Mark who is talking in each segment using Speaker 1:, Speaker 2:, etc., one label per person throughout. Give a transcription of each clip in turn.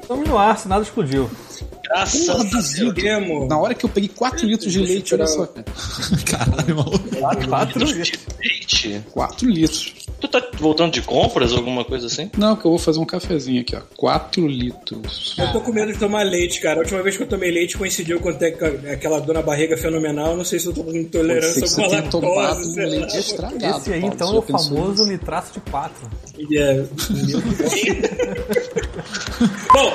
Speaker 1: Estamos no ar, se nada explodiu.
Speaker 2: Graças
Speaker 3: Porra,
Speaker 2: a
Speaker 3: duvido.
Speaker 2: Deus.
Speaker 3: Na hora que eu peguei 4 litros de leite, olha só, cara.
Speaker 4: Caralho, maluco.
Speaker 1: Quatro
Speaker 2: De leite?
Speaker 3: 4 litros.
Speaker 2: Tu tá voltando de compras, alguma coisa assim?
Speaker 3: Não, que eu vou fazer um cafezinho aqui, ó. 4 litros.
Speaker 5: Eu tô com medo de tomar leite, cara. A última vez que eu tomei leite coincidiu com até que- aquela dor na barriga fenomenal. Não sei se eu tô com
Speaker 3: Pode ser
Speaker 5: intolerância
Speaker 3: que
Speaker 5: à
Speaker 3: você tenha tomado
Speaker 5: lactose.
Speaker 3: um
Speaker 5: sei lá.
Speaker 3: leite estragado.
Speaker 1: Esse aí,
Speaker 3: Paulo,
Speaker 1: então,
Speaker 3: você
Speaker 1: é o
Speaker 3: já pensou
Speaker 1: famoso
Speaker 3: nisso?
Speaker 1: nitrato de 4.
Speaker 5: E é- Bom,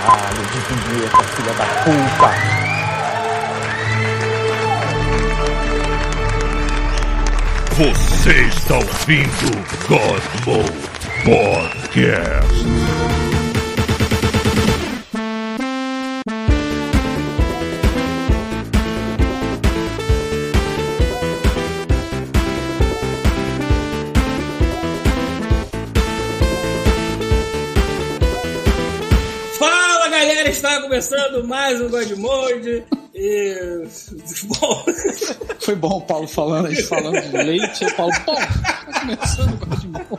Speaker 1: Caralho, de vinheta, filha da puta.
Speaker 6: Você está ouvindo Godmo Podcast.
Speaker 5: fala galera, está começando mais um Godmode. E. Bom.
Speaker 3: Foi bom o Paulo falando, a gente falando de leite. aí O Paulo, pô, tá começando agora de novo.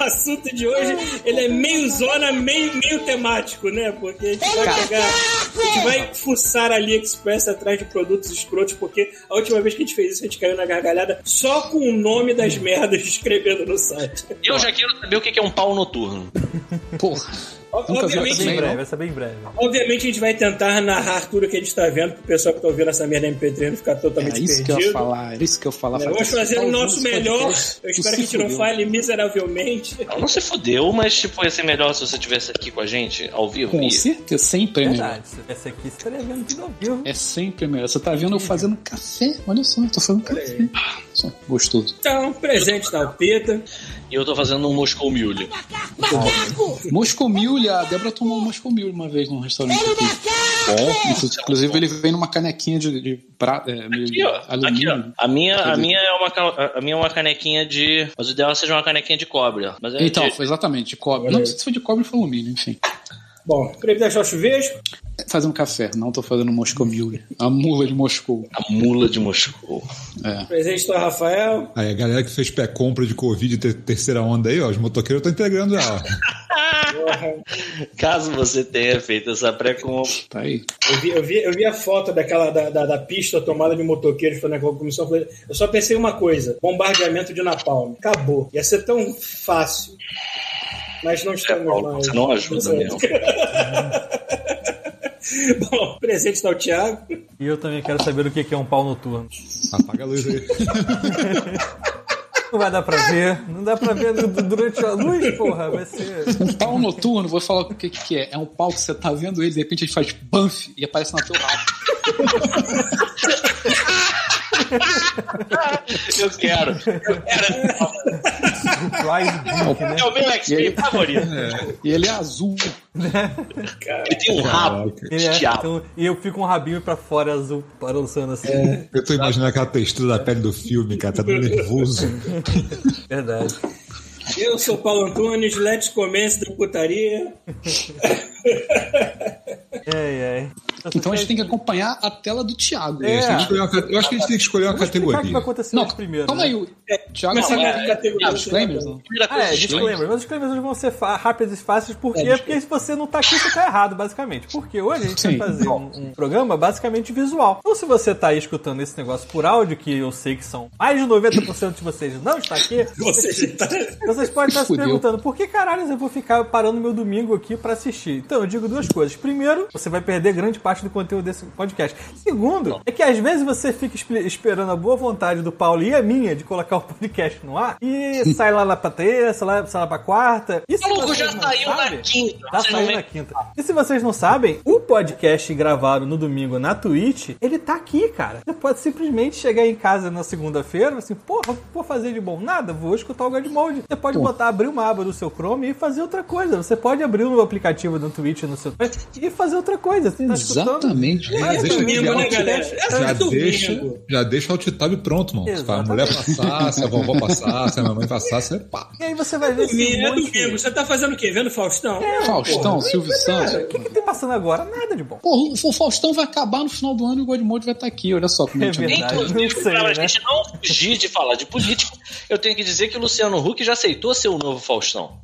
Speaker 5: O assunto de hoje, ele é meio zona, meio, meio temático, né? Porque a gente vai pegar, a gente vai fuçar a AliExpress atrás de produtos escrotos, porque a última vez que a gente fez isso, a gente caiu na gargalhada só com o nome das merdas escrevendo no site.
Speaker 2: Eu já quero saber o que que é um pau noturno.
Speaker 3: Porra.
Speaker 5: Ob-
Speaker 3: Nunca vi
Speaker 1: Vai ser é bem
Speaker 3: Sim,
Speaker 5: Obviamente,
Speaker 1: breve,
Speaker 3: não.
Speaker 1: vai ser bem breve.
Speaker 5: obviamente a gente vai tentar narrar tudo que a gente tá vendo, pro pessoal que tá ouvindo essa merda MP3 não ficar totalmente
Speaker 3: Era É isso que eu ia
Speaker 5: perdido.
Speaker 3: falar, era isso que eu ia falar.
Speaker 5: É, Vamos fazer o nosso melhor. Eu espero que a gente não fale miseravelmente.
Speaker 2: Ela não se fodeu, mas tipo, ia ser melhor se você estivesse aqui com a gente, ao vivo.
Speaker 3: Com
Speaker 2: E-
Speaker 3: certeza, sempre é melhor.
Speaker 1: Verdade, esse aqui estaria vendo tudo ao vivo.
Speaker 3: É sempre melhor. Você tá vendo eu fazendo café? Olha só, eu tô fazendo café.
Speaker 1: É.
Speaker 3: Só, gostoso.
Speaker 5: Então, presente da Alpeta.
Speaker 2: e eu tô fazendo um Moscou Mule.
Speaker 3: Moscomilha, a Débora tomou um Moscomilha uma vez num restaurante aqui. Inclu- Inclusive, ele vem numa canequinha de, de, pra- é, meio
Speaker 2: Aqui, ó. Aqui,
Speaker 3: alumínio.
Speaker 2: ó. A minha, a
Speaker 3: Cadê?
Speaker 2: minha é uma ca- a minha é uma canequinha de, mas o ideal é seja uma canequinha de cobre, ó. Mas é
Speaker 3: Então,
Speaker 2: de-
Speaker 3: foi exatamente, de cobre. Não, não sei se foi de cobre ou foi alumínio, enfim.
Speaker 5: Bom, proibido achar chuveiro.
Speaker 3: Fazendo café, não tô fazendo Moscomilha. A mula de Moscou.
Speaker 2: a mula de Moscou.
Speaker 3: É.
Speaker 5: Presente da Rafael.
Speaker 4: Aí a galera que fez pé compra de Covid ter- terceira onda aí, ó, os motoqueiros estão integrando já, ó.
Speaker 2: Caso você tenha feito essa é, pré-compra,
Speaker 3: Tá aí.
Speaker 5: Eu vi, eu, vi, eu vi a foto daquela da, da, da pista tomada de motoqueiros falando com a comissão. eu falei, Eu só pensei uma coisa: bombardeamento de Napalm. Acabou. Ia ser tão fácil. Mas é não
Speaker 2: é,
Speaker 5: estamos
Speaker 2: Paulo,
Speaker 5: mais.
Speaker 2: você não ajuda
Speaker 5: Exato.
Speaker 2: mesmo.
Speaker 5: Bom, presente tá o Thiago.
Speaker 1: E eu também quero saber o que que é um pau noturno.
Speaker 4: Apaga a luz aí.
Speaker 1: Não vai dar pra ver, não dá pra ver du- du- durante a luz, porra, vai ser...
Speaker 3: Um pau noturno, vou falar o que, que é. É um pau que você tá vendo ele, de repente ele faz banf e aparece na teu rabo.
Speaker 2: Eu quero. Eu quero.
Speaker 1: Fly Dick, né?
Speaker 2: É o meu XP favorito.
Speaker 3: E ele é azul.
Speaker 2: Ele tem um rabo
Speaker 1: Ele
Speaker 2: de
Speaker 1: é,
Speaker 2: diabo.
Speaker 1: então, e eu fico com um rabinho pra fora azul, balançando assim.
Speaker 3: É.
Speaker 4: Eu tô imaginando aquela textura da pele do filme, cara, tá dando nervoso.
Speaker 1: Verdade.
Speaker 5: Eu sou o Paulo Antunes. Let's commence da putaria.
Speaker 1: Ai, ai.
Speaker 3: Então a gente tem que acompanhar a tela do Thiago.
Speaker 4: É,
Speaker 1: É.
Speaker 4: a gente tem que escolher uma cate- eu acho que a gente tem que escolher uma
Speaker 1: Explicar o que vai
Speaker 4: categoria.
Speaker 1: acontecer
Speaker 3: Não,
Speaker 1: hoje primeiro.
Speaker 3: calma
Speaker 1: né?
Speaker 3: aí. O Thiago
Speaker 5: Começa
Speaker 3: não,
Speaker 5: com
Speaker 3: é,
Speaker 5: a categoria.
Speaker 3: disclaimers, não?
Speaker 2: Primeira
Speaker 1: Ah,
Speaker 2: coisa
Speaker 1: é,
Speaker 2: que eu lembro.
Speaker 1: disclaimer. Mas os disclaimers vão ser fa- rápidos e fáceis, porque, porque se você não tá aqui, você tá errado, basicamente. Porque hoje a gente
Speaker 3: Sim.
Speaker 1: vai fazer um, um programa basicamente visual. Então, se você tá aí escutando esse negócio por áudio, que eu sei que são mais de 90% de vocês não está aqui,
Speaker 5: Você já tá.
Speaker 1: Vocês podem estar se
Speaker 3: Fudeu.
Speaker 1: perguntando por que caralho eu vou ficar parando meu domingo aqui pra assistir. Então, eu digo duas coisas. Primeiro, você vai perder grande parte do conteúdo desse podcast. Segundo, é que às vezes você fica espe- esperando a boa vontade do Paulo e a minha de colocar o podcast no ar e sai lá na pra terça, lá, sai lá pra quarta. E se
Speaker 2: Maluco,
Speaker 1: vocês
Speaker 2: já
Speaker 1: não
Speaker 2: saiu
Speaker 1: sabem-
Speaker 2: na quinta.
Speaker 1: já
Speaker 2: Você não
Speaker 1: saiu
Speaker 2: vê
Speaker 1: na quinta. E se vocês não sabem, o podcast gravado no domingo na Twitch, ele tá aqui, cara. Você pode simplesmente chegar em casa na segunda-feira, assim, porra, não vou fazer de bom nada, vou escutar o Godmode. Você pode botar, abrir uma aba do seu Chrome e fazer outra coisa. Você pode abrir um aplicativo no Twitch no seu e fazer outra coisa. Você tá escutando. É,
Speaker 3: Exatamente.
Speaker 1: Mas
Speaker 4: deixa eu
Speaker 5: Domingo,
Speaker 4: criar
Speaker 5: né,
Speaker 4: um
Speaker 5: galera?
Speaker 1: podcast.
Speaker 5: É
Speaker 4: Já
Speaker 5: domingo.
Speaker 4: deixa, já deixa o alt-tab pronto, mano. Se a mulher passar, se a vovó passar, se a mamãe passar, você pá.
Speaker 1: E aí você vai ver esse
Speaker 5: Domingo, é
Speaker 1: monte... É,
Speaker 5: domingo. Você tá fazendo o quê? Vendo Faustão?
Speaker 3: Faustão, Silvio Santos.
Speaker 1: O que que tá passando agora? Nada de bom.
Speaker 3: Porra, o Faustão vai acabar no final do ano e o Godmode vai estar aqui. Olha só como a
Speaker 1: É
Speaker 3: gente é
Speaker 1: verdade,
Speaker 2: Inclusive,
Speaker 1: não sei,
Speaker 2: pra
Speaker 1: né?
Speaker 2: gente não fugir de falar de política, eu tenho que dizer que o Luciano Huck já aceitou ser o novo Faustão.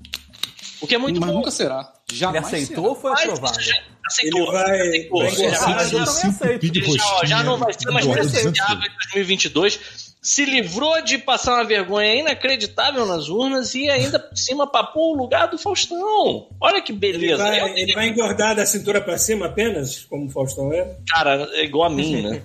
Speaker 2: O que é muito
Speaker 3: Mas
Speaker 2: bom.
Speaker 3: nunca será.
Speaker 1: Ele
Speaker 3: Jamais
Speaker 1: aceitou ou foi
Speaker 2: Mas
Speaker 1: aprovado?
Speaker 2: isso já
Speaker 5: Ele
Speaker 2: aceitou,
Speaker 5: vai.
Speaker 2: aceitou.
Speaker 5: vai
Speaker 2: Ah, Já-
Speaker 5: engordar.
Speaker 1: eu também
Speaker 4: cinco
Speaker 1: aceito.
Speaker 4: pi de
Speaker 2: Ele já, ó,
Speaker 4: rostinha,
Speaker 2: já não vai ser mais
Speaker 4: dois
Speaker 2: presidente de
Speaker 4: duzentos.
Speaker 2: água em 2022. Se livrou de passar uma vergonha inacreditável nas urnas e ainda por cima papou o lugar do Faustão. Olha que
Speaker 5: Ele
Speaker 2: beleza. É Eu-
Speaker 5: vai, ele vai engordar da cintura pra cima apenas, como o Faustão é.
Speaker 2: Cara, é igual a mim, né?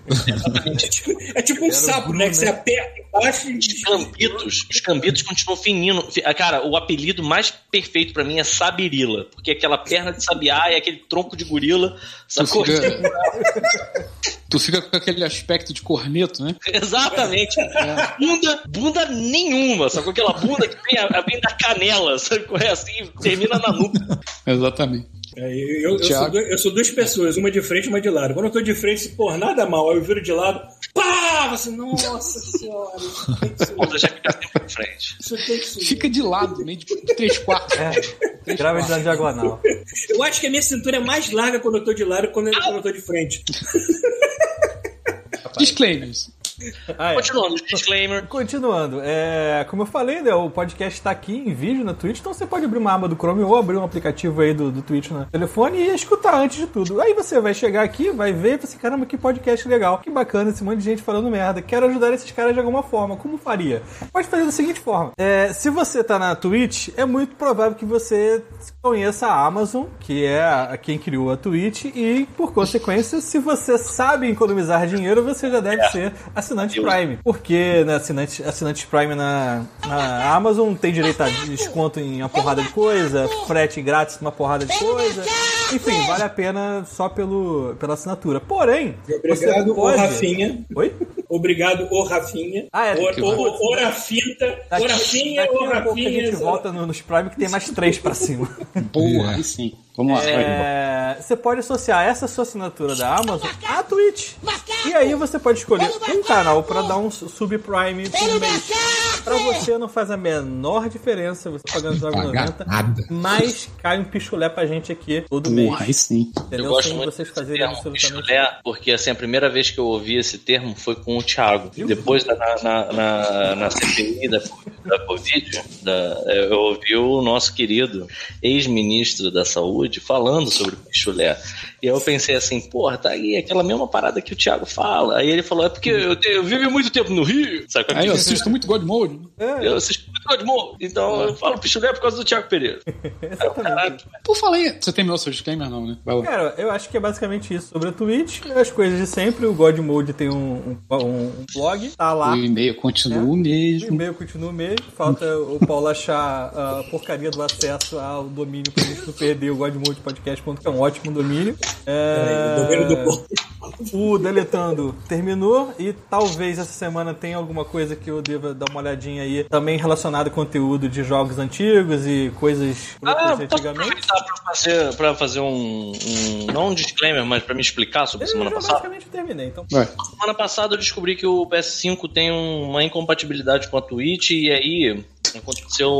Speaker 5: É tipo, é tipo um
Speaker 1: Era o
Speaker 5: sapo,
Speaker 1: Bruno,
Speaker 5: né? Que você
Speaker 1: né? Tipo,
Speaker 5: aperta embaixo e.
Speaker 2: Os cambitos, os cambitos continuam fininhos. Fi- ah, Cara, o apelido mais perfeito pra mim é Sabirila, porque aquela perna de sabiá e aquele tronco de gorila,
Speaker 3: Tu
Speaker 2: sacou?
Speaker 3: fica, tu fica com aquele aspecto de corneto, né?
Speaker 2: Exatamente. Bunda, bunda nenhuma, sacou? Aquela bunda que tem a, vem da canela, sacou? É assim, termina na nuca.
Speaker 3: Exatamente.
Speaker 5: É, eu, eu, sou
Speaker 3: Thiago.
Speaker 5: dois- eu sou duas pessoas, uma de frente e uma de lado. Quando eu tô de frente, se por nada mal, aí eu viro de lado, pá! Você, nossa senhora, isso tem que
Speaker 2: Bunda
Speaker 5: sumir,
Speaker 2: já fica sempre pra frente.
Speaker 5: isso tem que sumir.
Speaker 3: Fica de lado, meio de três quartos.
Speaker 1: É, grava ele na diagonal.
Speaker 5: Eu acho que a minha cintura é mais larga quando eu tô de lado que quando eu, quando eu tô de frente.
Speaker 3: Disclaimers.
Speaker 1: Ah, é.
Speaker 2: Continuando, disclaimer.
Speaker 1: Continuando, é, como eu falei, né, o podcast tá aqui em vídeo na Twitch, então você pode abrir uma aba do Chrome ou abrir um aplicativo aí do, do Twitch no telefone e escutar antes de tudo. Aí você vai chegar aqui, vai ver e fala assim, caramba, que podcast legal, que bacana esse monte de gente falando merda, quero ajudar esses caras de alguma forma, como faria? Pode fazer da seguinte forma, é, se você tá na Twitch, é muito provável que você conheça a Amazon, que é a- quem criou a Twitch, e por consequência, se você sabe economizar dinheiro, você já
Speaker 5: É.
Speaker 1: deve ser assinante
Speaker 2: Eu-
Speaker 1: Prime. Prime. Porque né, assinante, assinante Prime na, na Amazon tem direito a desconto em uma porrada de coisa, frete grátis numa porrada de coisa. Enfim, vale a pena só pelo, pela assinatura. Porém,
Speaker 5: Obrigado,
Speaker 1: você
Speaker 5: ô
Speaker 1: pode...
Speaker 5: Rafinha.
Speaker 1: Oi?
Speaker 5: Obrigado, ô Rafinha.
Speaker 1: Ah, é,
Speaker 5: Ô-
Speaker 1: que
Speaker 5: ô-
Speaker 1: vai.
Speaker 5: ô- ô Rafinha, ô Rafinha,
Speaker 1: daqui
Speaker 5: ô
Speaker 1: a pouco a
Speaker 5: Rafinha.
Speaker 1: gente
Speaker 5: sabe?
Speaker 1: volta no- nos Prime que tem mais três pra cima.
Speaker 3: Porra, É. aí sim. Vamos lá. vai.
Speaker 1: É, você pode associar essa sua assinatura da Amazon à Twitch. E aí você pode escolher um canal pra dar um su- subprime por mês. Pra você não faz a menor diferença você tá pagando
Speaker 4: Pagar
Speaker 1: 9,90,
Speaker 4: nada.
Speaker 1: mas cai um pichulé pra gente aqui todo mês.
Speaker 3: Porra, aí sim.
Speaker 1: Entendeu?
Speaker 2: Eu gosto
Speaker 1: Sem
Speaker 2: muito um
Speaker 1: vocês
Speaker 2: desse
Speaker 1: fazerem
Speaker 2: termo,
Speaker 1: absolutamente
Speaker 2: pichulé, porque assim, a primeira vez que eu ouvi esse termo foi com o Thiago. Depois da, na, na, na, na CPI da, da Covid, da- eu ouvi o nosso querido ex-ministro da Saúde falando sobre o pichulé. E aí eu pensei assim, porra, tá aí aquela mesma parada que o Thiago fala. Aí ele falou, é porque eu, eu vivo muito tempo no Rio, sabe? é
Speaker 3: Aí eu assisto muito God Mode.
Speaker 2: Eu assisto muito Godmode, então eu falo pichulé por causa do Thiago Pereira. Caraca,
Speaker 3: Por falar em... Você terminou seu disclaimer, não, né? Vai lá.
Speaker 1: Cara, eu acho que é basicamente isso sobre a Twitch. As coisas de sempre. O God Mode tem um, um, um blog, tá lá.
Speaker 3: O e-mail continua o
Speaker 1: O
Speaker 3: mesmo.
Speaker 1: e-mail continua o mesmo. Falta o Paulo achar a porcaria do acesso ao domínio pra gente não perder o godmodepodcast.com, que é um ótimo domínio. É,
Speaker 5: O domínio do corpo.
Speaker 1: O Deletando terminou e talvez essa semana tenha alguma coisa que eu deva dar uma olhadinha aí também relacionada a conteúdo de jogos antigos e coisas
Speaker 2: Ah,
Speaker 1: frutas de
Speaker 2: posso
Speaker 1: antigamente.
Speaker 2: aproveitar pra fazer, pra fazer um, um- Não um disclaimer, mas pra me explicar sobre a
Speaker 1: Eu
Speaker 2: semana
Speaker 1: já
Speaker 2: passada.
Speaker 1: basicamente terminei, então.
Speaker 3: Vai.
Speaker 2: Semana passada eu descobri que o PS5 tem uma incompatibilidade com a Twitch e aí aconteceu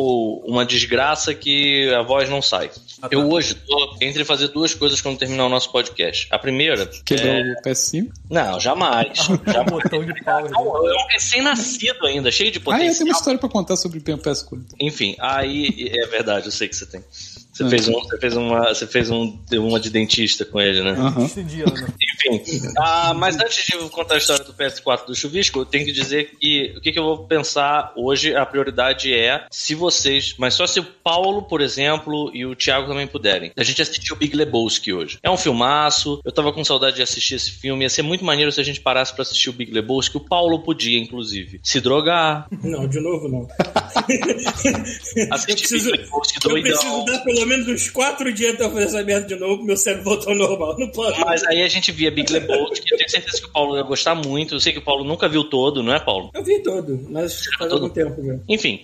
Speaker 2: uma desgraça que a voz não sai.
Speaker 1: Ah, tá.
Speaker 2: Eu hoje tô entre fazer duas coisas quando terminar o nosso podcast. A primeira.
Speaker 3: Quebrou
Speaker 2: é-
Speaker 3: o PS5.
Speaker 2: Não, jamais.
Speaker 1: É um
Speaker 2: jamais.
Speaker 1: botão de pau.
Speaker 2: Não,
Speaker 1: gente.
Speaker 2: é um recém-nascido ainda, cheio de
Speaker 3: Ah, eu tenho uma
Speaker 2: potencial.
Speaker 3: história pra contar sobre o PS4.
Speaker 2: Enfim, aí é verdade, eu sei que você tem. Você
Speaker 5: É.
Speaker 3: Ah.
Speaker 2: fez um, você fez uma, você fez um, uma de dentista com ele, né?
Speaker 5: É.
Speaker 3: Aham.
Speaker 1: Esse dia, né?
Speaker 2: Enfim, ah, mas antes de contar a história do PS4 do Chuvisco, eu tenho que dizer que o que, que eu vou pensar hoje, a prioridade é se vocês, mas só se o Paulo, por exemplo, e o Thiago também puderem. A gente assistiu Big Lebowski hoje. É um filmaço, eu tava com saudade de assistir esse filme, ia ser muito maneiro se a gente parasse pra assistir o Big Lebowski, o Paulo podia, inclusive, se drogar,
Speaker 5: Não, de novo não. Eu
Speaker 2: Assim, assistir
Speaker 5: preciso,
Speaker 2: Big Lebowski
Speaker 5: eu
Speaker 2: tipo, é doidão.
Speaker 5: preciso dar pelo menos uns quatro dias pra eu fazer essa merda de novo, meu cérebro voltou ao normal. Não pode.
Speaker 2: Mas aí a gente via Big Lebowski, eu tenho certeza que o Paulo ia gostar muito, eu sei que o Paulo nunca viu todo, não é, Paulo?
Speaker 5: Eu vi todo, mas faz algum
Speaker 2: Todo?
Speaker 5: tempo já.
Speaker 2: Enfim.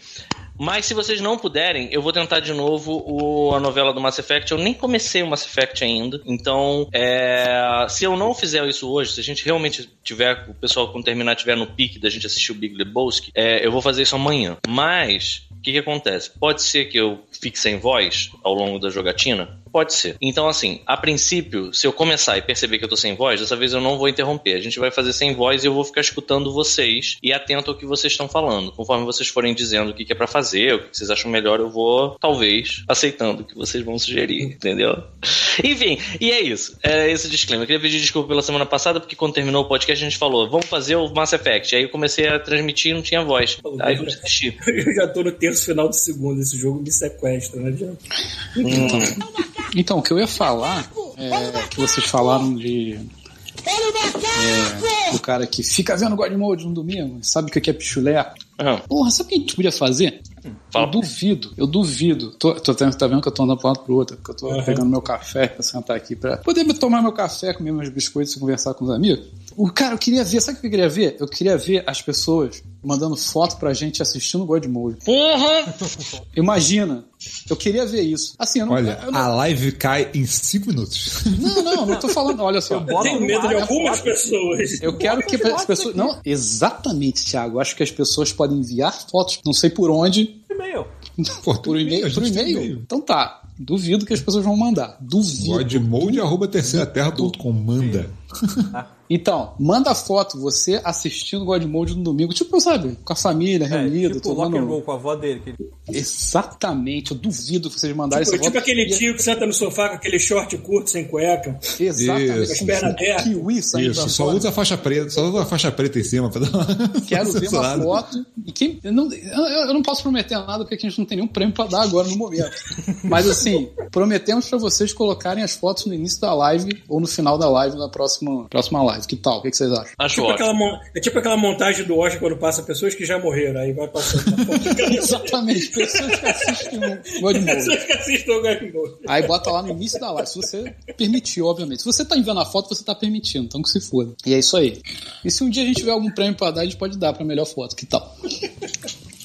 Speaker 2: Mas se vocês não puderem, eu vou tentar de novo o- a novela do Mass Effect. Eu nem comecei o Mass Effect ainda. Então, é, se eu não fizer isso hoje, se a gente realmente tiver, o pessoal quando terminar tiver no pique da gente assistir o Big Lebowski, é, eu vou fazer isso amanhã. Mas, o que, que acontece? Pode ser que eu fique sem voz ao longo da jogatina? Pode ser. Então, assim, a princípio, se eu começar e perceber que eu tô sem voz, dessa vez eu não vou interromper. A gente vai fazer sem voz e eu vou ficar escutando vocês e atento ao que vocês estão falando. Conforme vocês forem dizendo o que, que é para fazer, o que vocês acham melhor, eu vou, talvez, aceitando o que vocês vão sugerir, entendeu? Enfim, e é isso. É esse disclaimer. Eu queria pedir desculpa pela semana passada, porque quando terminou o podcast a gente falou, vamos fazer o Mass Effect. Aí eu comecei a transmitir e não tinha voz. Aí eu desisti.
Speaker 5: Eu já tô no terço final do segundo, esse jogo me sequestra, né, adianta.
Speaker 3: Então, o que eu ia falar é que vocês falaram de. É, o cara que fica vendo God Mode no domingo, sabe o que é pichulé?
Speaker 2: Ah,
Speaker 3: Porra, sabe o que a gente podia fazer?
Speaker 2: Hum, Fala.
Speaker 3: Eu duvido, eu duvido. Tô, tô tendo- tá vendo que eu tô andando pra um lado pro outro, porque eu tô pegando meu café pra sentar aqui pra poder me tomar meu café, comer meus biscoitos e conversar com os amigos. O cara, eu queria ver, sabe o que eu queria ver? Eu queria ver as pessoas mandando foto pra gente assistindo God Mode.
Speaker 2: Porra!
Speaker 3: Imagina, eu queria ver isso. Assim, eu não.
Speaker 4: Olha,
Speaker 3: eu não,
Speaker 4: a live cai em 5 minutos.
Speaker 3: não, não, não tô falando, olha só.
Speaker 5: Eu
Speaker 1: boto
Speaker 5: tenho
Speaker 1: no
Speaker 5: medo
Speaker 1: ar é
Speaker 5: de
Speaker 1: a
Speaker 5: algumas
Speaker 1: foto.
Speaker 5: pessoas.
Speaker 3: Eu quero que as pessoas. Não, exatamente, Thiago. Acho que as pessoas podem enviar fotos, não sei por onde,
Speaker 1: E-mail.
Speaker 4: Pô,
Speaker 3: por
Speaker 4: a
Speaker 3: e-mail.
Speaker 4: gente
Speaker 3: Por
Speaker 4: tem
Speaker 3: e-mail. Então tá. Duvido que as pessoas vão mandar. Duvido.
Speaker 4: Godmode.terceiraterra.com manda.
Speaker 3: Então, manda foto, você assistindo Godmode no domingo. Tipo, sabe, com a família reunida,
Speaker 1: é, tipo o
Speaker 3: tomando.
Speaker 1: Lock and Roll com a avó dele. Que ele...
Speaker 3: Exatamente. Eu duvido que vocês mandarem
Speaker 5: Tipo,
Speaker 3: essa
Speaker 5: tipo
Speaker 3: foto.
Speaker 5: aquele
Speaker 3: E- é
Speaker 5: tio que senta no sofá com aquele short curto, sem cueca. É
Speaker 3: Exatamente.
Speaker 4: Isso.
Speaker 3: com
Speaker 5: Perna
Speaker 3: um
Speaker 5: aberta.
Speaker 3: Kiwi saindo
Speaker 4: Isso,
Speaker 3: da
Speaker 4: só
Speaker 3: fora.
Speaker 4: usa a faixa preta, só usa a faixa preta em cima pra dar uma-
Speaker 3: Quero ver uma
Speaker 4: censurada.
Speaker 3: foto. E quem, eu, não, eu- eu não posso prometer nada porque a gente não tem nenhum prêmio pra dar agora no momento. Mas assim, prometemos pra vocês colocarem as fotos no início da live ou no final da live, na próxima, próxima live. Que tal? O que, que vocês acham?
Speaker 2: Acho
Speaker 5: Tipo
Speaker 2: ótimo.
Speaker 5: aquela, mon- é tipo aquela montagem do Oscar quando passa pessoas que já morreram. Aí vai passando. uma foto.
Speaker 3: Exatamente, pessoas que assistem o Godmode.
Speaker 5: pessoas que assistem o Garimbo.
Speaker 3: Aí bota lá no início da live, se você permitir, obviamente. Se você tá enviando a foto, você tá permitindo, então que se foda. E é isso aí. E se um dia a gente tiver algum prêmio pra dar, a gente pode dar pra melhor foto, que tal?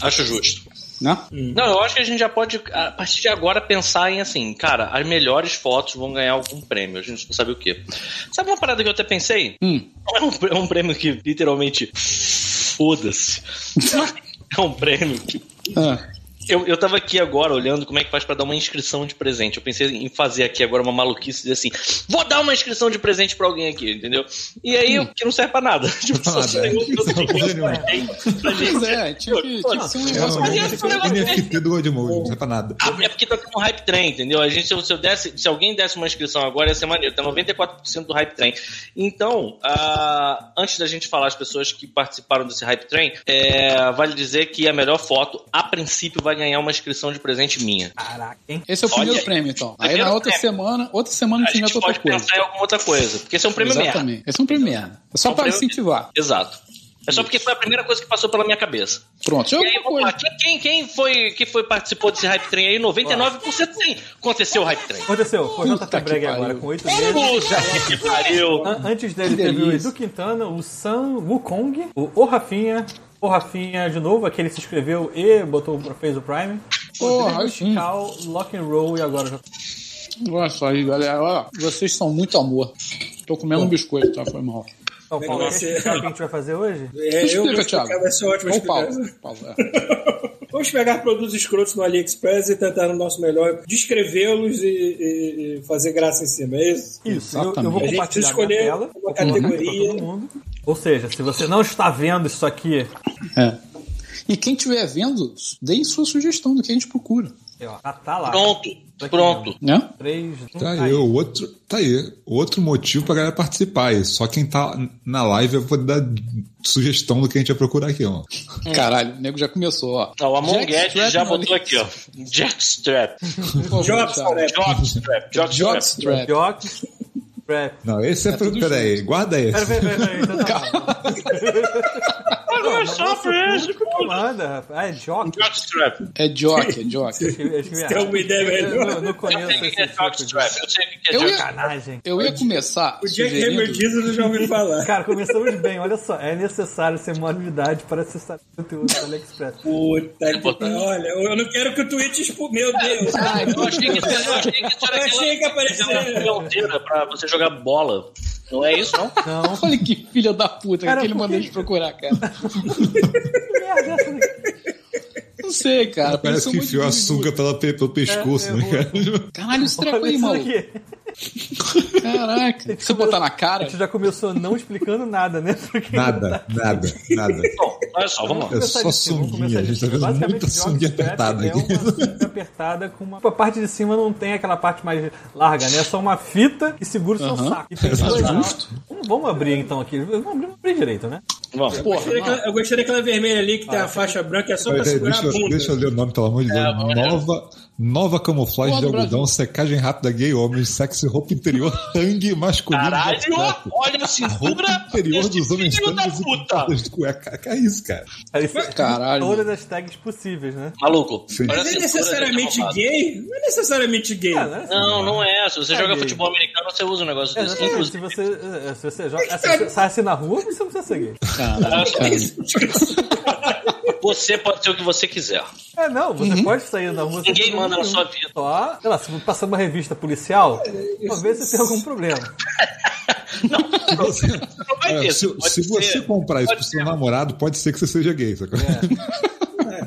Speaker 2: Acho justo.
Speaker 3: Né?
Speaker 2: Não, eu acho que a gente já pode, a partir de agora, pensar em assim, cara, as melhores fotos vão ganhar algum prêmio. A gente não sabe o quê. Sabe uma parada que eu até pensei?
Speaker 3: Hum.
Speaker 2: É, um, é um prêmio que literalmente foda-se. É um prêmio que.
Speaker 3: Ah,
Speaker 2: Eu, eu tava aqui agora olhando como é que faz pra dar uma inscrição de presente. Eu pensei em fazer aqui agora uma maluquice e dizer assim: vou dar uma inscrição de presente pra alguém aqui, entendeu? E aí que não serve pra nada. Tipo, só
Speaker 4: Nada,
Speaker 2: saiu
Speaker 4: é.
Speaker 2: todo
Speaker 4: Não, porra
Speaker 2: mundo
Speaker 4: nenhuma.
Speaker 2: pra gente- pra
Speaker 3: pois
Speaker 2: gente.
Speaker 3: é, tinha que, tinha que ser um
Speaker 4: É,
Speaker 3: negócio
Speaker 2: mas
Speaker 4: realmente,
Speaker 2: esse é o
Speaker 4: é
Speaker 2: negócio,
Speaker 4: o NFT do Godmode, não serve pra nada.
Speaker 2: Ah, é porque tá tendo um hype train, entendeu? A gente, se, eu- se eu desse, se alguém desse uma inscrição agora, ia ser maneiro. Tá 94% do hype train. Então, ah, antes da gente falar as pessoas que participaram desse hype train, é, vale dizer que a melhor foto, a princípio, vai ganhar uma inscrição de presente minha.
Speaker 1: Caraca, hein?
Speaker 3: Esse é o
Speaker 2: Olha
Speaker 3: primeiro
Speaker 2: aí.
Speaker 3: prêmio, então. Aí
Speaker 2: Primeiro
Speaker 3: na outra
Speaker 2: prêmio.
Speaker 3: semana, outra semana a
Speaker 2: A
Speaker 3: gente
Speaker 2: gente
Speaker 3: inventa outra
Speaker 2: pode
Speaker 3: coisa.
Speaker 2: pensar em alguma outra coisa, porque esse é um prêmio merda.
Speaker 3: Exatamente. Esse é um prêmio merda. É só
Speaker 2: É um
Speaker 3: pra
Speaker 2: prêmio-
Speaker 3: incentivar.
Speaker 2: Exato. É só porque foi a primeira coisa que passou pela minha cabeça.
Speaker 3: Pronto. Já
Speaker 2: E
Speaker 3: é
Speaker 2: aí,
Speaker 3: outra
Speaker 2: vamos lá.
Speaker 3: coisa.
Speaker 2: Quem, quem, quem foi que foi, participou desse hype train aí? 99% sim. Aconteceu o hype train.
Speaker 1: Aconteceu, foi o
Speaker 3: Puta
Speaker 1: JP
Speaker 3: que
Speaker 1: Breg agora,
Speaker 3: pariu.
Speaker 1: com oito meses.
Speaker 2: Puta que pariu.
Speaker 1: An- Antes dele
Speaker 3: Que
Speaker 1: teve o
Speaker 3: delícia.
Speaker 1: Edu Quintana, o Sam Wukong, o, o Rafinha, o Rafinha de novo, aquele que se inscreveu e botou, fez o Prime.
Speaker 3: Porra,
Speaker 1: O Rodrigo
Speaker 3: aí sim.
Speaker 1: Chical, Lock and Roll e agora é já.
Speaker 3: Olha só aí, galera. Ó, vocês são muito amor. Tô comendo um biscoito, tá? Foi mal.
Speaker 1: Então, Paulo, quer
Speaker 5: Você-
Speaker 1: explicar o que a gente vai fazer hoje?
Speaker 5: É, eu
Speaker 3: Explica,
Speaker 5: vou explicar,
Speaker 3: Thiago.
Speaker 5: vai ser ótimo
Speaker 3: Ou
Speaker 5: explicar.
Speaker 3: Paulo. Paulo, é.
Speaker 5: Vamos pegar produtos escrotos no AliExpress e tentar o nosso melhor descrevê-los e, e- e fazer graça em cima, é isso?
Speaker 1: Isso, eu, eu
Speaker 3: Exatamente.
Speaker 1: vou
Speaker 3: A
Speaker 5: gente
Speaker 1: compartilhar
Speaker 5: precisa
Speaker 1: minha
Speaker 5: escolher
Speaker 1: tela,
Speaker 5: uma
Speaker 1: vou colocar aqui pra
Speaker 5: categoria.
Speaker 1: todo mundo. Ou seja, se você não está vendo isso aqui,
Speaker 3: É. E quem estiver vendo, deem sua sugestão do que a gente procura.
Speaker 1: ó, já tá lá.
Speaker 2: Pronto, pronto.
Speaker 3: Né?
Speaker 1: 3, 1,
Speaker 4: Tá aí, o outro, tá aí, outro motivo pra galera participar. aí. Só quem tá na live vai poder dar sugestão do que a gente vai procurar aqui, ó.
Speaker 3: Caralho, o nego já começou, ó.
Speaker 2: Hum. Não, o Amon
Speaker 3: Jack
Speaker 2: Guedes
Speaker 3: Strap
Speaker 2: já
Speaker 3: no
Speaker 2: botou
Speaker 4: né?
Speaker 2: aqui,
Speaker 3: Alex-
Speaker 2: ó. Jackstrap.
Speaker 3: Por favor, Thiago.
Speaker 2: É.
Speaker 5: Jobstrap.
Speaker 2: Jockstrap. Jockstrap.
Speaker 3: Jockstrap.
Speaker 1: Jocks, Prep.
Speaker 4: Não, esse é, pro. Peraí, guarda esse.
Speaker 1: Pera, pera, pera, pera, então tá bom.
Speaker 2: Não, é
Speaker 1: Nosso
Speaker 2: só pra isso.
Speaker 1: público que manda, rapaz. Ah, é
Speaker 2: Então,
Speaker 1: Jock.
Speaker 2: Jockstrap.
Speaker 3: É Jock, é Jock.
Speaker 1: Eu acho que
Speaker 5: Tem
Speaker 1: é-
Speaker 5: alguma ideia
Speaker 1: Eu
Speaker 5: então, melhor?
Speaker 1: não- não
Speaker 2: Eu
Speaker 1: conheço
Speaker 2: sei o que é
Speaker 1: esse tipo de
Speaker 2: Jockstrap. Eu sei o que é
Speaker 3: Eu ia-
Speaker 2: Jockstrap.
Speaker 1: sacanagem.
Speaker 3: Eu ia começar.
Speaker 5: O Jack
Speaker 3: sugerindo-
Speaker 5: Hammer Jesus eu já ouvi falar.
Speaker 1: Cara, começamos bem, olha só. É necessário ser modalidade para acessar o conteúdo do AliExpress.
Speaker 5: Puta que pariu. Olha, eu não quero que o Twitch expulse. Meu Deus.
Speaker 2: Eu achei que isso era, eu achei que isso era
Speaker 5: Eu achei que apareceu.
Speaker 2: aquela fronteira pra você jogar bola. Não é isso, não?
Speaker 1: Não,
Speaker 3: Olha que filha da puta
Speaker 1: Cara,
Speaker 3: que ele
Speaker 1: por
Speaker 3: mandou a
Speaker 1: que-
Speaker 3: gente procurar, cara.
Speaker 1: que merda é essa daqui?
Speaker 3: Não sei, cara.
Speaker 4: Parece que enfiou a sunga pela, pe-
Speaker 2: É,
Speaker 4: pelo pescoço, né, cara?
Speaker 3: Caralho, esse treco
Speaker 1: Olha
Speaker 3: aí,
Speaker 1: isso
Speaker 3: maluco.
Speaker 1: aqui.
Speaker 3: Caraca. Você botar na cara?
Speaker 1: A gente já começou não explicando nada, né? Porque
Speaker 4: Nada, nada, nada.
Speaker 2: Bom, olha só, vamos lá.
Speaker 4: É só sunguinha, a gente tá vendo muita sunguinha apertada
Speaker 1: é
Speaker 4: aqui.
Speaker 1: uma sunga apertada com uma... A parte de cima não tem aquela parte mais larga, né? É só uma fita que segura o seu
Speaker 3: Aham.
Speaker 1: saco. E tem que
Speaker 4: Exato.
Speaker 1: dois lados.
Speaker 3: Justo.
Speaker 1: Vamos, vamos abrir então aqui. Vamos abrir, vamos abrir direito, né?
Speaker 2: Vamos.
Speaker 5: Eu
Speaker 3: Porra,
Speaker 5: gostei, daquela,
Speaker 3: mano.
Speaker 5: eu gostei daquela vermelha ali que tem a faixa branca, é só pra
Speaker 4: Peraí,
Speaker 5: segurar a
Speaker 4: deixa, eu-
Speaker 5: bunda.
Speaker 4: deixa eu ler o nome, pelo amor de Deus.
Speaker 2: É,
Speaker 4: nova, nova camuflagem de
Speaker 3: Porra,
Speaker 4: algodão, secagem rápida, gay homens, sexo, roupa interior, tangue masculino.
Speaker 2: Caralho,
Speaker 4: de atleta.
Speaker 2: olha a
Speaker 4: Roupa
Speaker 2: cintura
Speaker 4: interior
Speaker 2: desse
Speaker 4: dos homens
Speaker 2: filho da
Speaker 4: tangues e
Speaker 2: puta.
Speaker 4: pitadas de cueca. Que é isso, cara?
Speaker 1: Aí você-
Speaker 3: Caralho.
Speaker 1: Todas Tipo, as tags possíveis, né?
Speaker 2: Maluco,
Speaker 4: Sim.
Speaker 2: olha a
Speaker 5: Mas é
Speaker 2: cintura
Speaker 5: necessariamente
Speaker 2: desse arrombado.
Speaker 5: gay? Não é necessariamente gay.
Speaker 1: Ah, né?
Speaker 2: Não, não é. Se você
Speaker 1: É
Speaker 4: Tá
Speaker 2: joga
Speaker 1: gay.
Speaker 2: futebol americano, você usa um negócio
Speaker 1: É,
Speaker 2: desse.
Speaker 1: Exatamente. Se
Speaker 2: Inclusive,
Speaker 1: você, é, se você joga, é, se você sai assim na rua, você não precisa ser gay.
Speaker 3: Caralho, cara.
Speaker 2: você pode ser o que você quiser.
Speaker 1: É, não, você pode sair na rua. sem
Speaker 2: Uhum. Ninguém
Speaker 1: problema
Speaker 2: manda na
Speaker 1: nenhum.
Speaker 2: sua vida.
Speaker 1: Só, sei lá, se for passando uma revista policial, talvez você tenha algum problema.
Speaker 2: Não vai
Speaker 4: É,
Speaker 2: ter.
Speaker 4: se
Speaker 2: pode
Speaker 4: se
Speaker 2: ser. É.
Speaker 4: você comprar isso
Speaker 2: pode
Speaker 4: pro seu namorado, pode ser que você seja gay, sacou?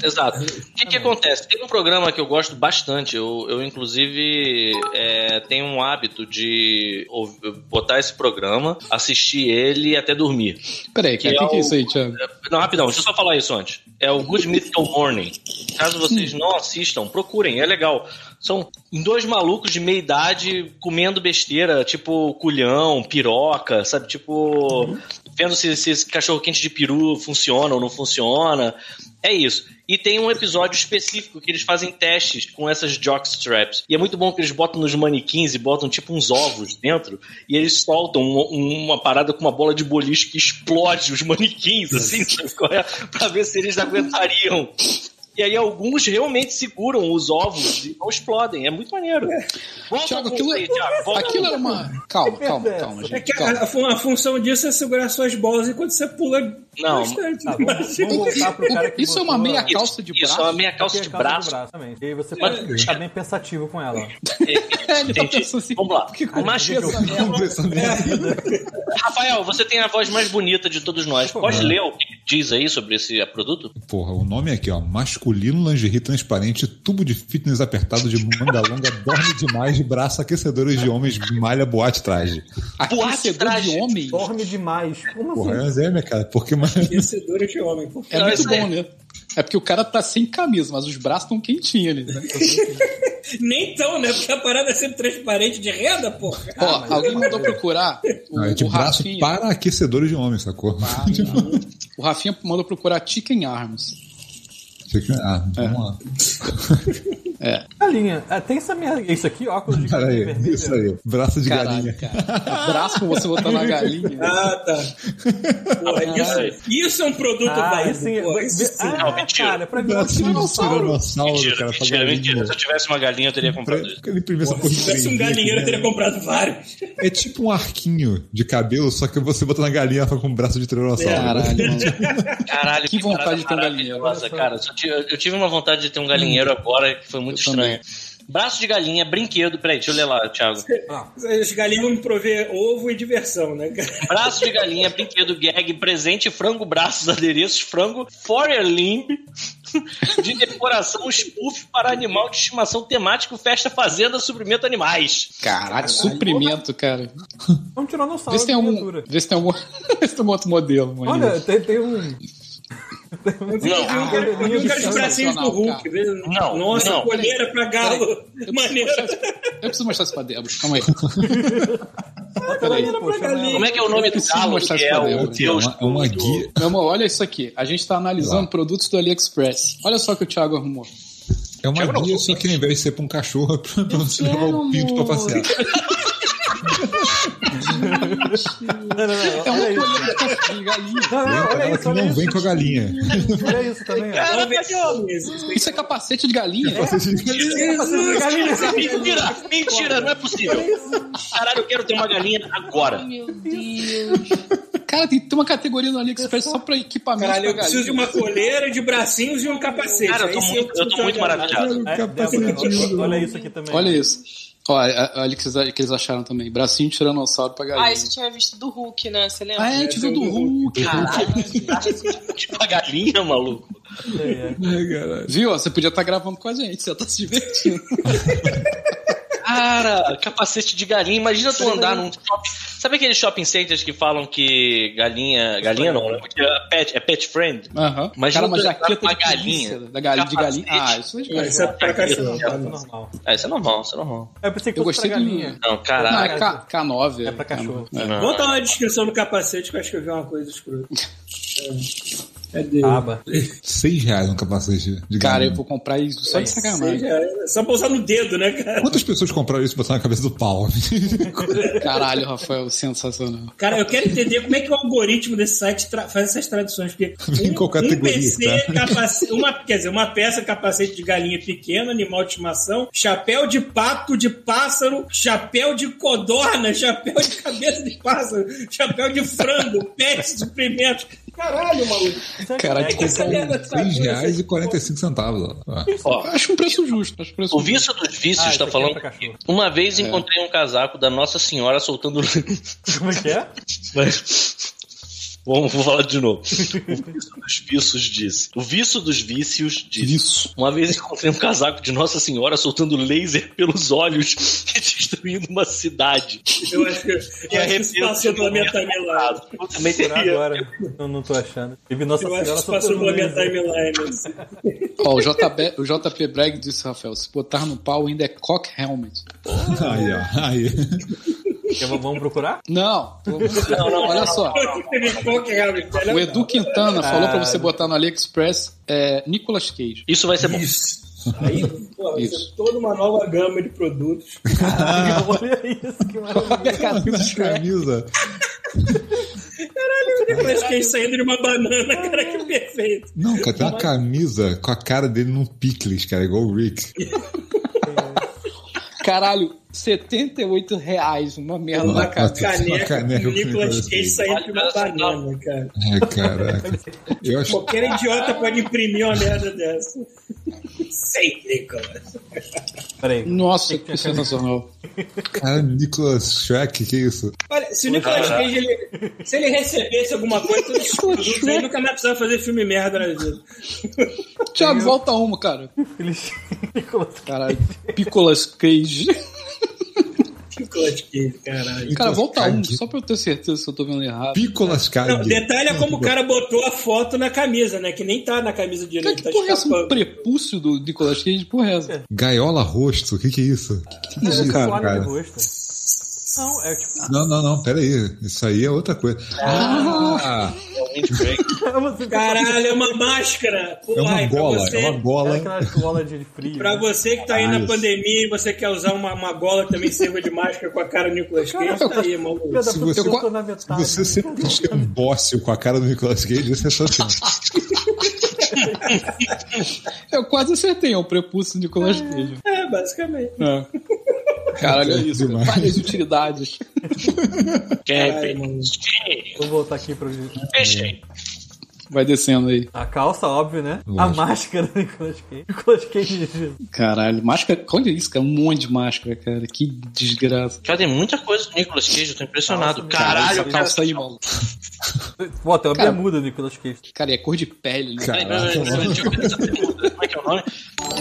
Speaker 2: Exato. O que, que acontece? Tem um programa que eu gosto bastante. Eu, eu inclusive, é, tenho um hábito de ouv- botar esse programa, assistir ele e até dormir.
Speaker 3: Peraí, cara. O que, que é isso aí, Thiago?
Speaker 2: Não, rapidão, deixa eu só falar isso antes. É o Good Mythical Morning. Caso vocês não assistam, procurem, é legal. São dois malucos de meia idade comendo besteira, tipo culhão, piroca, sabe? Tipo, vendo se, se esse cachorro-quente de peru funciona ou não funciona. É isso. E tem um episódio específico que eles fazem testes com essas jockstraps. E é muito bom que eles botam nos manequins e botam tipo uns ovos dentro. E eles soltam uma, uma parada com uma bola de boliche que explode os manequins, assim, sabe qual é? pra ver se eles aguentariam. E aí alguns realmente seguram os ovos e não explodem. É muito maneiro. Volta
Speaker 3: Thiago,
Speaker 2: com
Speaker 3: aquilo, é-
Speaker 2: você, Thiago, volta
Speaker 3: aquilo
Speaker 2: com
Speaker 3: era uma. Calma, calma, calma,
Speaker 5: É
Speaker 3: gente.
Speaker 5: que a,
Speaker 3: Calma.
Speaker 5: a fun- a função disso é segurar suas bolas enquanto você pula
Speaker 2: Não,
Speaker 5: bastante.
Speaker 1: tá, vamos- vamos voltar pro cara que
Speaker 3: Isso é uma
Speaker 1: botou
Speaker 3: meia
Speaker 1: a-
Speaker 3: calça de
Speaker 2: isso,
Speaker 3: braço.
Speaker 2: Isso, é uma meia calça
Speaker 1: Aqui
Speaker 2: de
Speaker 1: é
Speaker 2: braço.
Speaker 1: exatamente. E aí você pode ficar bem pensativo com ela.
Speaker 3: Ele tá
Speaker 2: Entendi.
Speaker 3: pensando assim.
Speaker 2: Vamos lá.
Speaker 3: Que coisa
Speaker 2: Macho-
Speaker 3: dessa merda.
Speaker 2: Rafael, você tem a voz mais bonita de todos nós. Pode ler o que diz aí sobre esse é, produto?
Speaker 4: Porra, o nome é aqui, ó. Masculino lingerie transparente, tubo de fitness apertado de manga longa, dorme demais, braço aquecedores de homens, malha boate traje.
Speaker 3: Aquecedor de
Speaker 2: traje.
Speaker 3: homem
Speaker 1: Dorme demais. Como assim?
Speaker 4: Porra, é zero, cara. Porque mas-
Speaker 5: Vencedora de homem. pô.
Speaker 3: é
Speaker 2: Não,
Speaker 3: muito
Speaker 2: isso aí.
Speaker 3: bom, né? É porque o cara tá sem camisa, mas os braços estão quentinhos ali, né?
Speaker 5: Nem tão, né? Porque a parada é sempre transparente de renda, porra.
Speaker 3: Ó, alguém mandou procurar o,
Speaker 4: não, é de
Speaker 3: o
Speaker 4: braço
Speaker 3: Rafinha.
Speaker 4: para aquecedores de homens, sacou?
Speaker 3: O Rafinha mandou procurar Chicken Arms.
Speaker 4: Ah, vamos lá.
Speaker 1: Galinha. Ah, tem essa merda. Isso aqui, óculos Tá de
Speaker 4: Cara
Speaker 1: galinha
Speaker 4: aí,
Speaker 1: vermelha.
Speaker 4: isso aí. Braço de galinha.
Speaker 3: Caralho, cara. O braço pra você botar na galinha.
Speaker 5: Ah, tá. Porra, isso, isso é um produto
Speaker 1: Ah,
Speaker 5: válido,
Speaker 1: isso sim.
Speaker 5: porra, isso sim.
Speaker 1: Ah,
Speaker 2: Não, mentira.
Speaker 1: Cara, pra mim, é um
Speaker 4: Braço de
Speaker 1: tiranossauro.
Speaker 4: tiranossauro,
Speaker 2: Mentira,
Speaker 4: cara. pra
Speaker 2: mentira,
Speaker 4: galinha.
Speaker 2: mentira. Se eu tivesse uma galinha, eu teria comprado isso.
Speaker 4: Ele imprimiu essa porra
Speaker 5: Se tivesse um
Speaker 4: em 3D,
Speaker 5: galinheiro, eu
Speaker 4: né?
Speaker 5: teria comprado vários.
Speaker 4: É tipo um arquinho de cabelo, só que você bota na galinha ela fica com um braço de tiranossauro.
Speaker 3: Caralho, mano.
Speaker 2: Caralho,
Speaker 3: Que vontade
Speaker 2: parada
Speaker 3: de ter um galinheiro.
Speaker 2: maravilhosa, cara. Só ti- Eu, eu tive uma vontade de ter um galinheiro agora que foi muito
Speaker 3: Eu
Speaker 2: estranho. Braço de galinha, brinquedo. Peraí, deixa eu ler lá, Thiago.
Speaker 5: As galinhas vão me prover ovo e diversão, né, cara?
Speaker 2: Braço de galinha, brinquedo, gag, presente, frango, braços, adereços, frango, foreign limb, de decoração, spoof para animal de estimação temático, festa, fazenda, suprimento, animais.
Speaker 3: Caralho, suprimento, cara.
Speaker 1: É um tiranossauro.
Speaker 3: Vê se tem
Speaker 1: de
Speaker 3: algum.
Speaker 1: miniatura.
Speaker 3: Vê se tem algum. Vê se tem algum outro modelo, mano.
Speaker 1: Olha, tem, tem um.
Speaker 2: Não,
Speaker 5: Eu quero- eu quero os
Speaker 1: Sensacional,
Speaker 5: bracinhos do Hulk.
Speaker 3: cara.
Speaker 5: beleza?
Speaker 2: Não,
Speaker 5: Nossa,
Speaker 2: não.
Speaker 5: coleira pra galo.
Speaker 3: Eu preciso,
Speaker 5: Maneiro.
Speaker 3: mostrar, esse- eu preciso mostrar isso pra Débora. Calma aí. Peraí.
Speaker 1: Pô, chama ela.
Speaker 2: como é que é o nome do
Speaker 3: preciso
Speaker 2: galo
Speaker 3: mostrar
Speaker 2: que
Speaker 3: isso
Speaker 2: é
Speaker 3: pra
Speaker 2: o
Speaker 3: Débora.
Speaker 4: É
Speaker 2: Deus?
Speaker 4: uma, é uma
Speaker 2: do-
Speaker 4: guia.
Speaker 3: Meu amor, olha isso aqui. A gente tá analisando produtos do AliExpress. Olha só o que o Thiago arrumou.
Speaker 4: É uma
Speaker 2: Chama não,
Speaker 4: guia,
Speaker 2: pô.
Speaker 4: só que ao invés de ser pra um cachorro, é pra, pra você levar o pinto pra passear.
Speaker 1: Não, não, não.
Speaker 3: É
Speaker 1: Olha
Speaker 3: uma
Speaker 1: isso.
Speaker 3: colheita de galinha.
Speaker 1: Não, não, não,
Speaker 4: Vem com
Speaker 1: olha
Speaker 4: ela
Speaker 1: isso, olha
Speaker 4: um que
Speaker 5: né?
Speaker 4: não
Speaker 1: isso.
Speaker 4: vem com a galinha.
Speaker 1: Olha isso também,
Speaker 3: É,
Speaker 1: ó.
Speaker 5: Vamos ver se isso
Speaker 3: Isso é capacete de galinha?
Speaker 5: Jesus,
Speaker 1: Galinha.
Speaker 2: Mentira, mentira, não é possível. Caralho, eu quero ter uma galinha agora.
Speaker 7: Meu Deus.
Speaker 3: Cara, tem, tem uma categoria no AliExpress só pra equipamento pra
Speaker 5: Caralho, eu preciso de
Speaker 3: galinha.
Speaker 5: uma coleira, de bracinhos e um capacete.
Speaker 2: Cara, eu tô
Speaker 5: Aí sim
Speaker 2: muito- eu tô
Speaker 5: preciso
Speaker 2: muito
Speaker 5: de né? uma
Speaker 2: maravilhado.
Speaker 5: galinha.
Speaker 1: É,
Speaker 4: Capacete
Speaker 1: Débora,
Speaker 4: de
Speaker 1: olha, olha isso aqui também.
Speaker 3: Olha isso. Ó, a- olha o que, vocês- que eles acharam também. Bracinho de tiranossauro pra galinha.
Speaker 7: Ah, isso eu tinha visto do Hulk, né? Você lembra?
Speaker 3: Ah, é, a gente viu do Hulk.
Speaker 2: Caralho, de uma Tipo galinha, maluco.
Speaker 1: é
Speaker 4: É,
Speaker 3: Viu? Você podia estar gravando com a gente, você tá se divertindo.
Speaker 2: Cara, capacete de galinha. Imagina tu andar num shopping. Sabe aqueles shopping centers que falam que galinha. Galinha não, né? Porque é pet, é pet friend?
Speaker 3: Aham.
Speaker 2: Mas
Speaker 3: Cara,
Speaker 2: não
Speaker 3: uma
Speaker 2: tem
Speaker 3: jaqueta
Speaker 2: uma
Speaker 3: de galinha.
Speaker 2: galinha.
Speaker 3: Da galinha, de galinha.
Speaker 2: Capacete.
Speaker 3: Ah, isso é de
Speaker 5: Não,
Speaker 3: galinha.
Speaker 5: isso é pra cachorro.
Speaker 1: É normal.
Speaker 2: É, isso é normal, isso é normal.
Speaker 1: Eu pensei que
Speaker 3: Eu
Speaker 1: fosse
Speaker 3: gostei
Speaker 1: pra
Speaker 3: do- Ah,
Speaker 1: galinha.
Speaker 2: Não,
Speaker 3: Não,
Speaker 2: caralho.
Speaker 3: é K, K9.
Speaker 1: É pra cachorro.
Speaker 2: Não.
Speaker 5: Bota uma descrição do capacete que eu acho que eu vi uma coisa escrota. É, cadê?
Speaker 1: Aba.
Speaker 4: Seis reais um capacete de
Speaker 3: Cara, eu
Speaker 4: galinha.
Speaker 3: vou comprar isso só de sacanagem.
Speaker 5: Seja, é, só pra usar no dedo, né, cara?
Speaker 4: Quantas pessoas compraram isso e botaram na cabeça do pau?
Speaker 3: Caralho, Rafael, sensacional.
Speaker 5: Cara, eu quero entender como é que o algoritmo desse site tra- faz essas traduções. Porque um,
Speaker 4: Em qual categoria,
Speaker 5: PC, capacete, é uma, quer dizer, uma peça, é capacete de galinha pequena, animal de estimação, chapéu de pato de pássaro, chapéu de codorna, chapéu de cabeça de pássaro, chapéu de frango, pet de pimenta. Caralho, maluco.
Speaker 3: Cara,
Speaker 5: É que essa merda tá
Speaker 4: Seis
Speaker 5: dura,
Speaker 4: um reais
Speaker 5: essa
Speaker 4: e quarenta e cinco centavos. ó. Ah, Ó.
Speaker 3: Eu acho um preço justo. Acho um preço
Speaker 2: O vício dos vícios
Speaker 1: Ah, isso
Speaker 2: está
Speaker 5: tá
Speaker 1: aqui é
Speaker 2: falando.
Speaker 1: pra cachorro. É.
Speaker 2: Uma vez encontrei um casaco da Nossa Senhora soltando.
Speaker 1: Como é que é?
Speaker 2: Mas- Vamos vou falar de novo. O vício dos vícios disse. O vício dos vícios disse.
Speaker 3: Isso.
Speaker 2: Uma vez encontrei um casaco de Nossa Senhora soltando laser pelos olhos e destruindo uma cidade.
Speaker 5: Eu acho que, eu acho que isso passou pela minha timeline.
Speaker 2: Eu também
Speaker 1: Por
Speaker 2: teria.
Speaker 1: agora, eu não tô achando. Teve Nossa
Speaker 5: Eu
Speaker 1: Senhora
Speaker 5: acho que isso
Speaker 1: Santa
Speaker 5: passou pela minha
Speaker 1: Teresa.
Speaker 5: timeline. assim.
Speaker 3: Ó, o JP, o JP Bragg disse, Rafael, se botar no pau ainda é cock helmet.
Speaker 4: Aí, ó. Aí.
Speaker 1: Quer- Vamos procurar?
Speaker 3: Não, pelo amor de Deus. olha só.
Speaker 5: Qual que é, Gabriel? Olha
Speaker 3: O Edu Quintana falou pra você
Speaker 1: Ah.
Speaker 3: botar no AliExpress é, Nicolas Cage.
Speaker 2: Isso vai ser bom.
Speaker 5: Aí, pô, vai ser
Speaker 3: Isso.
Speaker 5: toda uma nova gama de produtos.
Speaker 3: Ah.
Speaker 1: Olha isso, que maravilha.
Speaker 5: Tá
Speaker 4: Na camisa.
Speaker 5: Mas que é saindo de uma banana, cara, que perfeito.
Speaker 4: Não, cara, tem uma camisa com a cara dele num picles, cara, igual o Rick.
Speaker 3: Caralho, R$ 78 reais, uma merda na
Speaker 4: Uma
Speaker 3: casa.
Speaker 5: Caneca,
Speaker 4: caneca
Speaker 5: caneca
Speaker 4: com
Speaker 5: Nicolas
Speaker 4: Nicolas
Speaker 5: Cage
Speaker 4: Cage.
Speaker 5: saindo de uma banana, cara.
Speaker 4: É, caraca. Eu acho.
Speaker 5: Qualquer idiota pode imprimir uma merda dessa. Sei, Nicolas.
Speaker 1: Peraí.
Speaker 3: Nossa, que sensacional.
Speaker 4: Cara, Nicolas Shrek, que isso?
Speaker 5: Olha, se o Nicolas Cage, ele- se ele recebesse alguma coisa, todos esses produtos,
Speaker 3: né?
Speaker 5: ele nunca mais precisava fazer filme merda na vida.
Speaker 3: Thiago, volta uma, cara.
Speaker 1: Eles- Nicolas-
Speaker 3: Caralho, Picolas Cage.
Speaker 5: Nicolas Cage, caralho.
Speaker 3: Cara,
Speaker 4: Nicolas
Speaker 3: volta
Speaker 4: Cage.
Speaker 3: um, só pra eu ter certeza se eu tô vendo errado.
Speaker 4: Picolas Cage.
Speaker 5: Não, detalhe é como o cara botou a foto na camisa, né? Que nem tá na camisa
Speaker 3: Cara,
Speaker 5: direito,
Speaker 3: que
Speaker 5: tá
Speaker 3: porra é essa? Um
Speaker 5: escapando.
Speaker 3: prepúcio do Nicolas Cage? Porra é essa?
Speaker 4: Gaiola Rosto, o que, que é isso?
Speaker 1: Olha,
Speaker 4: isso,
Speaker 1: suave
Speaker 4: cara?
Speaker 1: de rosto. Não, é tipo.
Speaker 4: Não, não, não, peraí. Isso aí é outra coisa. Ah,
Speaker 2: Então,
Speaker 1: Você
Speaker 5: Caralho, é uma máscara!
Speaker 4: é uma
Speaker 5: Porra, e pra
Speaker 4: gola,
Speaker 5: você-
Speaker 4: é uma gola.
Speaker 1: É aquela gola de frio.
Speaker 5: Pra
Speaker 1: né?
Speaker 5: você que tá aí na
Speaker 4: Isso.
Speaker 5: pandemia e você quer usar uma, uma gola que também sirva de máscara com a cara do Nicolas Cage, tá aí, maluco.
Speaker 1: Filha da
Speaker 4: Se
Speaker 1: puta,
Speaker 4: você-
Speaker 1: eu tô na metade. né?
Speaker 4: Se você sempre tinha um bócio com a cara do Nicolas Cage, isso é só assim.
Speaker 3: Eu quase acertei, é um prepúcio do Nicolas
Speaker 2: Ah.
Speaker 3: Cage.
Speaker 5: É, basicamente.
Speaker 3: É. Caralho, é isso.
Speaker 4: Demais.
Speaker 3: Várias utilidades.
Speaker 5: Ai, maluco.
Speaker 1: Vou voltar aqui pro.
Speaker 3: Vai descendo aí.
Speaker 1: A calça, óbvio, né? A
Speaker 4: Lógico.
Speaker 1: máscara do Nicolas Cage. Nicolas Cage de
Speaker 3: Caralho, máscara. Olha isso, cara. Um monte de máscara, cara. Que desgraça.
Speaker 2: Cara, tem muita coisa do Nicolas Cage, eu tô impressionado.
Speaker 1: Nossa,
Speaker 2: Caralho,
Speaker 3: essa
Speaker 2: cara.
Speaker 3: calça aí, maluco.
Speaker 1: Pô, tem uma
Speaker 3: Cara-
Speaker 1: bermuda do Nicolas Cage.
Speaker 3: Cara, e é cor de pele, né?
Speaker 4: Cara.
Speaker 2: Como é que é o nome?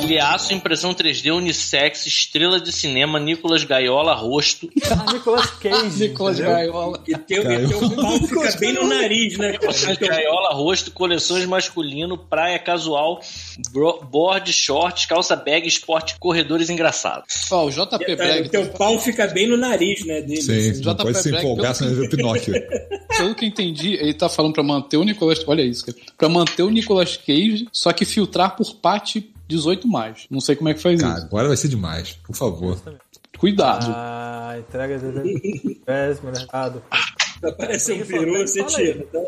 Speaker 2: Liaço, impressão 3D, unissex, estrela de cinema, Nicolas Gaiola, rosto.
Speaker 1: Ah, Nicolas Cage.
Speaker 3: Nicolas
Speaker 1: entendeu?
Speaker 3: Gaiola.
Speaker 5: E teu, e teu pau fica bem no nariz, né, cara? Teu-
Speaker 2: é Gaiola, rosto, coleções masculino, praia casual, bro- board, shorts, calça bag, esporte, corredores engraçados.
Speaker 3: Ó, o JP Bragg.
Speaker 5: Teu,
Speaker 2: então?
Speaker 5: teu pau fica bem no nariz, né, dele.
Speaker 4: Sim,
Speaker 3: Esse
Speaker 4: não
Speaker 3: JP
Speaker 4: pode se
Speaker 3: Black,
Speaker 4: empolgar,
Speaker 3: pelo-
Speaker 4: senão ele vê o Pinóquio.
Speaker 3: Pelo que eu entendi, ele tá falando pra manter o Nicolas. Olha isso, cara. Pra manter o Nicolas Cage, só que filtrar por parte 18 mais. Não sei como é que faz
Speaker 4: Cara,
Speaker 3: isso.
Speaker 4: agora vai ser demais, por favor.
Speaker 3: Cuidado.
Speaker 1: Ah, entrega de péssimo, né? Ah, do-
Speaker 5: Parece um peru, você tira. Tá?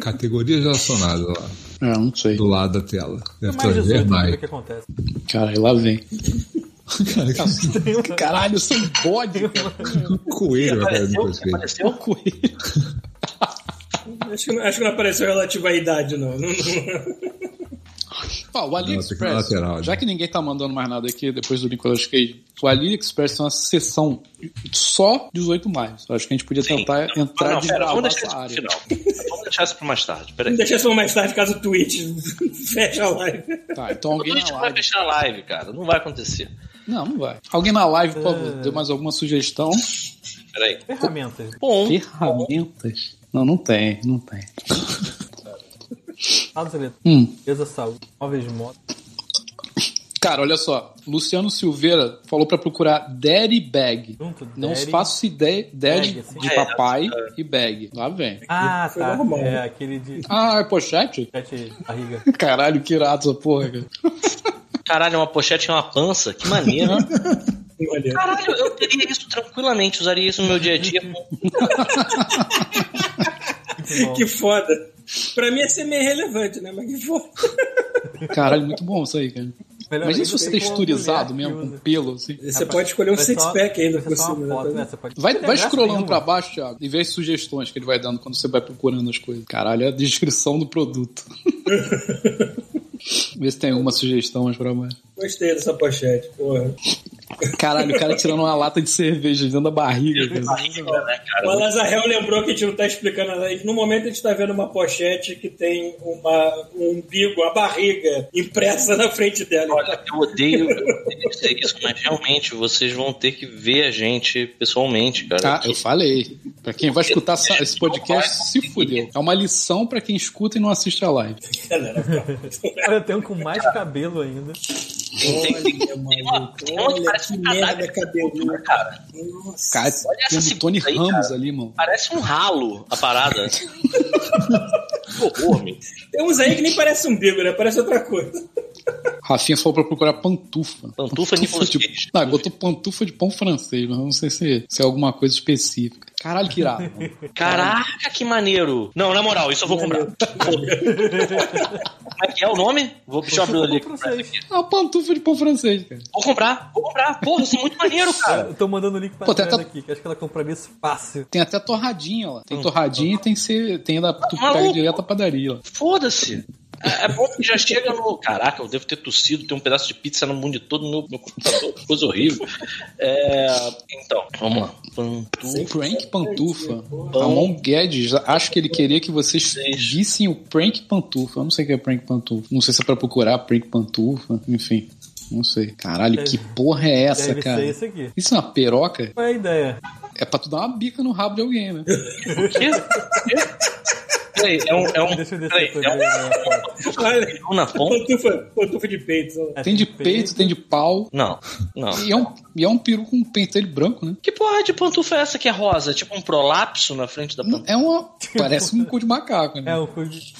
Speaker 4: Categorias relacionadas lá,
Speaker 3: É, não sei.
Speaker 4: do lado da tela.
Speaker 1: Mais
Speaker 4: Deve trazer
Speaker 1: 18, vamos ver o
Speaker 4: mais.
Speaker 1: que acontece.
Speaker 3: Caralho, lá vem.
Speaker 4: Cara, que
Speaker 3: Caralho, são bode, cara.
Speaker 4: Um coelho, cara, do Nicolas Cage.
Speaker 3: É o coelho.
Speaker 5: Acho, que, não- acho que não apareceu relatividade, não. Não- não-
Speaker 3: Ó, Ó, o AliExpress,
Speaker 4: Não, tem que na lateral,
Speaker 3: já
Speaker 4: né?
Speaker 3: que ninguém tá mandando mais nada aqui depois do Nicolas Cage, o AliExpress é uma seção só 18 mais. Eu Acho que a gente podia
Speaker 2: Sim.
Speaker 3: tentar
Speaker 2: Não,
Speaker 3: entrar
Speaker 2: não,
Speaker 3: e
Speaker 2: pera, vamos
Speaker 3: desbravar
Speaker 2: deixar
Speaker 3: essa
Speaker 2: isso pro
Speaker 3: área.
Speaker 2: final. Vamos deixar isso pra mais tarde. Peraí.
Speaker 5: Deixa isso pra mais tarde, caso o Twitch feche a live.
Speaker 3: Tá, então
Speaker 2: A
Speaker 3: alguém
Speaker 2: gente
Speaker 3: na
Speaker 2: vai
Speaker 3: live.
Speaker 2: fechar a live, cara. Não vai acontecer.
Speaker 3: Não, não vai. Alguém na live, por favor,
Speaker 1: É.
Speaker 3: deu mais alguma sugestão?
Speaker 2: Peraí.
Speaker 1: Ferramentas.
Speaker 2: Bom,
Speaker 3: Ferramentas? Não, não tem, não tem.
Speaker 1: Dados eletrônicos,
Speaker 3: Hum.
Speaker 1: defesa, saúde, móveis de moto.
Speaker 3: Cara, olha só. Luciano Silveira falou pra procurar Daddy Bag.
Speaker 1: Junto,
Speaker 3: Não
Speaker 1: daddy.
Speaker 3: faço ideia. Daddy
Speaker 1: Bag, assim.
Speaker 3: de
Speaker 2: É,
Speaker 3: papai e bag. Lá vem.
Speaker 1: Ah,
Speaker 5: Foi
Speaker 1: tá.
Speaker 5: normal.
Speaker 1: É aquele de
Speaker 3: Ah, é pochete?
Speaker 1: sete barriga.
Speaker 3: Caralho, que irado essa porra, cara.
Speaker 2: caralho, é uma pochete e uma pança. Que maneiro. né?
Speaker 5: Olha.
Speaker 2: Caralho, eu teria isso tranquilamente. Usaria isso no meu dia a dia.
Speaker 5: Que foda. Pra mim ia ser meio irrelevante, né? Mas que foda.
Speaker 3: Caralho, muito bom isso aí, cara.
Speaker 1: Melhor
Speaker 3: Imagina se
Speaker 1: ainda
Speaker 3: você é
Speaker 1: tem uma
Speaker 3: texturizado
Speaker 1: mulher né? que
Speaker 3: mesmo, com
Speaker 1: usa.
Speaker 3: pelo, assim.
Speaker 5: Você pode escolher um
Speaker 1: Vai só-
Speaker 5: six-pack ainda
Speaker 1: vai
Speaker 5: por
Speaker 1: só uma
Speaker 5: cima. né?
Speaker 1: foto, né? Você pode-
Speaker 3: Vai,
Speaker 1: Não tem
Speaker 3: vai um
Speaker 1: graça
Speaker 3: scrollando
Speaker 1: nenhuma.
Speaker 3: pra baixo, Thiago, e vê as sugestões que ele vai dando quando você vai procurando as coisas. Caralho, é a descrição do produto. Vê se tem alguma sugestão mais pra mais.
Speaker 5: Gostei dessa pochete, porra.
Speaker 3: Caralho, o cara tirando uma lata de cerveja dentro da barriga. cara.
Speaker 2: Barriga, né, cara?
Speaker 5: O Alazarel lembrou que a gente não tá explicando nada. No momento a gente tá vendo uma pochete que tem uma, um umbigo, a barriga impressa na frente dela.
Speaker 2: Olha, eu odeio, eu odeio dizer isso, mas realmente vocês vão ter que ver a gente pessoalmente, cara.
Speaker 3: Ah, eu falei. Pra quem vai escutar essa- esse podcast, se fudeu. É uma lição pra quem escuta e não assiste a live.
Speaker 5: Galera, cara.
Speaker 1: Olha, eu tenho com mais cabelo ainda.
Speaker 5: Olha, maluco.
Speaker 2: tem uma que
Speaker 5: Olha
Speaker 2: parece
Speaker 5: que
Speaker 2: um
Speaker 5: merda
Speaker 2: cadáver.
Speaker 5: cabeludo.
Speaker 2: Cara,
Speaker 5: Nossa.
Speaker 3: Cara,
Speaker 2: essa
Speaker 3: tem um
Speaker 2: segunda
Speaker 3: Tony
Speaker 2: aí,
Speaker 3: Ramos
Speaker 2: cara.
Speaker 3: ali, mano.
Speaker 2: parece um ralo a parada. Que horror, meu.
Speaker 5: Tem uns aí que nem parece umbigo, né? Parece outra coisa.
Speaker 3: Rafinha falou pra procurar pantufa.
Speaker 2: Pantufa Nicolas
Speaker 3: de...
Speaker 2: Cage.
Speaker 3: Não, ele botou pantufa de pão francês, mas eu não sei se, se é alguma coisa específica. Caralho, que irado. mano.
Speaker 2: Caraca, que maneiro. Não, na moral, isso eu vou comprar. Como é que é o nome? Vou deixa eu abrir o
Speaker 1: Pantufa
Speaker 2: ali.
Speaker 3: É uma pantufa de pão francês, cara.
Speaker 2: Vou comprar, vou comprar. Porra, isso é muito maneiro, cara.
Speaker 1: Eu tô mandando o link pra
Speaker 3: Pô, tem
Speaker 1: Adriana
Speaker 3: até-
Speaker 1: aqui, que acho que ela compraria isso fácil.
Speaker 3: Tem até torradinha lá. Tem torradinha e tem, ser, tem da, tu pega
Speaker 2: maluco.
Speaker 3: direto à padaria lá.
Speaker 2: Foda-se. É é bom que já chega no. Caraca, eu devo ter tossido, tem um pedaço de pizza no monitor do meu, meu computador, que coisa horrível. É, então, vamos lá. Pantufa.
Speaker 3: O Prank Pantufa. Ramon Guedes, acho que ele queria que vocês vissem o Prank Pantufa. Eu não sei o que é Prank Pantufa. Não sei se é pra procurar Prank Pantufa. Enfim, não sei. Caralho,
Speaker 1: Deve-
Speaker 3: que porra é essa,
Speaker 1: Deve
Speaker 3: cara?
Speaker 1: ser isso aqui.
Speaker 3: Isso é uma peroca?
Speaker 1: Qual é a ideia?
Speaker 3: É pra tu dar uma bica no rabo de alguém, né?
Speaker 2: Quê? Peraí, é um. É um
Speaker 1: Deixa eu
Speaker 2: peraí,
Speaker 1: descer
Speaker 2: é um
Speaker 1: por
Speaker 5: Olha,
Speaker 2: na ponta?
Speaker 5: pantufa, pantufa de peito. sei lá.
Speaker 1: é,
Speaker 3: Tem de peito, tem de pau.
Speaker 2: Não, não.
Speaker 3: E é um, e é um peru com um pentelho branco, né?
Speaker 2: Que porra de pantufa é essa que é rosa? Tipo um prolapso na frente da pantufa?
Speaker 3: É uma. Parece um cu de macaco,
Speaker 1: É
Speaker 3: né?
Speaker 1: um cu de...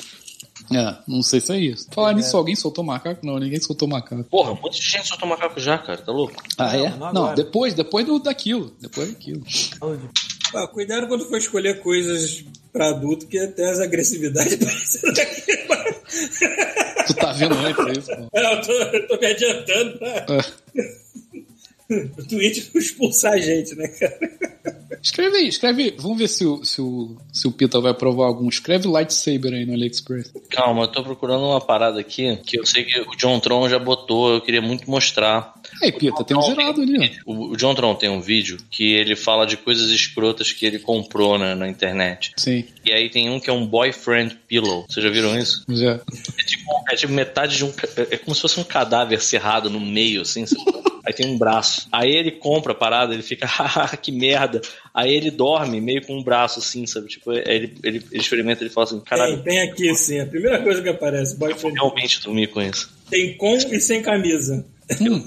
Speaker 3: É, não sei se é isso. Falar nisso, alguém soltou macaco? Não, ninguém soltou macaco.
Speaker 2: Porra, um monte de gente soltou macaco já, cara, tá louco?
Speaker 3: Ah, é?
Speaker 1: não
Speaker 3: Não,
Speaker 1: agora.
Speaker 3: depois, depois do, daquilo. Depois daquilo.
Speaker 1: falo de-
Speaker 5: Ah, cuidado quando for escolher coisas pra adulto, que até as agressividades parecem daqui.
Speaker 3: Tu tá vendo antes isso, pô.
Speaker 5: Eu tô, eu tô me adiantando pra
Speaker 3: É.
Speaker 5: o Twitch não expulsar a gente, né, cara?
Speaker 3: Escreve aí, escreve. aí. Vamos ver se o, se o, se o Pita vai provar algum. Escreve lightsaber aí no AliExpress.
Speaker 2: Calma, eu tô procurando uma parada aqui que eu sei que o John Tron já botou, eu queria muito mostrar.
Speaker 3: Aí, Pita, tem um zerado ali, ó.
Speaker 2: O, o John Tron tem um vídeo que ele fala de coisas escrotas que ele comprou na, na internet.
Speaker 3: Sim,
Speaker 2: E aí tem um que é um boyfriend pillow. Vocês já viram isso?
Speaker 3: já.
Speaker 2: É tipo, é tipo metade de um. ca- É como se fosse um cadáver serrado no meio, assim. sabe? Aí tem um braço. Aí ele compra a parada, ele fica, "Haha, que merda. Aí ele dorme meio com um braço, assim, sabe? Tipo, ele, ele, ele experimenta, ele fala assim,
Speaker 5: Tem,
Speaker 2: caralho,
Speaker 5: tem aqui, sim. A primeira coisa que aparece,
Speaker 2: eu
Speaker 5: boyfriend.
Speaker 2: realmente dormi com isso.
Speaker 5: Tem com e sem camisa.
Speaker 2: Eu,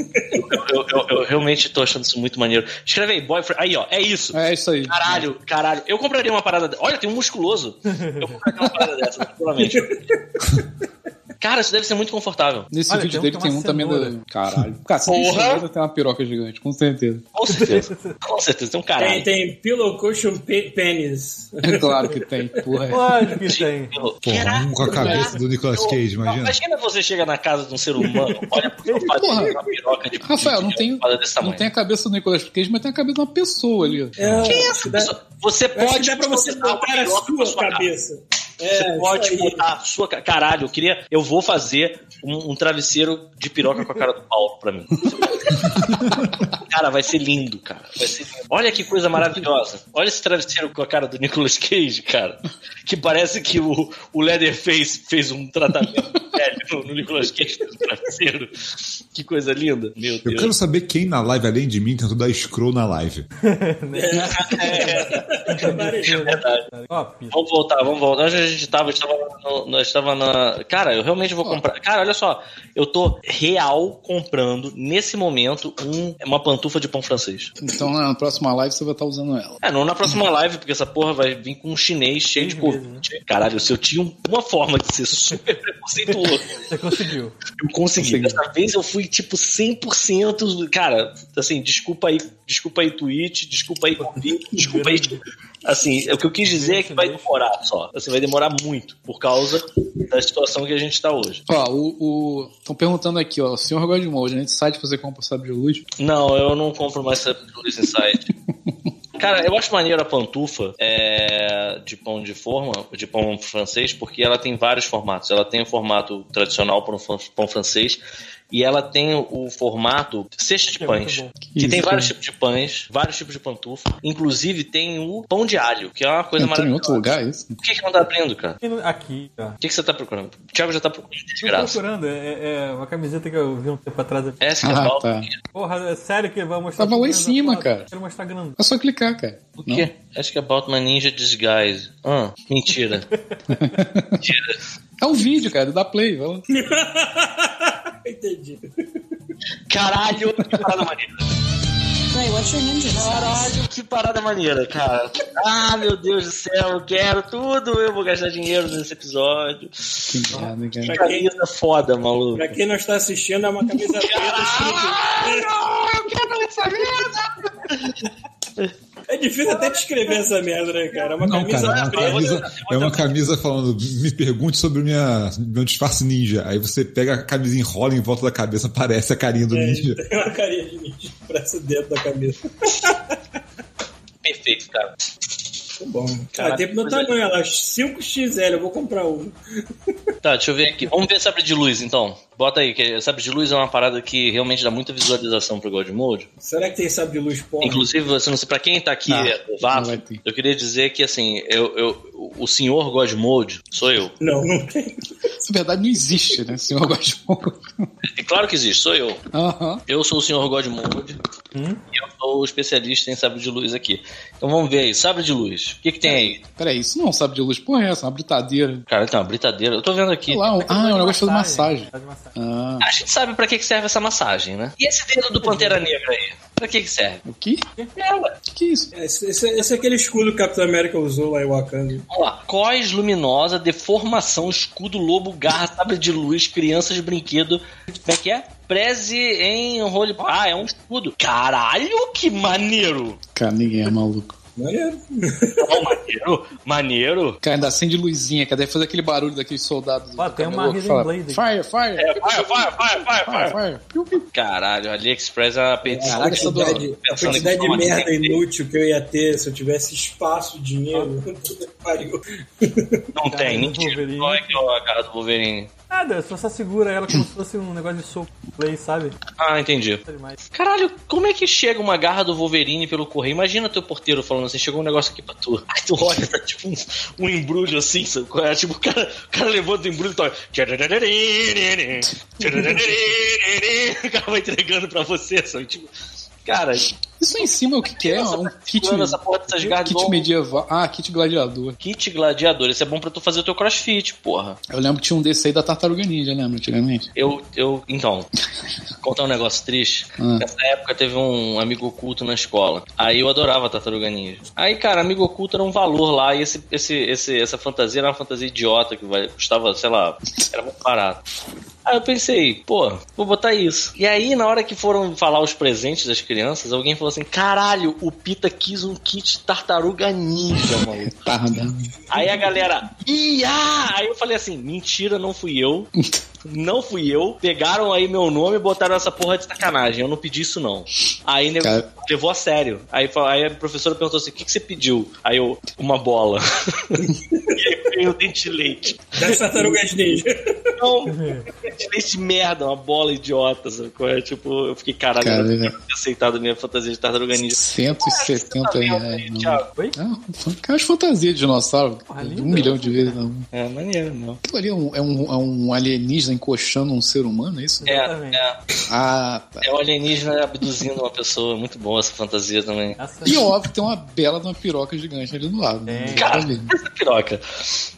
Speaker 2: eu- eu- eu realmente tô achando isso muito maneiro. Escreve aí, boyfriend. Aí, ó, é isso.
Speaker 3: É isso aí.
Speaker 2: Caralho, caralho. Eu compraria uma parada dessa. Olha, tem um musculoso. Eu compraria uma parada dessa, tranquilamente. Cara, isso deve ser muito confortável.
Speaker 3: Nesse
Speaker 1: Olha, tem
Speaker 3: vídeo
Speaker 1: um
Speaker 3: dele
Speaker 1: que
Speaker 3: tem
Speaker 1: é uma
Speaker 3: um também
Speaker 1: cenoura.
Speaker 3: da. Caralho. Cara, se tem
Speaker 2: Porra!
Speaker 3: cenoura, tem uma piroca gigante, com certeza.
Speaker 2: Com certeza. Com certeza, tem um caralho.
Speaker 5: Tem, tem pillow cushion pe- penis.
Speaker 3: É claro que tem, porra.
Speaker 1: Lógico que tem.
Speaker 4: Porra, um com a cabeça do Nicolas Cage,
Speaker 2: Não,
Speaker 4: imagina.
Speaker 2: Imagina você chega na casa de um ser humano, olha pro seu padrinho,
Speaker 3: Porra.
Speaker 2: uma piroca de
Speaker 3: Rafael,
Speaker 2: de-
Speaker 3: não
Speaker 2: de
Speaker 3: tem,
Speaker 2: uma parada desse
Speaker 3: não
Speaker 2: tamanho.
Speaker 3: tem a cabeça do Nicolas Cage, mas tem a cabeça de uma pessoa ali. ó.
Speaker 5: É, que isso? Dá,
Speaker 2: Você
Speaker 5: eu acho que
Speaker 2: pode
Speaker 5: dá pra você
Speaker 2: botar uma
Speaker 5: botar a
Speaker 2: piroca na
Speaker 5: sua
Speaker 2: sua cara.
Speaker 5: cabeça.
Speaker 2: você
Speaker 5: É, isso
Speaker 2: pode
Speaker 5: aí.
Speaker 2: botar a sua. ca- Caralho, eu queria. Eu vou fazer um, um travesseiro de piroca com a cara do Paulo pra mim. cara, vai ser lindo, cara. Vai ser lindo. Olha que coisa maravilhosa. Olha esse travesseiro com a cara do Nicolas Cage, cara. Que parece que o, o Leatherface fez um tratamento velho no, no Nicolas Cage no travesseiro. Que coisa linda. Meu
Speaker 4: Eu
Speaker 2: Deus.
Speaker 4: quero saber quem na live, além de mim, tentou dar scroll na live.
Speaker 1: né?
Speaker 2: É,
Speaker 5: Várias vezes.
Speaker 1: Ó, Pita.
Speaker 2: Vamos voltar, vamos voltar. Onde a gente tava? A gente tava, no- no- a gente tava na. Cara, eu realmente vou comprar. Cara, olha só. Eu tô real comprando, nesse momento, um- uma pantufa de pão francês.
Speaker 3: Então na próxima live você vai estar usando ela.
Speaker 2: É, não na próxima live, porque essa porra vai vir com um chinês cheio de Covid. Caralho, se eu tinha um- uma forma de ser super preconceituoso,
Speaker 1: Você conseguiu.
Speaker 2: eu consegui. Dessa vez eu fui, tipo, 100%. Cara, assim, desculpa aí, desculpa aí, Twitch, desculpa aí, Covid, desculpa aí. Assim, o que eu quis dizer é que vai demorar só. Assim, vai demorar muito, por causa da situação que a gente tá hoje.
Speaker 3: Ó, o. Estão perguntando aqui, ó. O senhor Godmold, né? De site você compra sabe de luz.
Speaker 2: Não, eu não compro mais essa Luiz Insight. Cara, eu acho maneiro a pantufa é, de pão de forma, de pão francês, porque ela tem vários formatos. Ela tem o formato tradicional pão, fran- pão francês e ela tem o formato cesta de
Speaker 1: Que é
Speaker 2: pães.
Speaker 1: muito bom.
Speaker 2: que
Speaker 3: Isso,
Speaker 2: tem vários
Speaker 3: né?
Speaker 2: tipos de pães, vários tipos de pantufa. Inclusive tem o pão de alho, que é uma coisa
Speaker 3: Entrou em
Speaker 2: maravilhosa.
Speaker 3: outro lugar, é isso?
Speaker 2: Por que, que não tá abrindo, cara?
Speaker 1: E no- Aqui, ó.
Speaker 2: O que, que você tá procurando? O Thiago já tá procurando
Speaker 1: Tô
Speaker 2: desgraça.
Speaker 1: procurando, é, é uma camiseta que eu vi um tempo atrás.
Speaker 2: Essa que é a
Speaker 3: Ah,
Speaker 2: pauta.
Speaker 3: tá.
Speaker 1: Porra, é sério que vai mostrar.
Speaker 3: Tava lá em
Speaker 1: grandão?
Speaker 3: cima,
Speaker 1: Pô,
Speaker 3: cara.
Speaker 1: Quero mostrar grandão.
Speaker 3: É só clicar, cara.
Speaker 2: O
Speaker 3: Não?
Speaker 2: quê? Acho que é About My Ninja Disguise. Ah, mentira. mentira.
Speaker 3: É um vídeo, cara. Dá play. Vai lá.
Speaker 5: Entendi.
Speaker 2: Caralho, que parada maneira.
Speaker 7: Não, eu acho lindo.
Speaker 2: Caralho, que parada maneira, cara. Ah, meu Deus do céu, eu quero tudo. Eu vou gastar dinheiro nesse episódio.
Speaker 3: Que merda, cara.
Speaker 2: Que camisa é foda, maluco.
Speaker 5: Pra quem não está assistindo, é uma camisa preta escrito. É difícil até descrever essa merda, né, cara? É uma
Speaker 4: Não,
Speaker 5: camisa
Speaker 4: cara, é uma
Speaker 5: preta.
Speaker 4: camisa, é uma
Speaker 5: um
Speaker 4: camisa falando, me pergunte sobre minha, meu disfarce ninja. Aí você pega a camisa, enrola em volta da cabeça, aparece a carinha do ninja.
Speaker 5: É, Tem uma carinha de ninja impressa dentro da camisa.
Speaker 2: Perfeito, cara.
Speaker 5: Tá bom.
Speaker 2: Cara,
Speaker 5: Cara, tempo no
Speaker 2: pois é.
Speaker 5: tamanho, ela 5XL, eu vou comprar um.
Speaker 2: Tá, deixa eu ver aqui. Vamos ver sabre de luz, então. Bota aí, que sabre de luz é uma parada que realmente dá muita visualização pro God Mode.
Speaker 5: Será que tem sabre de luz porra?
Speaker 2: Inclusive, você não sei pra quem tá aqui,
Speaker 3: Não,
Speaker 2: é novato,
Speaker 3: não vai ter.
Speaker 2: eu queria dizer que assim, eu, eu, o senhor God Mode sou eu.
Speaker 5: Não, não tem.
Speaker 3: Isso, na verdade, não existe, né? Senhor Godmold.
Speaker 2: É claro que existe, sou eu.
Speaker 3: Aham.
Speaker 2: Eu sou o senhor Godmode e eu sou o especialista em sabre de luz aqui. Então vamos ver aí, sabre de luz. O que, que tem aí?
Speaker 3: Peraí, isso não sabe de luz. Porra, é essa? Uma britadeira.
Speaker 2: Cara, tem uma britadeira. Eu tô vendo aqui.
Speaker 3: Sei lá, um- Ah, é um negócio de
Speaker 1: Massagem,
Speaker 3: massagem.
Speaker 1: faz massagem.
Speaker 3: Ah,
Speaker 2: A gente sabe pra que, que serve essa massagem, né? E esse dedo do Pantera Negra aí? Pra que, que serve?
Speaker 3: o quê?
Speaker 2: É, ué.
Speaker 3: O que, que é isso?
Speaker 5: Esse, esse- esse é aquele escudo que o Capitão América usou lá em Wakanda.
Speaker 2: Vamos lá. Cós luminosa, deformação, escudo, lobo, garra, sabre de luz, crianças de brinquedo. Como é que é? Preze em role. Ah, é um escudo. Caralho, que maneiro!
Speaker 3: Cara, ninguém é maluco.
Speaker 5: Maneiro.
Speaker 2: Não, maneiro, maneiro.
Speaker 3: Cara, ainda acende luzinha, cara. Deve fazer aquele barulho daqueles soldados.
Speaker 1: Ó,
Speaker 3: do
Speaker 1: tem
Speaker 3: camelô
Speaker 1: uma
Speaker 3: que
Speaker 1: Hidden
Speaker 3: fala,
Speaker 1: Blade aqui.
Speaker 3: Fire, fire,
Speaker 2: É, vai, vai, vai, vai, vai.
Speaker 3: fire, fire. Piu, piu.
Speaker 2: Caralho, AliExpress é uma petição.
Speaker 3: Caralho, essa do-
Speaker 5: quantidade, a
Speaker 2: pensando
Speaker 5: quantidade
Speaker 2: em
Speaker 5: de
Speaker 2: forma de
Speaker 5: merda
Speaker 2: entender.
Speaker 5: inútil que eu ia ter se eu tivesse espaço, dinheiro. Puta que Pariu.
Speaker 2: Não
Speaker 1: Cara,
Speaker 2: tem,
Speaker 1: do
Speaker 2: mentira.
Speaker 1: Wolverine.
Speaker 2: Qual é que é a cara do Wolverine?
Speaker 1: Nada, só só segura ela como se fosse um negócio de soco play, sabe?
Speaker 2: Ah, entendi.
Speaker 1: Tá demais.
Speaker 2: Caralho, como é que chega uma garra do Wolverine pelo correio? Imagina teu porteiro falando assim, chegou um negócio aqui pra tu. Aí tu olha, tá tipo um, um embrulho assim, sabe? qual é? Tipo, o cara, o cara levanta o embrulho e toca. O cara vai entregando pra você, sabe? Tipo, cara,
Speaker 3: Isso aí em cima é o que, que é?
Speaker 2: essa-
Speaker 3: Um kit,
Speaker 2: tá essa porra dessas garras
Speaker 3: kit
Speaker 2: igual-
Speaker 3: medieval. Ah, kit gladiador.
Speaker 2: Kit gladiador, isso é bom pra tu fazer o teu crossfit, porra.
Speaker 3: Eu lembro que tinha um desse aí da Tartaruga Ninja, lembra antigamente?
Speaker 2: Eu, eu, então, contar um negócio triste.
Speaker 3: Ah.
Speaker 2: Nessa época teve um amigo oculto na escola. Aí eu adorava Tartaruga Ninja. Aí, cara, amigo oculto era um valor lá. E esse, esse, esse, essa fantasia era uma fantasia idiota que vai- custava, sei lá, era muito barato. Aí eu pensei, pô, vou botar isso. E aí, na hora que foram falar os presentes das crianças, alguém falou assim: caralho, o Pita quis um kit tartaruga ninja, maluco.
Speaker 3: Tarda.
Speaker 2: Aí a galera, ia! Aí eu falei assim: mentira, não fui eu. Não fui eu. Pegaram aí meu nome e botaram essa porra de sacanagem. Eu não pedi isso, não. Aí nego-
Speaker 3: Cara.
Speaker 2: levou a sério. Aí, fa- aí a professora perguntou assim: o que, que você pediu? Aí eu, uma bola. e aí tem o dente de leite.
Speaker 5: Das tartarugas ninja.
Speaker 2: Então, dente de leite merda, uma bola idiota, sacou? É, tipo, eu fiquei, caralho,
Speaker 3: Cara,
Speaker 2: eu não
Speaker 3: né?
Speaker 2: tinha aceitado minha fantasia de tartaruga ninja.
Speaker 3: 170 reais.
Speaker 2: tá
Speaker 3: não.
Speaker 2: Thiago.
Speaker 1: Oi?
Speaker 3: Ah, aquelas fantasias de dinossauro.
Speaker 1: Porra,
Speaker 3: um
Speaker 1: Ah, é lindo.
Speaker 3: milhão de vezes não.
Speaker 2: É, maneiro, não.
Speaker 3: Aquilo ali é um, é um- é um alienígena encoxando um ser humano, é isso?
Speaker 2: É,
Speaker 1: Exatamente.
Speaker 2: é,
Speaker 3: Ah, tá.
Speaker 2: é o alienígena abduzindo uma pessoa. Muito boa essa fantasia também.
Speaker 1: Essa-
Speaker 3: E óbvio que tem uma bela de uma piroca gigante ali do lado. né?
Speaker 1: Tem.
Speaker 3: Dá pra ver.
Speaker 2: Essa piroca.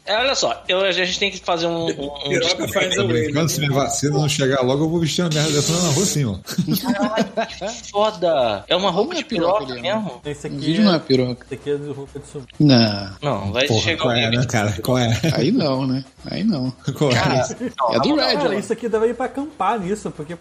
Speaker 2: É, olha só, eu- a gente tem que fazer um. um, um
Speaker 5: Piroca faz
Speaker 4: Tá
Speaker 5: away.
Speaker 4: brincando, se minha vacina não chegar logo, eu vou vestir uma merda dessa lá na rua sim, ó.
Speaker 2: foda. É uma roupa
Speaker 3: Como é
Speaker 2: de piroca,
Speaker 3: piroca, Leandro?
Speaker 2: mesmo?
Speaker 1: Esse
Speaker 3: O
Speaker 1: aqui,
Speaker 3: vídeo não é
Speaker 1: é...
Speaker 3: piroca.
Speaker 1: esse aqui é do roupa de sumir.
Speaker 3: Não,
Speaker 2: Não, vai
Speaker 4: Porra,
Speaker 2: chegar
Speaker 5: um
Speaker 4: qual é,
Speaker 2: alguém.
Speaker 4: né, cara? Qual é?
Speaker 3: aí não, né? Aí não.
Speaker 4: Qual é?
Speaker 3: É do
Speaker 1: Cara,
Speaker 3: Red.
Speaker 1: isso aqui deve ir pra acampar nisso, porque.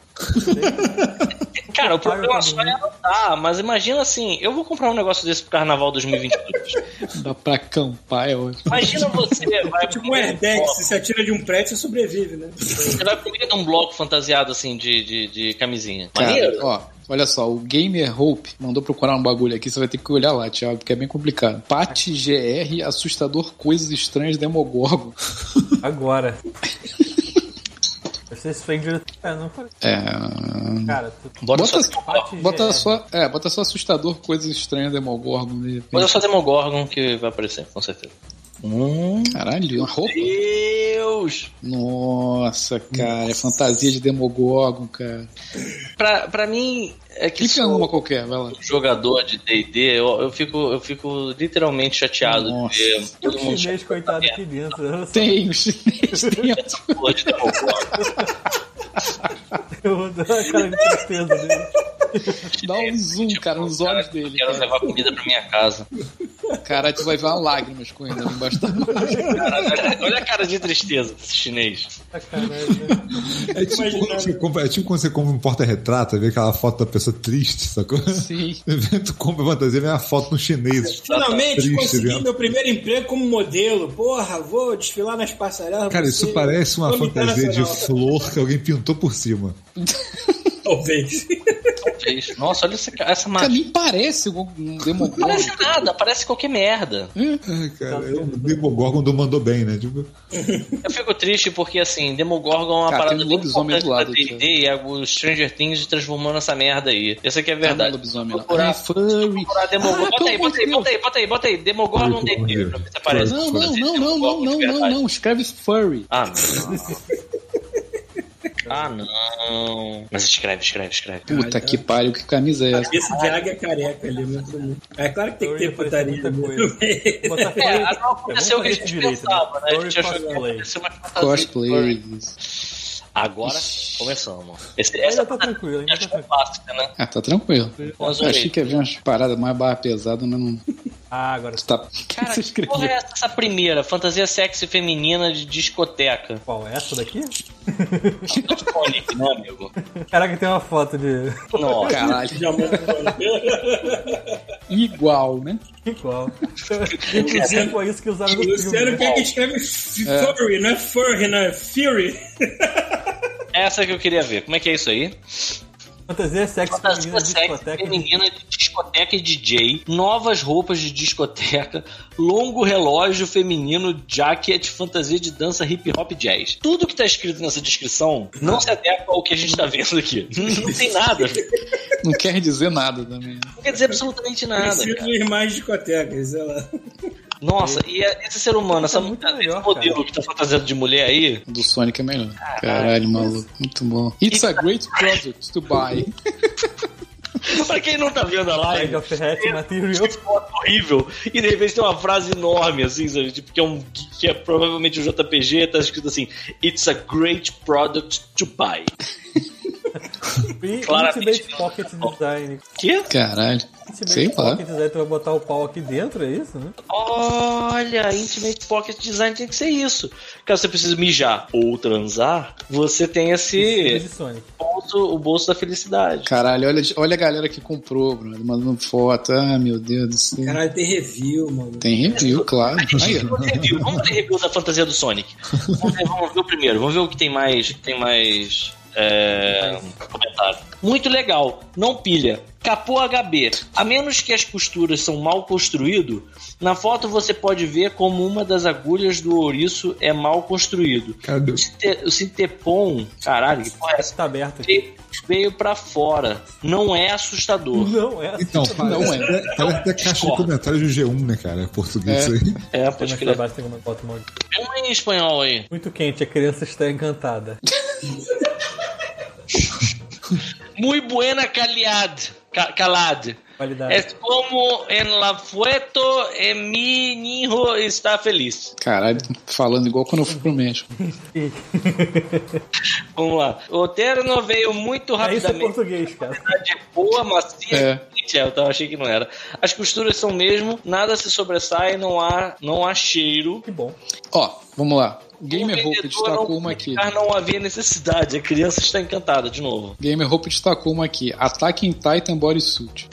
Speaker 2: Cara, o
Speaker 1: Paga
Speaker 2: problema
Speaker 1: todo
Speaker 2: só é anotar, mas imagina assim, eu vou comprar um negócio desse pro carnaval 2022.
Speaker 3: ó. Dá pra acampar, é ótimo.
Speaker 2: Imagina você, vai
Speaker 5: Tipo um
Speaker 2: comer
Speaker 5: airbag,
Speaker 2: bloco,
Speaker 5: se você atira de um prédio, você sobrevive, né?
Speaker 2: Você vai comer de um bloco fantasiado assim de, de, de camisinha.
Speaker 3: Cara,
Speaker 2: Maneiro?
Speaker 3: ó, olha só, o Gamer Hope mandou procurar um bagulho aqui, você vai ter que olhar lá, Thiago, porque é bem complicado. Pat GR, assustador coisas estranhas Demogorgon.
Speaker 1: Agora. Você se fende. É, não parece.
Speaker 3: É.
Speaker 1: Cara, tu...
Speaker 2: Bota,
Speaker 3: Bota-
Speaker 2: só,
Speaker 1: Pate
Speaker 3: Bota
Speaker 1: GR.
Speaker 3: só, é, bota só assustador coisas estranhas Demogorgon. de repente.
Speaker 2: bota só Demogorgon que vai aparecer, com certeza.
Speaker 3: Caralho, uma roupa.
Speaker 2: Deus!
Speaker 3: Nossa, cara, é fantasia de Demogorgon, cara.
Speaker 2: Pra, pra mim, é que
Speaker 3: Clica
Speaker 2: sou
Speaker 3: numa qualquer, vai lá.
Speaker 2: jogador de D&D, eu, eu, fico, eu fico literalmente chateado
Speaker 3: Nossa.
Speaker 2: de ver
Speaker 1: Tem um
Speaker 2: todo mundo
Speaker 1: chinês, coitado aqui dentro. Eu não sei,
Speaker 3: Tem o chinês dentro.
Speaker 2: chateado de
Speaker 3: um
Speaker 2: Demogorgon.
Speaker 1: eu dou a cara de tristeza dele.
Speaker 3: Dá um zoom,
Speaker 2: Tipo,
Speaker 3: cara, nos
Speaker 2: cara,
Speaker 3: olhos dele.
Speaker 2: Quero levar comida pra minha casa.
Speaker 3: Cara, tu vai ver uma lágrima escorrendo ali embaixo da
Speaker 2: Caralho, olha- olha a cara de tristeza desse chinês.
Speaker 1: Ah, Caralho.
Speaker 4: É tipo,
Speaker 5: Imaginando.
Speaker 4: quando você compra- é tipo quando você compra um porta-retrato, vê aquela foto da pessoa triste, sacou?
Speaker 3: Sim.
Speaker 4: Tu compra fantasia, vem a foto no chinês.
Speaker 5: Finalmente
Speaker 4: Triste,
Speaker 5: consegui
Speaker 4: né?
Speaker 5: meu primeiro emprego como modelo. Porra, vou desfilar nas passarelas.
Speaker 4: Cara,
Speaker 5: vou
Speaker 4: isso
Speaker 5: ser
Speaker 4: parece uma
Speaker 5: nome
Speaker 4: fantasia de
Speaker 5: internacional.
Speaker 4: flor que alguém pintou por cima.
Speaker 5: Talvez.
Speaker 2: Triste. Nossa, olha essa, ca- essa
Speaker 3: Cara,
Speaker 2: magia.
Speaker 3: nem parece um
Speaker 2: Não
Speaker 3: demogorgon.
Speaker 2: parece nada, parece qualquer merda.
Speaker 4: Ah,
Speaker 5: Tá
Speaker 4: cara, é o
Speaker 5: né?
Speaker 4: Demogorgon do Mandou Bem, né? Tipo,
Speaker 2: Eu fico triste porque, assim, Demogorgon é uma
Speaker 3: Cara,
Speaker 2: parada
Speaker 3: tem um lobisomem
Speaker 2: muito
Speaker 3: do lado,
Speaker 2: importante da D&D e é o Stranger Things transformando essa merda aí. Essa aqui é a
Speaker 3: Não é
Speaker 2: verdade.
Speaker 3: lobisomem, não.
Speaker 2: Procurar-
Speaker 3: É furry.
Speaker 2: procurar Demogorgon.
Speaker 3: Ah,
Speaker 2: bota, aí,
Speaker 3: pelo
Speaker 2: bota aí,
Speaker 3: amor
Speaker 2: bota aí, bota aí, bota aí. Demogorgon
Speaker 4: Ai, pelo
Speaker 2: D&D,
Speaker 4: amor de
Speaker 2: pra ver se aparece.
Speaker 4: Deus.
Speaker 3: Não, não,
Speaker 2: Foda-se,
Speaker 3: não, não, não,
Speaker 2: Demogorgon
Speaker 3: não,
Speaker 2: de
Speaker 3: não,
Speaker 2: verdade.
Speaker 3: não. Escreve furry.
Speaker 2: Ah, não. Ah, não. Mas escreve, escreve, escreve.
Speaker 3: Puta que pariu, que camisa é essa?
Speaker 5: Esse de águia careca ali, muito bom. É claro que tem que ter
Speaker 1: Apareceu
Speaker 5: putaria.
Speaker 1: muita
Speaker 5: né?
Speaker 1: coisa. Vou Botar
Speaker 2: É,
Speaker 1: Vamos
Speaker 2: não aconteceu o que a
Speaker 1: fazer
Speaker 2: gente
Speaker 1: direito,
Speaker 2: pensava, né? A gente
Speaker 1: Story
Speaker 2: achou que ia
Speaker 1: cosplay.
Speaker 2: acontecer uma fantasia.
Speaker 3: Cosplay.
Speaker 2: Agora começamos. Esse,
Speaker 1: Ainda
Speaker 2: essa
Speaker 1: tá
Speaker 2: fantasia
Speaker 1: tranquilo, ainda tá
Speaker 2: é
Speaker 1: tranquilo.
Speaker 2: clássica, né?
Speaker 3: Ah, tá tranquilo.
Speaker 2: Com as
Speaker 3: Eu achei
Speaker 2: orelhas.
Speaker 3: que havia umas paradas mais barra pesada, mas não.
Speaker 1: Ah, agora sim.
Speaker 3: Tá... O que
Speaker 2: Cara,
Speaker 3: você
Speaker 2: que porra
Speaker 3: escreveu?
Speaker 2: é essa, essa primeira? Fantasia sexy feminina de discoteca.
Speaker 1: Qual é essa daqui?
Speaker 2: Não te conecte, né, amigo?
Speaker 1: Caraca, tem uma foto de.
Speaker 2: Não,
Speaker 3: Caralho,
Speaker 5: Já mandou.
Speaker 3: igual, né?
Speaker 1: Igual. Inclusive foi isso que usaram no
Speaker 5: O Luciano
Speaker 1: filme. né?
Speaker 5: quer que escreve f- furry, não é furry, não é fury.
Speaker 2: essa que eu queria ver. Como é que é isso aí?
Speaker 1: Fantasia sexo feminina
Speaker 2: Fantasia
Speaker 1: de
Speaker 2: sexy
Speaker 1: é discoteca.
Speaker 2: feminina de discoteca e DJ. Novas roupas de discoteca. Longo relógio feminino, jacket, fantasia de dança, hip hop jazz. Tudo que tá escrito nessa descrição não se adequa ao que a gente tá vendo aqui. Não tem nada.
Speaker 3: Não quer dizer nada também. né?
Speaker 2: Não quer dizer absolutamente nada.
Speaker 5: Preciso
Speaker 2: cara.
Speaker 5: de mais discotecas, sei lá.
Speaker 2: Nossa, e é- esse ser humano, essa,
Speaker 1: Tá muito
Speaker 2: esse
Speaker 1: melhor,
Speaker 2: modelo
Speaker 1: cara.
Speaker 2: que tá fantasiado de mulher aí,
Speaker 3: Do Sonic é melhor. Caralho, maluco. Muito bom. It's a great project to buy.
Speaker 2: pra quem não tá vendo a
Speaker 1: Bag
Speaker 2: live,
Speaker 1: of Hat Material.
Speaker 2: esse foto horrível, e de repente tem uma frase enorme, assim, sabe? Tipo, que é, um, que é provavelmente um JPG, tá escrito assim: It's a great product to buy.
Speaker 1: E
Speaker 2: Claramente
Speaker 1: Intimate
Speaker 2: não.
Speaker 1: Pocket Design.
Speaker 2: Que?
Speaker 3: Caralho.
Speaker 1: Intimate
Speaker 3: Sei lá.
Speaker 1: Pocket Design, tu vai botar o pau aqui dentro, é isso? Né?
Speaker 2: Olha, Intimate Pocket Design tem que ser isso. Caso você precise mijar ou transar, você tem
Speaker 1: Estilo
Speaker 2: esse
Speaker 1: de Sonic.
Speaker 2: bolso, o bolso da felicidade.
Speaker 3: Caralho, olha, olha a galera que comprou, brother, mandando foto. Ah, meu Deus do céu.
Speaker 5: Caralho, tem review, mano.
Speaker 3: Tem review, claro. Aí, ó.
Speaker 2: Vamos ter review, vamos ter review da fantasia do Sonic. Vamos ver, vamos ver o primeiro, vamos ver o que tem mais. Que tem mais é, comentário. Muito legal, não pilha. Capô HB. A menos que as costuras são mal construído, na foto você pode ver como uma das agulhas do ouriço é mal construído.
Speaker 4: Cadê?
Speaker 2: O sinte- O Sintepon, caralho, que porra é essa?
Speaker 1: Tá aberto aqui.
Speaker 2: Veio- Veio pra fora. Não é assustador.
Speaker 1: Não, é.
Speaker 4: Então, parece,
Speaker 3: é.
Speaker 4: até- parece até caixa de comentários do G1, né, cara? É português isso aí.
Speaker 2: É,
Speaker 1: Tem
Speaker 2: pode
Speaker 1: mais
Speaker 2: crer.
Speaker 1: trabalho, tem uma foto muito-
Speaker 2: Tem uma em espanhol aí.
Speaker 1: Muito quente, a criança está encantada.
Speaker 2: Muy buena calidad. Ca- calad.
Speaker 1: Qualidade.
Speaker 2: É como en la foto, e mi hijo está feliz.
Speaker 3: Caralho, falando igual quando eu fui pro México.
Speaker 1: É
Speaker 2: Vamos lá. O terno veio muito
Speaker 1: É isso é
Speaker 2: rapidamente.
Speaker 1: português, cara.
Speaker 2: Tá de boa, macia.
Speaker 3: É.
Speaker 2: É, Eu tava, achei que não era. As costuras são mesmo, nada se sobressai, não há, não há cheiro.
Speaker 1: Que bom.
Speaker 3: Ó, vamos lá.
Speaker 2: O
Speaker 3: Gamer Hope
Speaker 2: vendedor
Speaker 3: destacou
Speaker 2: não
Speaker 3: uma aqui.
Speaker 2: publicar, Não havia necessidade, a criança está encantada, de novo.
Speaker 3: Gamer Hope destacou uma aqui. Ataque em Titan Bodysuit.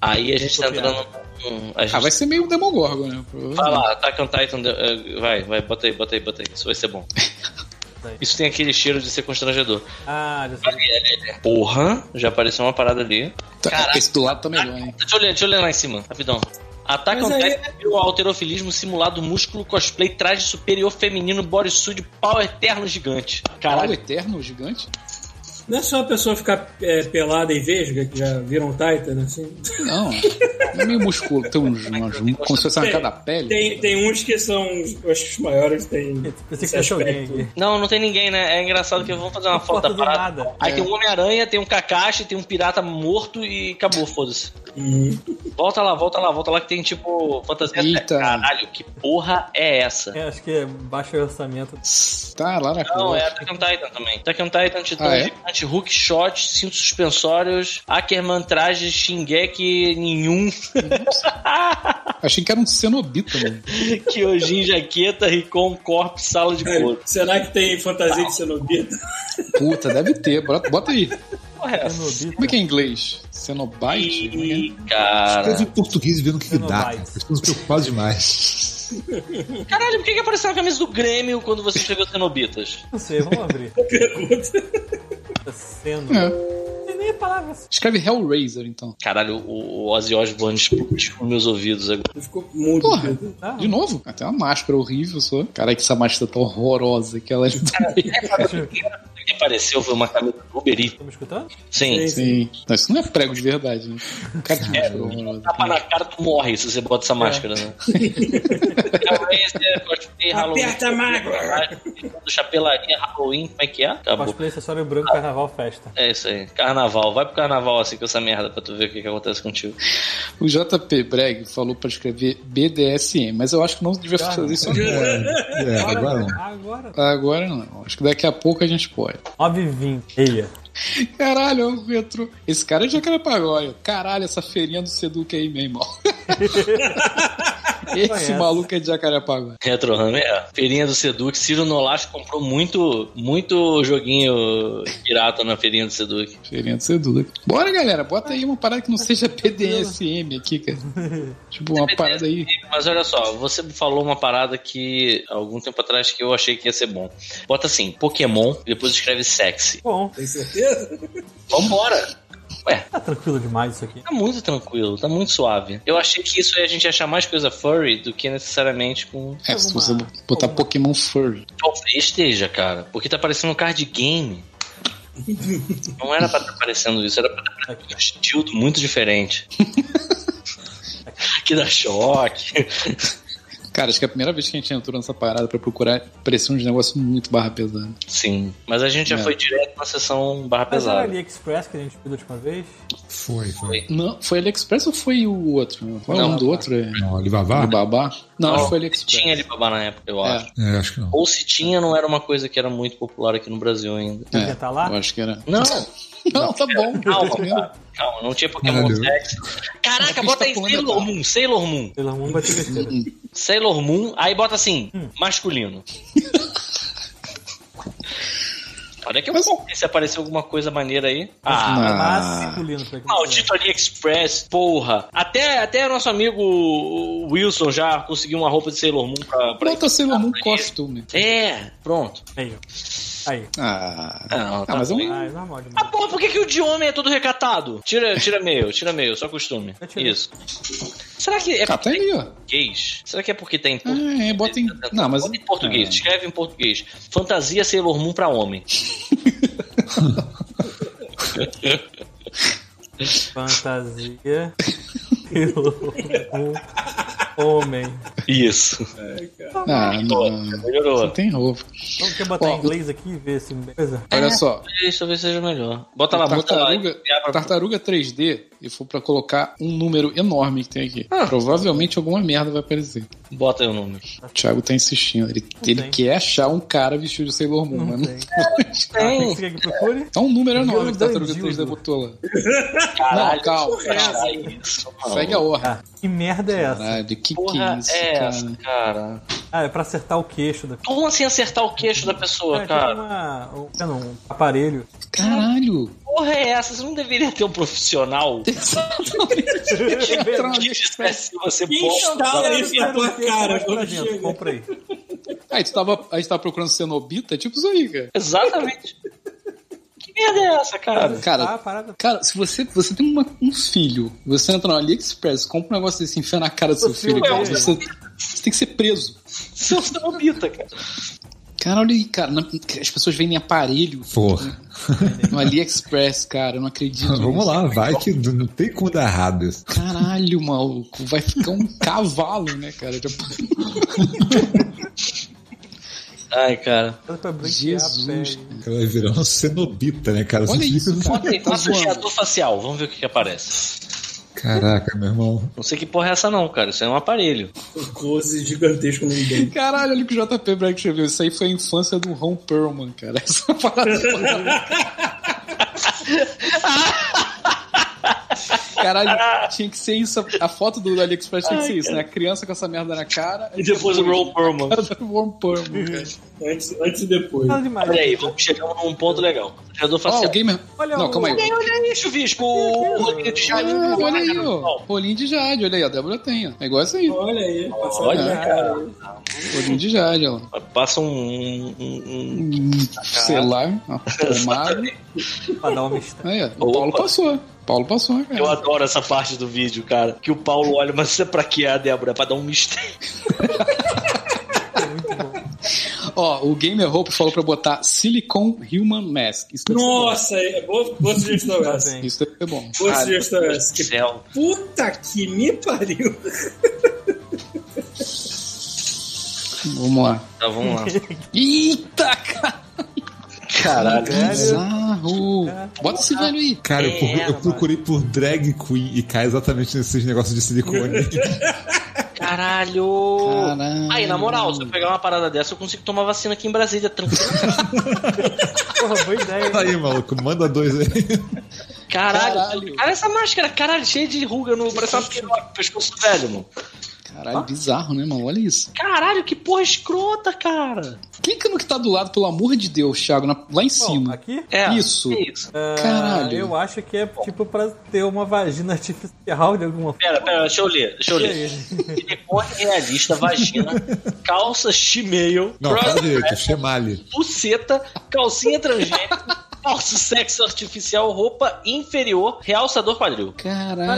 Speaker 2: Aí a gente tá
Speaker 1: Copiar.
Speaker 2: entrando num. A gente
Speaker 3: Ah, vai ser meio Demogorgon, né?
Speaker 2: Vai lá, Attack on Titan. eh, Vai, vai, bota aí, bota aí, bota aí. Isso vai ser bom. Isso tem aquele cheiro de ser constrangedor.
Speaker 1: Ah, já sei.
Speaker 2: Ali, ali, ali. Porra, já apareceu uma parada ali.
Speaker 3: Tá,
Speaker 2: Caraca.
Speaker 3: Esse do lado tá melhor, hein?
Speaker 2: Deixa eu olhar, deixa eu olhar lá em cima, rapidão. Ataque
Speaker 5: Mas
Speaker 2: on
Speaker 5: aí-
Speaker 2: Titan virou alterofilismo simulado músculo cosplay traje superior feminino bodysuit pau eterno gigante.
Speaker 3: Caralho,
Speaker 2: Caralho,
Speaker 3: Eterno, gigante?
Speaker 5: Não é só a pessoa ficar é, pelada e vesga, que já viram o Titan, assim.
Speaker 3: Não. É meio musculo. Tem uns, umas, como se fosse uma
Speaker 5: Tem-
Speaker 3: cada pele.
Speaker 5: Tem, tem uns que são os, os maiores, tem.
Speaker 1: Pensei que
Speaker 5: esse
Speaker 1: fosse alguém
Speaker 5: aspecto.
Speaker 1: aqui.
Speaker 2: não, não tem ninguém, né? É engraçado que eu vou fazer uma foto da
Speaker 1: Foto do
Speaker 2: parada.
Speaker 1: nada.
Speaker 2: Aí
Speaker 3: É.
Speaker 2: tem um Homem-Aranha, tem um Kakashi, tem um pirata morto e acabou, foda-se. Volta lá, volta lá, volta lá que tem tipo fantasia.
Speaker 3: Eita.
Speaker 2: Caralho, que porra é essa?
Speaker 1: É, acho que é baixo orçamento.
Speaker 3: Tá lá na
Speaker 2: Não,
Speaker 3: cor.
Speaker 2: é Attack on Titan também. Attack on Titan, Titã
Speaker 3: Ah, é?
Speaker 2: Gigante, Hook Shot, Cintos Suspensórios, Ackerman Traje, Shingeki Nenhum,
Speaker 3: Achei que era um cenobita, mano.
Speaker 2: Kyojin Jaqueta, Ricon Corp, Sala
Speaker 5: É.
Speaker 2: de Couro.
Speaker 5: Será que tem fantasia de cenobita?
Speaker 3: Puta, deve ter. Bota, bota aí.
Speaker 2: Porra, é essa?
Speaker 1: Cenobita.
Speaker 3: Como é que é em inglês? Cenobite? Como é que é?
Speaker 2: Ih, cara.
Speaker 4: Escreve em português e vendo o que, que dá. cara.
Speaker 1: Xenobites.
Speaker 4: Vocês estão preocupados demais.
Speaker 2: Caralho, por que, que apareceu na camisa do Grêmio quando você escreveu Cenobitas?
Speaker 1: Não sei, vamos abrir. Tá
Speaker 5: Pergunta.
Speaker 1: Sendo.
Speaker 3: É.
Speaker 1: Não tem nem a palavra.
Speaker 3: Escreve Hellraiser, então.
Speaker 2: Caralho, o o Ozzy Osbourne explodiu nos meus ouvidos agora.
Speaker 5: Ficou mudo.
Speaker 3: Porra.
Speaker 1: Ah,
Speaker 3: De novo? Até uma máscara horrível só. Caraca, essa máscara tá horrorosa que ela é.
Speaker 2: O que apareceu foi uma camisa do Uber Eats.
Speaker 1: tá me escutando?
Speaker 2: Sim.
Speaker 3: Sim. Não, isso não é prego de verdade, né? Cara, que máscara horrorosa.
Speaker 2: Tapa na cara, tu morre se você bota essa máscara, né? Hellraiser, cosplay, Halloween.
Speaker 5: Aperta a mágoa.
Speaker 2: do Chapelaria, Halloween, como é que é? Acabou.
Speaker 1: Cosplay, acessório branco, carnaval, festa.
Speaker 2: É isso aí. Carnaval. Vai pro carnaval assim com essa merda pra tu ver o que, que acontece contigo.
Speaker 3: O JP Breg falou pra escrever BDSM, mas eu acho que não devia fazer isso agora.
Speaker 4: É, agora não.
Speaker 1: Agora.
Speaker 3: Agora não. Acho que daqui a pouco a gente pode.
Speaker 1: 9 20 Eia.
Speaker 3: Caralho, o retro. Esse cara é Jacarapagóia. Caralho, essa feirinha do Seduc aí, meu irmão. Esse
Speaker 1: Conhece.
Speaker 3: maluco é de Jacarapagóia.
Speaker 2: Retro Ram é. Feirinha do Seduc. Ciro Nolasco comprou muito, muito joguinho pirata na feirinha do Seduc.
Speaker 3: Feirinha do Seduc. Bora, galera. Bota aí uma parada que não seja BDSM aqui, cara. Tipo, uma parada aí.
Speaker 2: Mas olha só, você falou uma parada que algum tempo atrás que eu achei que ia ser bom. Bota assim, Pokémon, depois escreve sexy.
Speaker 1: Bom,
Speaker 5: Tem certeza?
Speaker 2: Vambora!
Speaker 1: tá tranquilo demais isso aqui.
Speaker 2: Tá muito tranquilo, tá muito suave. Eu achei que isso aí a gente ia achar mais coisa furry do que necessariamente com
Speaker 3: É, se você botar Pokémon Furry.
Speaker 2: Talvez esteja, cara. Porque tá parecendo um card game. Não era pra estar parecendo isso, era pra estar parecendo um estilo muito diferente. que dá choque.
Speaker 3: Cara, acho que é a primeira vez que a gente entrou nessa parada pra procurar parecia uns negócios muito barra pesada.
Speaker 2: Sim. Mas a gente já
Speaker 3: É.
Speaker 2: foi direto na sessão barra
Speaker 1: Mas era
Speaker 2: pesada.
Speaker 1: Tá AliExpress que a gente pediu da última vez.
Speaker 4: Foi, foi.
Speaker 3: Não, foi AliExpress ou foi o outro? Qual é o
Speaker 2: Não.
Speaker 3: nome do outro? É
Speaker 4: Não, Alibaba?
Speaker 3: Alibaba? Não, acho que foi
Speaker 2: tinha
Speaker 3: AliExpress.
Speaker 2: Alibaba na época, eu
Speaker 3: É.
Speaker 2: acho.
Speaker 4: É, acho que não.
Speaker 2: Ou se tinha, não era uma coisa que era muito popular aqui no Brasil ainda.
Speaker 1: Quer tentar lá?
Speaker 3: É. Eu acho que era.
Speaker 2: Não,
Speaker 3: Não, tá bom.
Speaker 2: calma, cara. calma, não tinha Pokémon
Speaker 4: Caralho.
Speaker 2: Sex. Caraca, bota aí
Speaker 3: Tá pulando
Speaker 2: Sailor
Speaker 3: a
Speaker 2: Moon, Sailor Moon,
Speaker 1: Pelo amor vai ter besteira.
Speaker 2: Sailor Moon, aí bota assim, masculino. Olha que eu
Speaker 3: Mas-
Speaker 2: comprei se apareceu alguma coisa maneira aí. Ah,
Speaker 1: Mas é.
Speaker 3: Ah,
Speaker 1: circulino pra quem quiser.
Speaker 2: maldito AliExpress, porra. Até, até nosso amigo Wilson já conseguiu uma roupa de Sailor Moon pra. pra...
Speaker 3: bota Sailor Moon costume.
Speaker 2: É, pronto.
Speaker 1: Aí, ó. Aí.
Speaker 3: Ah,
Speaker 2: Não,
Speaker 3: ah,
Speaker 2: tá
Speaker 3: mas é um-
Speaker 2: bem.
Speaker 1: Ah, é normal
Speaker 2: Ah,
Speaker 1: demais.
Speaker 2: porra, por que, que o de homem é todo recatado? Tira, tira meio, tira meio, só costume.
Speaker 1: Eu tirei.
Speaker 2: Isso. Será que é
Speaker 3: Ah, tá
Speaker 2: porque
Speaker 3: ali,
Speaker 2: tem
Speaker 3: ó.
Speaker 2: português? Será que é porque tem português?
Speaker 3: Ah, é, bota em. Não, mas.
Speaker 2: Bota em português,
Speaker 3: Ah.
Speaker 2: escreve em português. Fantasia Sailor Moon pra homem.
Speaker 1: Fantasia. Pelo homem.
Speaker 2: Isso.
Speaker 3: Ah,
Speaker 2: Melhorou,
Speaker 3: não. Não
Speaker 2: Melhorou.
Speaker 3: tem roupa.
Speaker 1: Vamos Então, quer botar
Speaker 3: Ó,
Speaker 1: em inglês aqui e ver se. Coisa.
Speaker 3: Olha só.
Speaker 2: Talvez, talvez seja melhor. Bota lá, muda tá lá.
Speaker 3: Tartaruga,
Speaker 2: e abre a-
Speaker 3: tartaruga 3D, e for pra colocar um número enorme que tem aqui.
Speaker 2: Ah.
Speaker 3: Provavelmente alguma merda vai aparecer.
Speaker 2: Bota aí o número.
Speaker 3: O Thiago tá insistindo. Ele,
Speaker 1: tem.
Speaker 3: ele quer achar um cara vestido de Sailor Moon, mas não
Speaker 1: tem. Ah, tem que ser que procure.
Speaker 3: É um número enorme
Speaker 1: Gildan
Speaker 3: que Tartaruga
Speaker 1: Gildo.
Speaker 3: 3D botou lá.
Speaker 2: Caralho,
Speaker 3: não, calma.
Speaker 2: porra, é isso, mano.
Speaker 3: Segue a ordem.
Speaker 1: Ah, que merda é essa?
Speaker 3: Caralho, que que
Speaker 2: Porra,
Speaker 3: é isso,
Speaker 2: é
Speaker 3: cara?
Speaker 2: essa, cara.
Speaker 1: Ah, é pra acertar o queixo da.
Speaker 2: Como assim acertar o queixo da pessoa,
Speaker 1: É, tem
Speaker 2: cara?
Speaker 1: uma, um, sei lá, um aparelho.
Speaker 3: Caralho.
Speaker 2: Porra, é essa? Você não deveria ter um profissional
Speaker 3: Entra no
Speaker 2: que
Speaker 3: AliExpress.
Speaker 2: dissesse você
Speaker 5: Que
Speaker 1: Tá,
Speaker 2: posta.
Speaker 5: instala
Speaker 1: Quero
Speaker 5: isso
Speaker 1: saber
Speaker 5: na
Speaker 1: o
Speaker 5: tua
Speaker 1: queixo
Speaker 5: cara
Speaker 1: mais pra
Speaker 5: quando
Speaker 1: dentro,
Speaker 5: chega.
Speaker 1: tá, Compra aí.
Speaker 3: Aí tu tava, aí tu tava procurando cenobita, é tipo isso aí, cara.
Speaker 2: Exatamente. Que merda é essa, cara?
Speaker 1: Ah, a
Speaker 3: Cara,
Speaker 1: parada.
Speaker 3: cara, se você, você tem uma- um filho, você entra no AliExpress, compra um negócio desse, enfia na cara do seu
Speaker 1: filho
Speaker 3: filho, cara,
Speaker 1: é um-
Speaker 3: você, você tem que ser preso.
Speaker 2: Seu Cenobita, cara.
Speaker 3: Cara, olha aí, cara, não- as pessoas vendem aparelho
Speaker 4: Porra.
Speaker 3: no AliExpress, cara, eu não acredito.
Speaker 4: Vamos lá, vai que não tem como dar errado isso.
Speaker 3: Caralho, maluco, vai ficar um cavalo, né, cara? Tipo,
Speaker 2: Ai, cara.
Speaker 1: Pra branquear a
Speaker 3: Jesus.
Speaker 1: pele.
Speaker 4: Ela vai virar um cenobita, né, cara?
Speaker 3: Olha
Speaker 4: Você
Speaker 3: isso,
Speaker 4: fica-
Speaker 3: cara. Tá zoando.
Speaker 2: Massageador facial, vamos ver o que, que aparece.
Speaker 4: Caraca, meu irmão.
Speaker 2: Não sei que porra é essa, não, cara. Isso é um aparelho.
Speaker 5: Close gigantesco no dente.
Speaker 3: Caralho, olha o que o JP Branco escreveu. Isso aí foi a infância do Ron Perlman, cara. Essa parada. é Caralho, tinha que ser isso. A foto do AliExpress tinha que ser isso, né? A criança com essa merda na cara.
Speaker 2: E depois o Roll Perlman.
Speaker 3: Cara do Ron Perlman, cara.
Speaker 5: Antes, antes e depois.
Speaker 1: Nada demais.
Speaker 2: Olha aí, vamos chegar num ponto legal. Massageador
Speaker 3: Ó,
Speaker 2: facial.
Speaker 3: o gamer.
Speaker 1: Olha
Speaker 3: Não,
Speaker 1: o-
Speaker 3: calma aí.
Speaker 2: Olha aí, olha aí, chuvisco. O o Rodrigo de Jaime.
Speaker 3: Ah,
Speaker 2: Olha
Speaker 3: olha aí,
Speaker 2: cara.
Speaker 3: ó. Rolinho de Jade, olha aí, a Débora tem, ó. É igual isso aí.
Speaker 5: Olha aí, passando
Speaker 2: Olha,
Speaker 5: na cara.
Speaker 3: Rolinho de Jade, ó.
Speaker 2: Passa um. um- um-
Speaker 3: Sei lá, uma pomada.
Speaker 1: Pra dar uma mistura.
Speaker 3: Aí, ó. O Paulo
Speaker 2: Opa.
Speaker 3: passou. Paulo passou,
Speaker 2: Eu
Speaker 3: cara.
Speaker 2: adoro essa parte do vídeo, cara. Que o Paulo olha, mas isso é pra que é a Débora? É pra dar um mistério.
Speaker 1: é
Speaker 3: Ó, o Gamer Hope falou pra botar Silicon Human Mask. Isso deve ser bom.
Speaker 5: Nossa, é boa, boa sugestão essa.
Speaker 1: Bem,
Speaker 3: Isso deve ser bom.
Speaker 5: Boa sugestão essa. Que
Speaker 2: Céu.
Speaker 5: puta que me pariu.
Speaker 3: Vamos lá.
Speaker 2: Tá, vamos lá.
Speaker 3: Eita, cara!
Speaker 2: Caralho.
Speaker 3: Bizarro! Bota esse velho aí.
Speaker 4: Cara, eu,
Speaker 2: É,
Speaker 4: procurei, eu
Speaker 2: mano.
Speaker 4: procurei por drag queen e cai exatamente nesses negócios de silicone.
Speaker 2: Caralho.
Speaker 3: Caralho.
Speaker 2: Aí, na moral, se eu pegar uma parada dessa, eu consigo tomar vacina aqui em Brasília, tranquilo.
Speaker 1: Porra, boa ideia. hein?
Speaker 4: aí, maluco, manda dois aí.
Speaker 2: Caralho.
Speaker 3: Caralho.
Speaker 2: Cara, essa máscara, caralho, cheia de ruga no parece uma piroca, pescoço velho, mano.
Speaker 3: Caralho, bizarro, né, mano? Olha isso.
Speaker 2: Caralho, que porra escrota, cara.
Speaker 3: Clica no que tá do lado, pelo amor de Deus, Thiago, na- lá em
Speaker 1: Bom,
Speaker 3: cima.
Speaker 1: aqui.
Speaker 2: É.
Speaker 3: Isso.
Speaker 2: que isso.
Speaker 1: ah,
Speaker 3: Caralho.
Speaker 1: Eu acho que é tipo pra ter uma vagina artificial de alguma forma.
Speaker 2: Pera, pera, deixa eu ler, deixa eu ler. Silicone realista, vagina, calça chimeio,
Speaker 4: Não, fala direito, chemale.
Speaker 2: buceta, calcinha transgênica, calça sexo artificial, roupa inferior, realçador quadril.
Speaker 1: Mas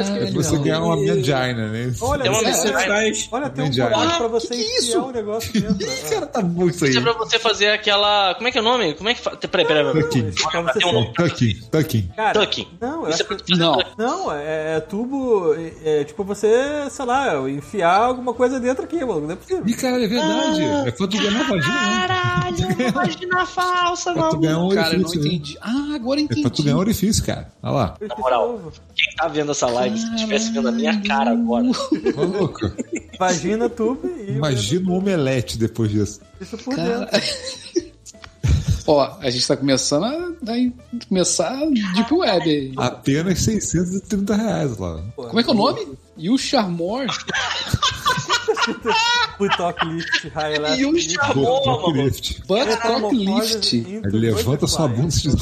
Speaker 3: Caralho.
Speaker 4: É você ganhar uma mangina, né?
Speaker 1: Olha,
Speaker 2: É uma
Speaker 1: olha,
Speaker 5: Você
Speaker 2: Caralho.
Speaker 5: faz.
Speaker 1: olha, tem um
Speaker 4: Ninja.
Speaker 1: buraco
Speaker 2: Ah,
Speaker 1: pra você
Speaker 3: que que é
Speaker 1: enfiar
Speaker 3: isso?
Speaker 1: o negócio dentro. Ah,
Speaker 4: Ih, cara, tá bom isso aí.
Speaker 2: Isso é pra você fazer aquela. Como é que é o nome? Como é que faz. Peraí, peraí, peraí.
Speaker 4: Tucking.
Speaker 1: Pra você
Speaker 2: Tem um nome.
Speaker 4: Tucking, tucking.
Speaker 1: Cara,
Speaker 2: Tucking.
Speaker 1: não, eu
Speaker 2: Isso
Speaker 1: acho
Speaker 2: é pra
Speaker 1: que...
Speaker 2: você
Speaker 3: Não.
Speaker 1: Não, é, é tubo. É, é tipo você, sei lá, enfiar alguma coisa dentro aqui, mano. Não é possível.
Speaker 4: Ih, cara, é verdade.
Speaker 3: Ah,
Speaker 2: Ah,
Speaker 4: é pra tu ganhar uma vagina, né?
Speaker 2: Caralho, vagina falsa,
Speaker 4: Pra tu ganhar um
Speaker 3: Cara, eu não
Speaker 4: orifício. né?
Speaker 3: entendi. Ah, agora eu
Speaker 4: É pra tu
Speaker 3: entendi.
Speaker 4: ganhar um orifício, cara. Olha lá.
Speaker 1: Eu esqueci
Speaker 2: moral.
Speaker 1: de novo.
Speaker 2: Quem tá vendo essa live, se estivesse vendo a minha cara agora.
Speaker 4: Maluco,
Speaker 1: Vagina, tubo e.
Speaker 4: imagina um omelete depois disso.
Speaker 1: Isso por
Speaker 3: Cara-
Speaker 1: dentro.
Speaker 3: Ó, a gente tá começando a, a começar a Deep Web. aí.
Speaker 4: Apenas 630 reais lá.
Speaker 3: Como é que é o nome? You Charmore?
Speaker 1: Putoc lift, high elastic
Speaker 2: E um o
Speaker 1: lift,
Speaker 3: Tá
Speaker 2: chamou,
Speaker 4: Top
Speaker 2: mano.
Speaker 4: lift.
Speaker 3: Butt Cock
Speaker 1: metamorfose
Speaker 3: Lift.
Speaker 1: into
Speaker 4: Ele levanta
Speaker 1: butterfly.
Speaker 4: sua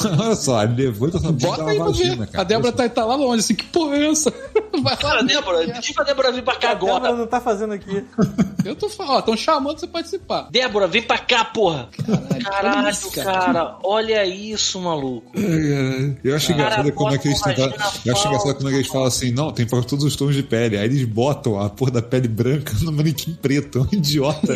Speaker 4: bunda. Olha só, ele levanta sua bunda e dá
Speaker 3: Bota aí
Speaker 4: uma
Speaker 3: pra
Speaker 4: vagina,
Speaker 3: ver.
Speaker 4: cara.
Speaker 3: tá A Débora tá, tá lá longe, assim, que porra é essa? Vai lá,
Speaker 2: Cara, Débora,
Speaker 3: minha-
Speaker 2: pedi pra Débora vir pra cá
Speaker 1: A Débora
Speaker 2: agora.
Speaker 1: não tá fazendo aqui.
Speaker 3: Eu tô falando, ó, estão chamando você participar.
Speaker 2: Débora, vem pra cá, porra.
Speaker 3: Caralho, olha
Speaker 2: Caralho,
Speaker 3: isso,
Speaker 2: cara, olha isso, maluco.
Speaker 4: É, Eu acho engraçado
Speaker 2: Cara,
Speaker 4: como é que eles
Speaker 2: bota uma
Speaker 4: tentaram. Eu acho engraçado como é que eles falam assim: não, tem pra todos os tons de pele. Aí eles botam a porra da pele branca no manequim preto. É um idiota.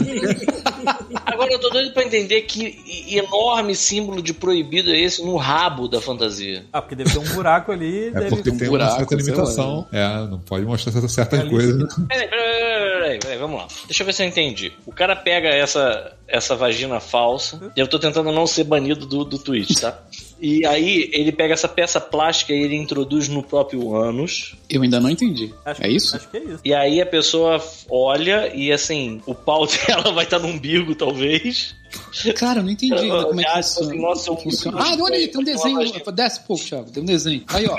Speaker 2: Agora eu tô doido pra entender que e- enorme símbolo de proibido é esse no rabo da fantasia.
Speaker 1: Ah, porque deve ter um buraco ali.
Speaker 4: É
Speaker 1: deve-
Speaker 4: porque
Speaker 3: um
Speaker 4: tem
Speaker 3: buraco,
Speaker 4: uma
Speaker 3: sei
Speaker 4: certa
Speaker 3: lá,
Speaker 4: limitação. É, não pode mostrar certas, certas
Speaker 1: Ali-
Speaker 4: coisas.
Speaker 2: Peraí, peraí, peraí, peraí, peraí, vamos lá. Deixa eu ver se eu entendi. O cara pega essa, essa vagina falsa, e eu tô tentando não ser banido do, do Twitch, tá? E aí ele pega essa peça plástica e ele introduz no próprio ânus,
Speaker 3: Eu ainda não entendi.
Speaker 1: Acho-
Speaker 3: é isso?
Speaker 1: Acho que é isso.
Speaker 2: e aí a pessoa olha e assim, o pau dela vai estar no umbigo, talvez.
Speaker 3: Cara, eu não entendi ainda como é
Speaker 2: Ah, tipo
Speaker 3: que
Speaker 2: assim,
Speaker 3: funciona.
Speaker 2: nossa, eu-
Speaker 3: Funciona. Ah, olha aí, tem um desenho. Desce um pouco, Thiago. Tem um desenho. Aí, ó.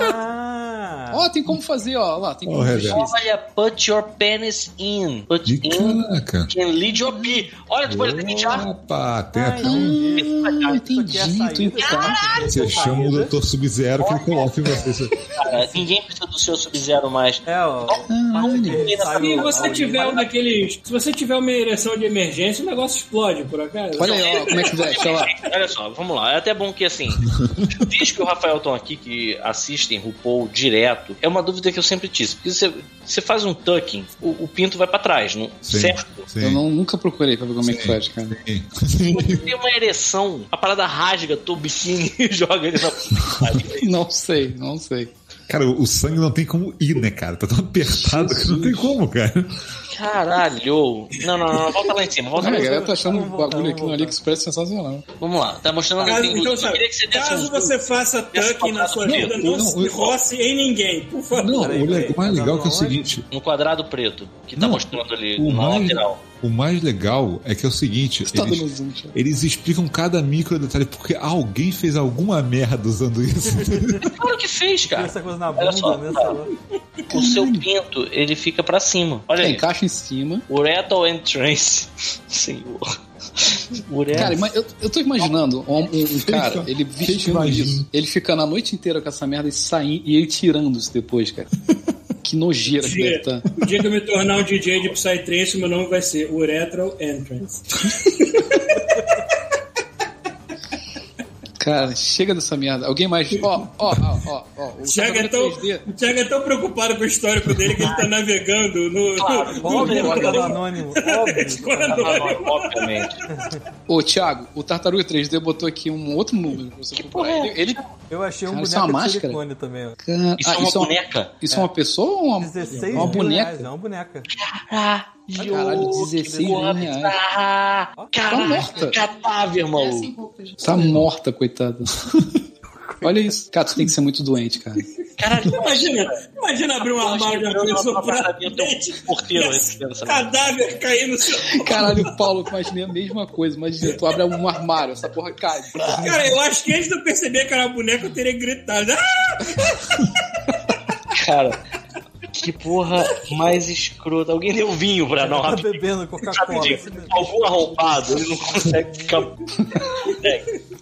Speaker 1: Ah!
Speaker 3: Ó, tem como fazer, ó. Lá, tem
Speaker 4: Ó,
Speaker 3: como
Speaker 4: o
Speaker 3: mexer.
Speaker 4: reverso.
Speaker 2: Olha, put your penis in. Put
Speaker 4: E
Speaker 2: in
Speaker 4: caraca.
Speaker 2: can lead your pee. Olha, tu pode ter já.
Speaker 4: Opa, tem
Speaker 1: Ah,
Speaker 4: até um.
Speaker 3: Ah, entendi.
Speaker 1: Isso aqui é a
Speaker 3: tu
Speaker 1: saída.
Speaker 3: tá.
Speaker 4: Você chama o
Speaker 1: saída.
Speaker 4: Dr. Sub-Zero que ele coloca em você.
Speaker 2: Cara, ninguém precisa do seu sub-zero mais.
Speaker 1: É, ó.
Speaker 3: olha.
Speaker 5: Se você tiver um daqueles. Se você tiver uma ereção de emergência, o negócio explode, por acaso.
Speaker 3: Olha aí, ó, como é que veste, olha lá.
Speaker 2: Olha só, vamos lá. É até bom que assim, diz que o Rafael estão aqui que assistem RuPaul direto. É uma dúvida que eu sempre tive. Porque você, você faz um tucking, o, o pinto vai pra trás, não,
Speaker 4: Sim,
Speaker 2: certo?
Speaker 4: Sim.
Speaker 3: Eu não, nunca procurei pra ver como é que faz, cara.
Speaker 2: Quando tem uma ereção, a parada rasga teu biquíni e joga ele na.
Speaker 3: Não sei, não sei.
Speaker 4: Cara, o sangue não tem como ir, né, cara? Tá tão apertado que não tem como, cara.
Speaker 2: Caralho! Não, não, não, volta lá em cima, volta
Speaker 3: Olha,
Speaker 2: lá
Speaker 3: a
Speaker 2: em cima.
Speaker 3: galera tá achando um
Speaker 1: Vamos voltar,
Speaker 3: bagulho aqui no
Speaker 1: vamos
Speaker 3: AliExpress sensacional.
Speaker 2: Vamos lá, tá mostrando
Speaker 5: Caso,
Speaker 2: aqui.
Speaker 5: então,
Speaker 2: Eu
Speaker 5: sabe,
Speaker 2: queria que você desse
Speaker 5: caso
Speaker 2: um-
Speaker 5: você faça tucking na sua
Speaker 2: Não,
Speaker 5: vida, não,
Speaker 4: não,
Speaker 5: se
Speaker 4: eu-
Speaker 5: roce em ninguém, por favor.
Speaker 4: Não,
Speaker 1: Peraí,
Speaker 4: o, le-
Speaker 1: peraí,
Speaker 4: o mais
Speaker 1: tá
Speaker 4: legal é que é o
Speaker 1: onde?
Speaker 4: seguinte.
Speaker 2: um no quadrado preto, que tá
Speaker 4: Não,
Speaker 2: mostrando ali
Speaker 4: o
Speaker 2: na
Speaker 4: mais,
Speaker 2: lateral.
Speaker 4: o mais legal é que é o seguinte.
Speaker 3: Você tá
Speaker 4: eles-
Speaker 3: dando zoom, Thiago.
Speaker 4: Eles explicam cada micro detalhe porque alguém fez alguma merda usando isso.
Speaker 2: Claro que fez,
Speaker 1: Tem
Speaker 2: cara.
Speaker 1: essa coisa na
Speaker 2: Olha só,
Speaker 1: bunda, né? sei lá.
Speaker 2: O seu pinto, ele fica pra cima. Olha
Speaker 3: É,
Speaker 2: aí.
Speaker 3: encaixa em cima.
Speaker 2: Uretal entrance. Senhor.
Speaker 3: Cara,
Speaker 2: Uretal.
Speaker 3: ima- eu, eu tô imaginando um, um- um cara, ele vestindo
Speaker 4: imagina.
Speaker 3: isso, ele ficando a noite inteira com essa merda e saindo e ele tirando isso depois, cara. Que nojeira que deve
Speaker 5: dia,
Speaker 3: tá.
Speaker 5: o dia que eu me tornar um DJ de Psytrance, meu nome vai ser Uretral Entrance.
Speaker 3: Cara, chega dessa merda. Alguém mais. Ó, ó, ó, ó, ó. O
Speaker 5: O Thiago é
Speaker 3: Casamento
Speaker 5: tão,
Speaker 3: 3D.
Speaker 5: o Thiago é tão preocupado com o histórico dele que ele tá navegando no.
Speaker 2: Claro,
Speaker 5: no-
Speaker 2: óbvio,
Speaker 1: Óbvio que tá no
Speaker 2: óbvio.
Speaker 1: anônimo. Óbvio.
Speaker 5: no-
Speaker 2: Obviamente.
Speaker 3: Ô, Thiago, o Tartaruga 3D botou aqui um outro número pra você comprar.
Speaker 2: porra é
Speaker 3: Ele. ele-
Speaker 1: Eu achei um
Speaker 3: Cara, isso é
Speaker 1: boneco
Speaker 3: uma
Speaker 1: de
Speaker 3: máscara?
Speaker 1: silicone também. ó.
Speaker 3: Cara, ah,
Speaker 2: Isso é uma boneca.
Speaker 3: Isso é uma pessoa ou uma,
Speaker 1: 16
Speaker 3: uma
Speaker 1: mil reais,
Speaker 3: boneca?
Speaker 1: é uma boneca.
Speaker 3: Ah, Caralho, 16 mil reais.
Speaker 2: Ah,
Speaker 3: Tá
Speaker 2: Caralho,
Speaker 3: morta.
Speaker 2: cadáver,
Speaker 5: É assim.
Speaker 2: maluco.
Speaker 7: Sem roupa, gente.
Speaker 3: Tá morta, coitada. Olha isso. Cara, tu tem que ser muito doente, cara.
Speaker 2: Caralho,
Speaker 5: Imagina, imagina abrir um
Speaker 2: Tá
Speaker 5: armário de uma pessoa pra dentro.
Speaker 2: um porteiro recebendo
Speaker 3: né?
Speaker 2: essa merda.
Speaker 5: Cadáver cair no seu.
Speaker 3: Caralho, Paulo, eu imaginei a mesma coisa. Imagina, tu abre um armário, essa porra cai.
Speaker 5: Cara, eu acho que antes de eu perceber que era uma boneca, eu teria gritado. Ah!
Speaker 2: Cara, que porra mais escrota. Alguém deu vinho pra
Speaker 1: Tá
Speaker 2: nós.
Speaker 1: bebendo Coca-Cola.
Speaker 2: Rapidinho, algum arrombado, ele não consegue ficar.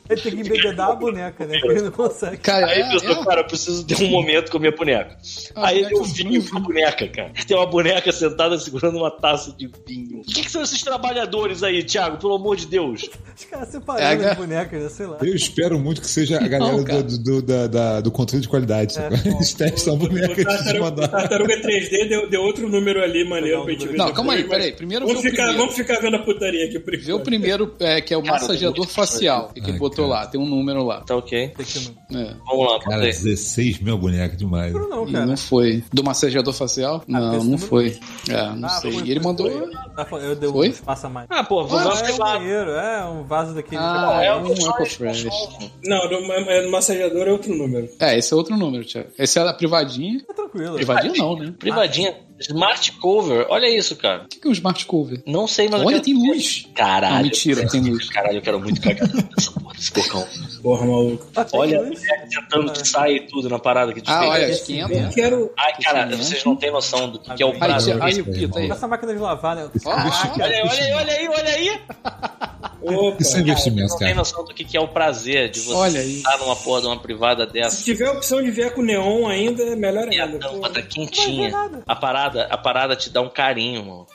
Speaker 1: Ele tem que embebedar a boneca, né? Porque ele não consegue.
Speaker 3: Cara,
Speaker 2: Aí
Speaker 3: é,
Speaker 2: pensou,
Speaker 3: é.
Speaker 2: cara, eu preciso ter um momento com a minha boneca.
Speaker 3: A
Speaker 2: Aí
Speaker 3: Ah, boneca
Speaker 2: deu
Speaker 3: do
Speaker 2: vinho
Speaker 3: vinho.
Speaker 2: pra boneca, cara. Tem uma boneca sentada segurando uma taça de vinho. O que, que são esses trabalhadores aí, Thiago? Pelo amor de Deus.
Speaker 1: Os caras separaram
Speaker 3: É,
Speaker 1: as bonecas, né? Sei lá.
Speaker 4: Eu espero muito que seja a galera
Speaker 3: Não, cara.
Speaker 4: do, do, da- da- do controle de qualidade.
Speaker 2: É,
Speaker 4: sabe? Eles testam a boneca
Speaker 5: O
Speaker 4: antes de
Speaker 5: tartaruga, o
Speaker 4: mandar.
Speaker 5: tartaruga 3D deu, deu outro número ali, maneiro, pra gente ver.
Speaker 3: Não,
Speaker 5: depois,
Speaker 3: calma aí,
Speaker 5: mas-
Speaker 3: peraí. Primeiro vê o
Speaker 5: Vamos ficar,
Speaker 3: primeiro.
Speaker 5: vamos ficar vendo a putaria aqui por
Speaker 3: Vê o
Speaker 5: enquanto.
Speaker 3: primeiro, é, que é o
Speaker 2: Cara,
Speaker 3: massageador
Speaker 2: tem muito
Speaker 3: facial, que ele
Speaker 4: Ai,
Speaker 3: botou
Speaker 4: cara.
Speaker 3: lá, tem um número lá.
Speaker 2: Tá ok.
Speaker 1: Tem que não-
Speaker 3: É.
Speaker 2: Vamos lá,
Speaker 4: Cara,
Speaker 2: botei.
Speaker 4: 16 mil é boneca demais.
Speaker 1: Não, não,
Speaker 3: E
Speaker 1: cara. Ah,
Speaker 3: Não foi. Do massageador facial? Não,
Speaker 1: esse
Speaker 3: não
Speaker 1: número-
Speaker 3: foi. É, não
Speaker 1: Ah,
Speaker 3: sei.
Speaker 1: foi,
Speaker 3: E ele
Speaker 1: foi,
Speaker 3: mandou.
Speaker 1: foi. Ah, foi, Eu dei um
Speaker 3: Foi?
Speaker 1: espaço a mais.
Speaker 2: Ah, pô, vou
Speaker 1: Ah,
Speaker 2: lá
Speaker 1: é um
Speaker 2: privado.
Speaker 1: banheiro, é um vaso daquele.
Speaker 3: Ah, é
Speaker 2: É
Speaker 3: um
Speaker 2: um
Speaker 3: Apple
Speaker 2: só,
Speaker 3: Trash.
Speaker 5: Não, no, ma- no massageador é outro número.
Speaker 3: É, esse é outro número, Thiago. Esse é a privadinha.
Speaker 1: É tranquilo.
Speaker 3: Privadinha não, né? Por
Speaker 2: Privadinha. Smart cover. Olha isso, cara.
Speaker 3: que, que é um smart cover?
Speaker 2: Não sei, mas. eu
Speaker 3: Olha,
Speaker 2: quero-
Speaker 3: tem luz.
Speaker 2: Caralho.
Speaker 3: Não, É mentira, tem luz.
Speaker 2: Caralho, eu quero muito cagar nessa porra desse cocão.
Speaker 5: Porra, maluco.
Speaker 1: Ah, tem
Speaker 2: Olha, a
Speaker 1: luz.
Speaker 2: mulher tentando que sai e tudo na parada que
Speaker 3: Ah,
Speaker 2: desliga.
Speaker 3: olha, esquenta.
Speaker 5: Eu quero.
Speaker 2: Ai, cara, vocês não têm noção do que, que é o
Speaker 3: Aí,
Speaker 2: prazer.
Speaker 3: Thiago, aí o Pita aí.
Speaker 4: é
Speaker 1: Essa máquina de lavar, né?
Speaker 3: Ó,
Speaker 4: bicho-
Speaker 3: ó,
Speaker 2: Olha aí, olha aí, olha aí, olha aí.
Speaker 5: Opa.
Speaker 4: Isso é investimento,
Speaker 2: Não tem
Speaker 4: cara.
Speaker 2: noção do que que é o prazer de
Speaker 3: Olha
Speaker 2: você
Speaker 3: aí.
Speaker 2: estar numa porra de uma privada
Speaker 5: Se
Speaker 4: é
Speaker 2: dessa.
Speaker 5: tiver a opção de vier com neon ainda, é melhor
Speaker 3: É,
Speaker 2: E a
Speaker 5: ainda.
Speaker 2: tampa
Speaker 5: Pô.
Speaker 2: tá quentinha. A parada, a parada te dá um carinho, mano.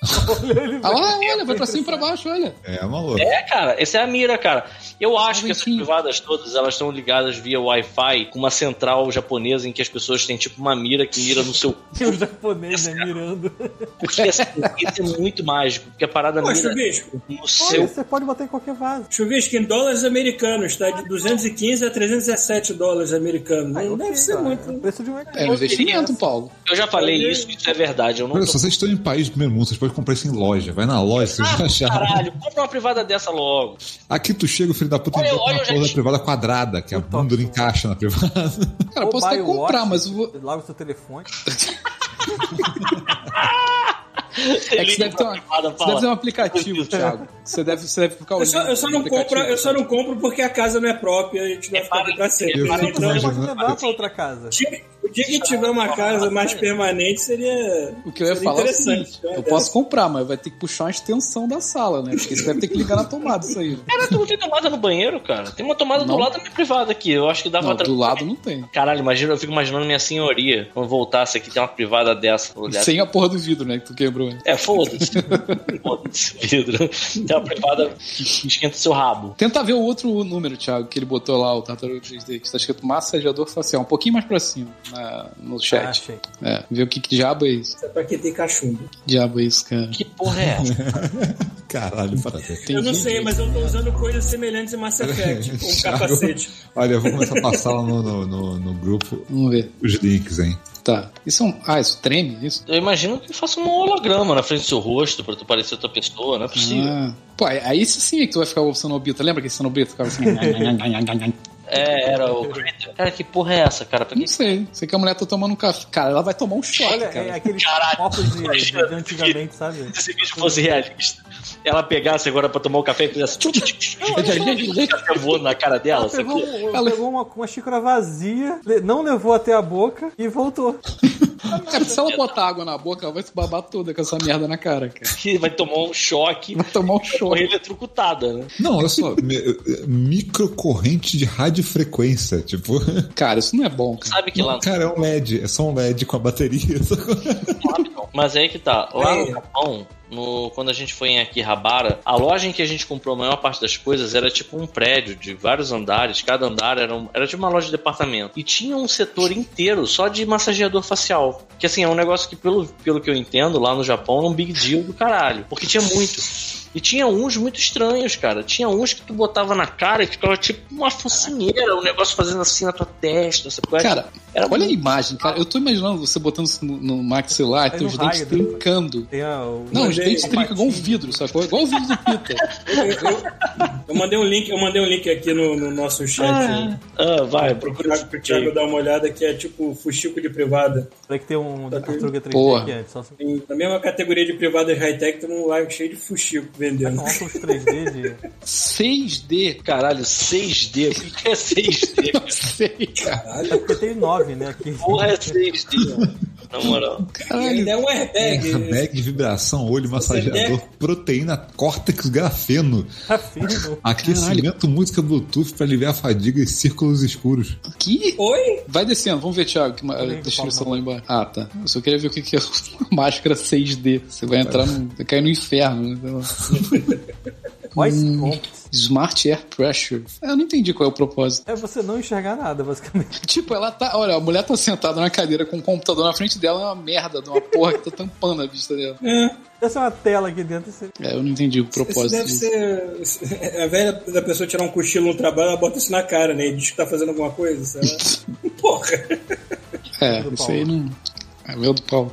Speaker 3: Ah lá, olha, vai pra cima e pra baixo, olha.
Speaker 4: É, maluco.
Speaker 2: É, cara, essa é a mira, cara. Eu acho que essas
Speaker 3: Bonitinho.
Speaker 2: privadas todas, elas estão ligadas via Wi-Fi com uma central japonesa em que as pessoas têm tipo uma mira que mira no seu cu.
Speaker 1: Tem o japonês, né? Mirando.
Speaker 2: Porque assim, isso é muito mágico, porque a parada
Speaker 5: Pô,
Speaker 2: mira
Speaker 5: Chuvisco,
Speaker 2: no
Speaker 1: Olha,
Speaker 2: seu...
Speaker 1: você pode botar em qualquer vaso.
Speaker 5: Chuvisco, em dólares americanos, tá? De 215 a 317 dólares americanos. Não
Speaker 1: Ok,
Speaker 5: deve ser
Speaker 1: cara.
Speaker 5: muito.
Speaker 1: É
Speaker 5: né?
Speaker 1: o Preço de um
Speaker 3: É um investimento, Paulo.
Speaker 2: Eu já falei isso, isso é verdade. Eu não
Speaker 4: Olha,
Speaker 2: tô
Speaker 4: só, vocês estão em país do primeiro mundo, vocês podem comprar isso em loja. Vai na loja, vocês vão achar.
Speaker 2: Ah, Caralho, compra uma privada dessa logo.
Speaker 4: Aqui tu chega, filho da puta,
Speaker 2: Olha,
Speaker 4: e bota
Speaker 2: olha, eu
Speaker 4: uma
Speaker 2: já
Speaker 4: porra da
Speaker 2: te-
Speaker 4: privada quadrada, que a bunda não encaixa na privada.
Speaker 3: Cara, eu
Speaker 1: Ou
Speaker 3: posso até
Speaker 1: buy watch,
Speaker 3: comprar, mas eu vou-
Speaker 1: Logo seu telefone.
Speaker 2: Você
Speaker 3: É que você
Speaker 2: liga
Speaker 3: deve ter,
Speaker 2: pra
Speaker 3: uma-
Speaker 2: privada,
Speaker 3: você
Speaker 2: fala,
Speaker 3: deve ter um aplicativo, Thiago. Você deve, você deve ficar
Speaker 5: Eu
Speaker 3: olhando.
Speaker 5: só, eu só não
Speaker 3: no aplicativo. né?
Speaker 5: compro, eu só não compro porque a casa não é própria, a gente vai ficar aqui pra
Speaker 2: é
Speaker 5: sempre.
Speaker 4: Eu
Speaker 5: né?
Speaker 4: fico
Speaker 5: Então,
Speaker 1: Você
Speaker 4: imaginando-
Speaker 1: pode levar pra outra casa.
Speaker 5: o dia que tiver uma casa mais permanente seria.
Speaker 3: O que eu ia
Speaker 5: seria
Speaker 3: falar é o
Speaker 5: interessante,
Speaker 3: seguinte,
Speaker 5: né?
Speaker 3: eu posso comprar, mas vai ter que puxar uma extensão da sala, né? Porque você deve ter que ligar na tomada isso aí. né?
Speaker 2: Cara, tu não tem tomada no banheiro, cara? Tem uma tomada
Speaker 3: Não.
Speaker 2: do lado da minha privada aqui. Eu acho que dava
Speaker 3: Não, do lado não tem.
Speaker 2: Caralho, imagina, eu fico imaginando minha senhoria quando voltasse aqui, tem uma privada dessa. olhar.
Speaker 3: Sem a porra do vidro, né? Que tu quebrou. né?
Speaker 2: É, foda-se. foda-se, vidro. Tem uma privada que esquenta o seu rabo.
Speaker 3: Tenta ver o outro número, Thiago, que ele botou lá, o Tartaruga 3D, que está escrito massageador facial, um pouquinho mais pra cima na- no
Speaker 1: Ah,
Speaker 3: chat.
Speaker 1: achei.
Speaker 3: É, ver o que, que diabo é isso.
Speaker 5: Pra quem tem cachumba.
Speaker 3: Que diabo é isso, cara?
Speaker 2: Que porra é essa?
Speaker 4: Caralho, parabéns.
Speaker 3: Tem
Speaker 5: eu não
Speaker 3: gente-
Speaker 5: sei, mas eu tô usando coisas semelhantes em Mass Effect, com um
Speaker 4: Thiago.
Speaker 5: capacete.
Speaker 4: Olha, eu vou começar a passar lá no, no, no- no grupo
Speaker 3: Vamos ver.
Speaker 4: os links, hein?
Speaker 3: Tá. Isso é um. Ah, isso treme? Isso?
Speaker 2: Eu imagino que eu faça um holograma na frente do seu rosto pra tu parecer outra pessoa, não é possível.
Speaker 3: Ah. Pô, aí- aí isso sim é que tu vai ficar o Sonobita. Lembra que esse Sonobita ficava assim? não
Speaker 2: É, era o Crater. Cara, que porra é essa, cara? Pra que
Speaker 3: sei. Sei que a mulher tá tomando um café. Cara, ela vai tomar um choque,
Speaker 1: Olha,
Speaker 3: cara.
Speaker 1: é aquele
Speaker 2: Caralho,
Speaker 1: copo de, de,
Speaker 2: imagina.
Speaker 1: antigamente, sabe?
Speaker 2: se esse vídeo fosse realista, ela pegasse agora pra tomar o café e fizesse tchum, tchum, tchum, tchum, café voando na cara dela,
Speaker 1: Ela
Speaker 2: sabe?
Speaker 1: pegou, um- pegou uma, uma xícara vazia, le- não levou até a boca e voltou.
Speaker 3: Cara, se ela botar água na boca, ela vai se babar toda com essa merda na cara, cara.
Speaker 2: que vai tomar um choque
Speaker 3: Vai tomar um
Speaker 2: ou
Speaker 3: choque.
Speaker 2: eletrocutada, né?
Speaker 4: Não, olha só, mi- microcorrente de radiofrequência. Tipo,
Speaker 3: Cara, isso não é bom, cara.
Speaker 2: Sabe que lá
Speaker 4: cara, é um LED, é só um LED com a bateria.
Speaker 2: Mas aí que tá. Lá
Speaker 5: É.
Speaker 2: no Japão, no- quando a gente foi em Akihabara, a loja em que a gente comprou a maior parte das coisas era tipo um prédio de vários andares. Cada andar era, um- era tipo uma loja de departamento. E tinha um setor inteiro só de massageador facial. Que assim, é um negócio que, pelo, pelo que eu entendo, lá no Japão é um big deal do caralho. Porque tinha muito. E tinha uns muito estranhos, cara. Tinha uns que tu botava na cara e ficava tipo uma focinheira, um negócio fazendo assim na tua testa. Essa coisa.
Speaker 3: Cara,
Speaker 2: era
Speaker 3: olha a imagem, cara. Eu tô imaginando você botando isso no, no maxilar e
Speaker 1: Aí
Speaker 3: teus
Speaker 1: Tá no
Speaker 3: dentes
Speaker 1: raio né? dele.
Speaker 3: trincando.
Speaker 1: Tem a, o-
Speaker 3: Não, os
Speaker 5: Mandei
Speaker 3: dentes
Speaker 5: um
Speaker 3: trincam igual um vidro, sacou? Igual o vidro do Pita.
Speaker 5: Eu, eu- eu mandei um link, eu mandei um link aqui no, no nosso chat. né?
Speaker 2: Ah, vai,
Speaker 5: Pro Thiago, pro Thiago dar uma olhada que é tipo fuxico de privada.
Speaker 1: Tem que ter um da Tartaruga 3D
Speaker 3: Porra.
Speaker 1: aqui antes. Só assim. se
Speaker 5: Tem- Na mesma categoria de privadas high-tech, tem um live cheio de fuxico vendendo.
Speaker 1: um óculos 3D de.
Speaker 3: 6D.
Speaker 2: Caralho, 6D. O que que é 6D?
Speaker 3: Não sei, cara.
Speaker 1: É porque tem 9, né? Aqui.
Speaker 2: Porra, é 6D, mano. Na moral.
Speaker 5: Ele é um airbag.
Speaker 4: Bag de vibração, olho massageador, proteína, córtex, grafeno,
Speaker 1: Tá fino.
Speaker 4: aquecimento, música Bluetooth pra aliviar a fadiga e círculos escuros.
Speaker 3: Que?
Speaker 5: Oi?
Speaker 3: Vai descendo, vamos ver, Thiago, que ma- a
Speaker 1: Lembro,
Speaker 3: descrição
Speaker 1: Paulo.
Speaker 3: lá embaixo. Ah, tá. Eu só queria ver o que que é uma máscara 6D. Você vai entrar no. Vai cair no inferno, né? Sei lá. Hum.
Speaker 1: Voice Comps.
Speaker 3: Smart Air Pressure. Eu não entendi qual é o propósito.
Speaker 1: É você não enxergar nada, basicamente.
Speaker 3: Tipo, ela tá. Olha, a mulher tá sentada na cadeira com um computador na frente dela, é uma merda de uma porra que tá tampando a vista dela.
Speaker 1: Essa é uma tela aqui dentro. Você...
Speaker 3: É, eu não entendi o
Speaker 5: Isso
Speaker 3: propósito
Speaker 5: deve
Speaker 3: disso.
Speaker 5: ser. A velha da pessoa tirar um cochilo no trabalho, ela bota isso na cara, né? E diz que tá fazendo alguma coisa, sei lá. Porra!
Speaker 3: É,
Speaker 1: do
Speaker 3: isso
Speaker 1: Paulo.
Speaker 3: aí não. É meu do pau.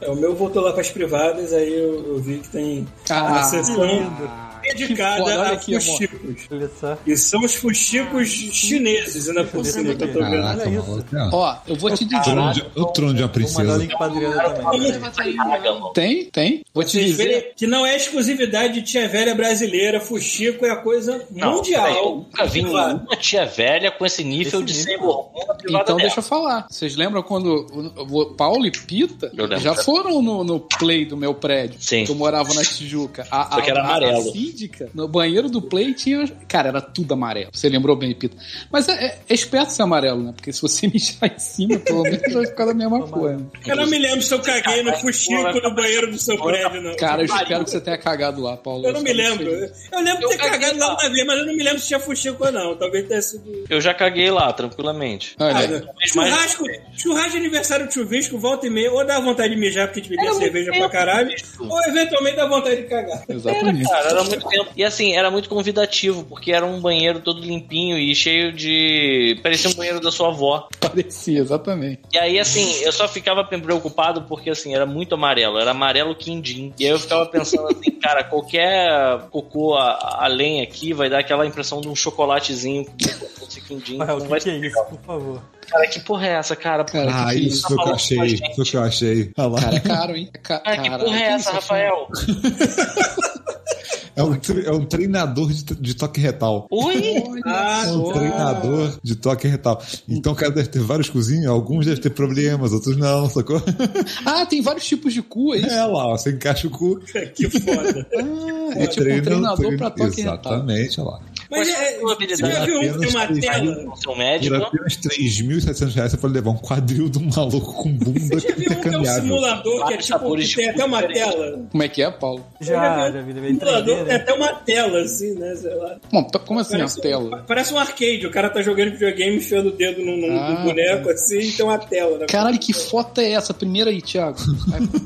Speaker 5: É, o meu voltou lá pras privadas, aí eu, eu vi que tem uma
Speaker 3: Ah,
Speaker 5: sessão
Speaker 3: que foda,
Speaker 5: dedicada
Speaker 3: olha
Speaker 5: a
Speaker 3: aqui, amor.
Speaker 5: fuxicos.
Speaker 1: Olha só.
Speaker 5: E são os fuxicos chineses, ainda por cima que eu tô vendo.
Speaker 4: Caraca,
Speaker 1: Olha isso.
Speaker 4: maluco. é.
Speaker 3: ó, eu vou te
Speaker 5: Tá.
Speaker 4: Trono
Speaker 3: dizer.
Speaker 4: de- O trono de uma
Speaker 1: Vou mandar o
Speaker 4: princesa.
Speaker 1: link pra Adriana também.
Speaker 2: Caraca, mano.
Speaker 3: Tem, tem. Vou te
Speaker 5: Vocês
Speaker 3: dizer.
Speaker 5: veem que não é exclusividade de tia velha brasileira, fuxico é a coisa
Speaker 2: Não, peraí, eu
Speaker 5: mundial.
Speaker 2: nunca vi um
Speaker 5: Claro.
Speaker 2: nenhuma tia velha com esse nível
Speaker 1: Esse
Speaker 2: de
Speaker 1: nível.
Speaker 2: sem hormônio privada
Speaker 3: Então
Speaker 2: dela.
Speaker 3: deixa eu falar. Vocês lembram quando o- o Paulo e Pita
Speaker 2: Eu lembro.
Speaker 3: já foram no, no play do meu prédio?
Speaker 2: Sim.
Speaker 3: Que eu morava na Tijuca. A,
Speaker 2: Só que era
Speaker 3: a- a-
Speaker 2: amarelo.
Speaker 3: A Cid, verídica. No banheiro do Play tinha. Cara, era tudo amarelo. Você lembrou bem, Pita. Mas é, é, é esperto ser amarelo, né? Porque se você mijar em cima, pelo menos vai ficar da mesma cor. né?
Speaker 5: Eu não me lembro se eu caguei no fuxico no banheiro do seu prédio, não.
Speaker 3: Cara, eu espero que você tenha cagado lá, Paulo.
Speaker 5: Eu não me
Speaker 3: fico
Speaker 5: lembro.
Speaker 3: feliz.
Speaker 5: Eu lembro de ter cagado lá uma vez, mas eu não me lembro se tinha fuxico ou não. Talvez tenha sido.
Speaker 2: Eu já caguei lá, tranquilamente.
Speaker 3: Olha,
Speaker 2: mais-
Speaker 5: Churrasco, churrasco de aniversário de chuvisco, volta e meia, ou dá vontade de mijar porque a gente bebia cerveja pra caralho, ou eventualmente dá vontade de cagar.
Speaker 3: exatamente.
Speaker 2: Cara, era muito tempo. E assim, era muito convidativo, porque era um banheiro todo limpinho e cheio de. Parecia um banheiro da sua avó.
Speaker 3: Parecia, exatamente.
Speaker 2: E aí, assim, eu só ficava preocupado porque, assim, era muito amarelo, era amarelo quindim. E aí eu ficava pensando assim, cara, qualquer cocô a- além aqui vai dar aquela impressão de um chocolatezinho com esse quindim.
Speaker 1: Rafael,
Speaker 2: Não
Speaker 1: o
Speaker 2: vai
Speaker 1: que, que é
Speaker 2: ser
Speaker 1: isso, por favor?
Speaker 2: Cara, que porra é essa, cara?
Speaker 3: Cara,
Speaker 4: Ah,
Speaker 3: que
Speaker 4: isso que eu achei. Isso que eu achei. Olha lá.
Speaker 3: Cara, é caro, hein? É ca-
Speaker 2: Cara, que
Speaker 3: caraca,
Speaker 2: porra é essa,
Speaker 3: isso aqui?
Speaker 2: Rafael?
Speaker 4: É um, tre- é um treinador de, de toque retal.
Speaker 2: Oi?
Speaker 5: Ah,
Speaker 4: É um treinador de toque retal. Então o cara deve ter vários cozinhos, alguns devem ter problemas, outros não, sacou?
Speaker 3: Ah, tem vários tipos de cu aí.
Speaker 4: É lá, ó, você encaixa o cu
Speaker 5: que foda.
Speaker 3: É tipo um treinador pra toque retal.
Speaker 4: Exatamente, olha lá.
Speaker 5: Mas é, você já viu um que tem uma tela?
Speaker 2: Não sou
Speaker 4: Por
Speaker 2: é um médico.
Speaker 4: apenas 3.700 reais você pode levar um quadril de um maluco com bunda
Speaker 5: Você já viu um que é um
Speaker 4: intercambiável.
Speaker 5: simulador que é
Speaker 2: Vários
Speaker 5: tipo,
Speaker 2: sabores
Speaker 5: que tem
Speaker 2: de
Speaker 5: até uma
Speaker 2: diferente.
Speaker 5: tela?
Speaker 3: Como é que é, Paulo?
Speaker 1: Já,
Speaker 5: vi.
Speaker 1: já vi, já vi.
Speaker 5: Simulador
Speaker 1: 3D,
Speaker 3: é.
Speaker 5: tem
Speaker 1: né?
Speaker 5: um até uma tela, assim, né? Sei lá.
Speaker 3: Bom, tá- como assim a
Speaker 5: Parece,
Speaker 3: tela?
Speaker 5: parece um arcade, o cara tá jogando videogame, enfiando o dedo num, num
Speaker 3: Ah,
Speaker 5: boneco assim e tem uma tela. Né?
Speaker 3: Caralho, que foto é essa? Primeira aí, Thiago.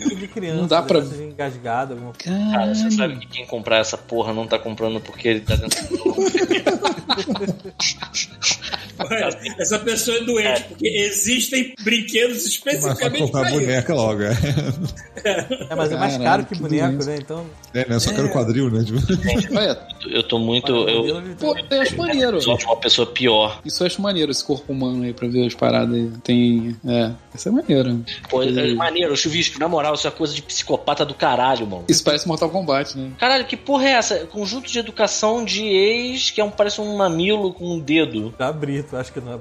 Speaker 1: De criança,
Speaker 3: Não dá pra-
Speaker 1: deve ser engasgado, alguma coisa.
Speaker 2: Cara, você
Speaker 3: Caralho.
Speaker 2: sabe que quem comprar essa porra não tá comprando porque ele tá dentro do jogo.
Speaker 5: Olha, Essa pessoa é doente, porque existem brinquedos
Speaker 4: Mas vai
Speaker 5: especificamente
Speaker 4: comprar
Speaker 5: pra isso.
Speaker 4: boneca logo, é.
Speaker 1: É, mas é mais
Speaker 3: Caralho,
Speaker 1: caro que
Speaker 3: que
Speaker 1: boneco,
Speaker 3: doença.
Speaker 1: né? Então,
Speaker 4: É, né? Só quero quadril, né? Tipo,
Speaker 3: Olha,
Speaker 2: Eu tô muito. Eu
Speaker 1: modelo de
Speaker 3: é, pô, eu acho maneiro.
Speaker 2: sou uma pessoa pior.
Speaker 3: Isso eu acho maneiro, esse corpo humano aí, pra ver as paradas aí. Tem. É, isso é maneiro.
Speaker 2: Pô, é maneiro, chuvisco, na moral, isso é coisa de psicopata do caralho, mano.
Speaker 3: Isso parece Mortal Kombat, né?
Speaker 2: Caralho, que porra é essa? Conjunto de educação de ex, que é um, parece um mamilo com um dedo.
Speaker 1: da Brito, acho que não é.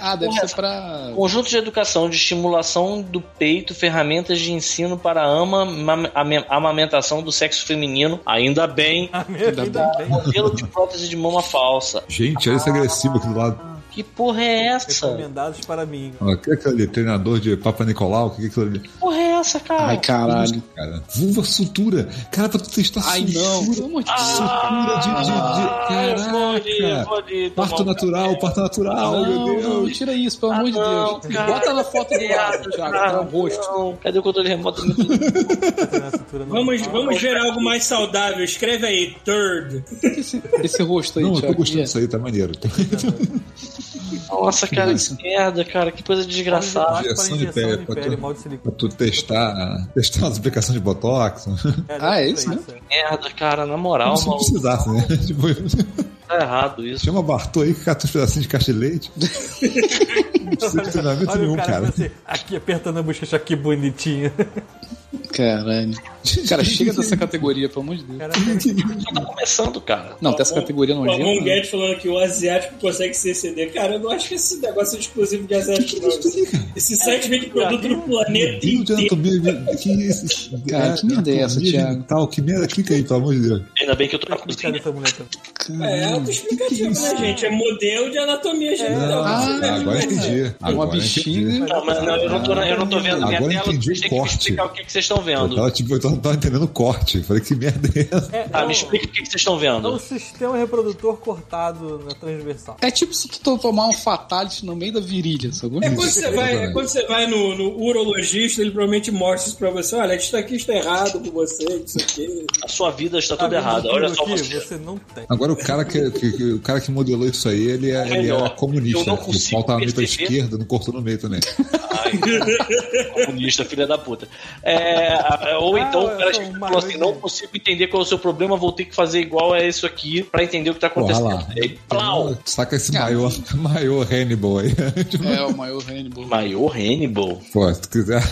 Speaker 3: Ah, deve ser pra.
Speaker 2: Conjunto de educação de estimulação do peito, ferramentas de ensino para a ama, ma- ame- amamentação do sexo feminino. Ainda bem.
Speaker 1: Ainda bem.
Speaker 2: Modelo de prótese de mama falsa.
Speaker 4: Gente, olha esse agressivo aqui do lado.
Speaker 2: Que porra é essa?
Speaker 1: Recomendados para mim. né?
Speaker 4: Ó, O que é aquilo ali? Treinador de Papa Nicolau? O que é aquilo ali?
Speaker 2: Que porra é essa, cara?
Speaker 3: Ai, caralho.
Speaker 4: Cara, vulva sutura. Cara, pra tu testar
Speaker 3: Ai, não.
Speaker 4: sutura.
Speaker 3: Pelo amor de
Speaker 4: Sutura de.
Speaker 2: Ah, eu vou
Speaker 4: de, de...
Speaker 2: ali, eu
Speaker 4: Caraca.
Speaker 2: vou ali tomar
Speaker 4: Parto
Speaker 2: um
Speaker 4: natural, parto natural, meu
Speaker 3: Não,
Speaker 4: Deus.
Speaker 3: Ah, não, tira isso, pelo amor de
Speaker 2: Ah, não,
Speaker 3: Deus.
Speaker 2: cara.
Speaker 3: Bota na foto do lado, Thiago,
Speaker 2: cara,
Speaker 3: pra o é um rosto.
Speaker 2: não. Cadê o controle remoto?
Speaker 5: Vamos,
Speaker 1: tá.
Speaker 5: vamos gerar algo mais saudável. Escreve aí, third.
Speaker 3: Esse, esse rosto aí,
Speaker 4: Não, eu tô
Speaker 3: Thiago.
Speaker 4: gostando
Speaker 3: que é?
Speaker 4: disso aí, tá maneiro.
Speaker 2: Nossa, cara, que merda, cara. Que coisa
Speaker 1: tá
Speaker 2: desgraçada.
Speaker 4: Injeção de pele, pra tu-
Speaker 1: mal de silicone.
Speaker 4: Pra tu testar, testar as aplicações de Botox. Como
Speaker 1: É,
Speaker 3: Ah, é
Speaker 1: deve
Speaker 3: isso,
Speaker 1: ser
Speaker 3: né?
Speaker 2: Merda, cara, na moral,
Speaker 4: se não
Speaker 2: maluco.
Speaker 4: precisasse, né? Tipo,
Speaker 2: Tá errado isso.
Speaker 4: Chama Bartô aí que cata uns pedacinhos de caixa de leite. Não precisa de treinamento
Speaker 1: Olha
Speaker 4: nenhum,
Speaker 1: o cara,
Speaker 4: cara.
Speaker 1: você aqui apertando a bochecha, que bonitinho.
Speaker 3: Caralho. Cara, chega dessa categoria, pelo amor de Deus.
Speaker 1: Cara,
Speaker 2: Só tá começando, cara.
Speaker 3: Não, dessa categoria não
Speaker 5: O Ramon
Speaker 3: adianta.
Speaker 5: Guedes falando que o asiático consegue se exceder. Cara, eu não acho que esse negócio é exclusivo de asiático,
Speaker 4: é
Speaker 5: não. Esse site vende produto do planeta
Speaker 4: Rio de
Speaker 5: inteiro.
Speaker 4: anatomia. Que isso?
Speaker 3: Cara, que merda é essa,
Speaker 4: anatomia
Speaker 3: Thiago?
Speaker 4: genital, que merda, clica aí, pelo amor de Deus.
Speaker 2: Ainda bem que eu tô na
Speaker 1: complicado
Speaker 2: cozinha.
Speaker 1: essa mulher também.
Speaker 5: É autoexplicativo, né, gente? É modelo de anatomia genital.
Speaker 3: Ah, um
Speaker 5: Você
Speaker 4: Ah,
Speaker 5: deve
Speaker 4: agora eu
Speaker 5: imaginar.
Speaker 4: entendi.
Speaker 3: Uma
Speaker 4: Agora é eu entendi.
Speaker 3: bexiga.
Speaker 2: Não, mas não, eu não tô, eu não tô vendo minha
Speaker 4: Agora eu
Speaker 2: tela.
Speaker 4: entendi
Speaker 2: Vocês
Speaker 4: o
Speaker 2: têm que me
Speaker 4: corte.
Speaker 2: explicar o que, que vocês estão
Speaker 4: Eu
Speaker 2: vendo.
Speaker 4: tava, tipo, eu tava, tava entendendo o corte. Falei, que merda é essa?
Speaker 1: É,
Speaker 2: Ah,
Speaker 1: é um-
Speaker 2: me explica o que, que vocês estão
Speaker 1: É um
Speaker 2: vendo.
Speaker 1: sistema reprodutor cortado na transversal.
Speaker 3: É tipo se tu to- tomar um fatality no meio da virilha, sabe?
Speaker 5: É quando você vai, é
Speaker 4: Exatamente.
Speaker 5: quando você vai no, no urologista, ele provavelmente mostra isso pra você. Olha, isso aqui está errado com você, isso aqui.
Speaker 2: A sua vida está tudo
Speaker 1: Tá vendo
Speaker 2: errada.
Speaker 1: aquilo
Speaker 2: Olha só
Speaker 1: aqui?
Speaker 2: você.
Speaker 1: Você não tem.
Speaker 4: Agora o cara que, que- que- o cara que modelou isso aí, ele, é, ele
Speaker 2: Melhor.
Speaker 4: era
Speaker 2: Eu
Speaker 4: comunista.
Speaker 2: não
Speaker 4: Ele
Speaker 2: consigo
Speaker 4: faltava meio pra
Speaker 2: perceber.
Speaker 4: esquerda, não cortou no meio também.
Speaker 2: Comunista, filha da puta. É, ou então
Speaker 1: eu
Speaker 2: o cara
Speaker 1: sou um
Speaker 2: falou
Speaker 1: maluco.
Speaker 2: assim: não consigo entender qual é o seu problema, vou ter que fazer igual a isso aqui pra entender o que tá
Speaker 4: Porra
Speaker 2: acontecendo.
Speaker 4: lá.
Speaker 2: Aí, plau!
Speaker 4: Saca esse maior, maior Hannibal aí.
Speaker 3: É, o maior Hannibal.
Speaker 2: Maior Hannibal.
Speaker 4: Pô, se tu quiser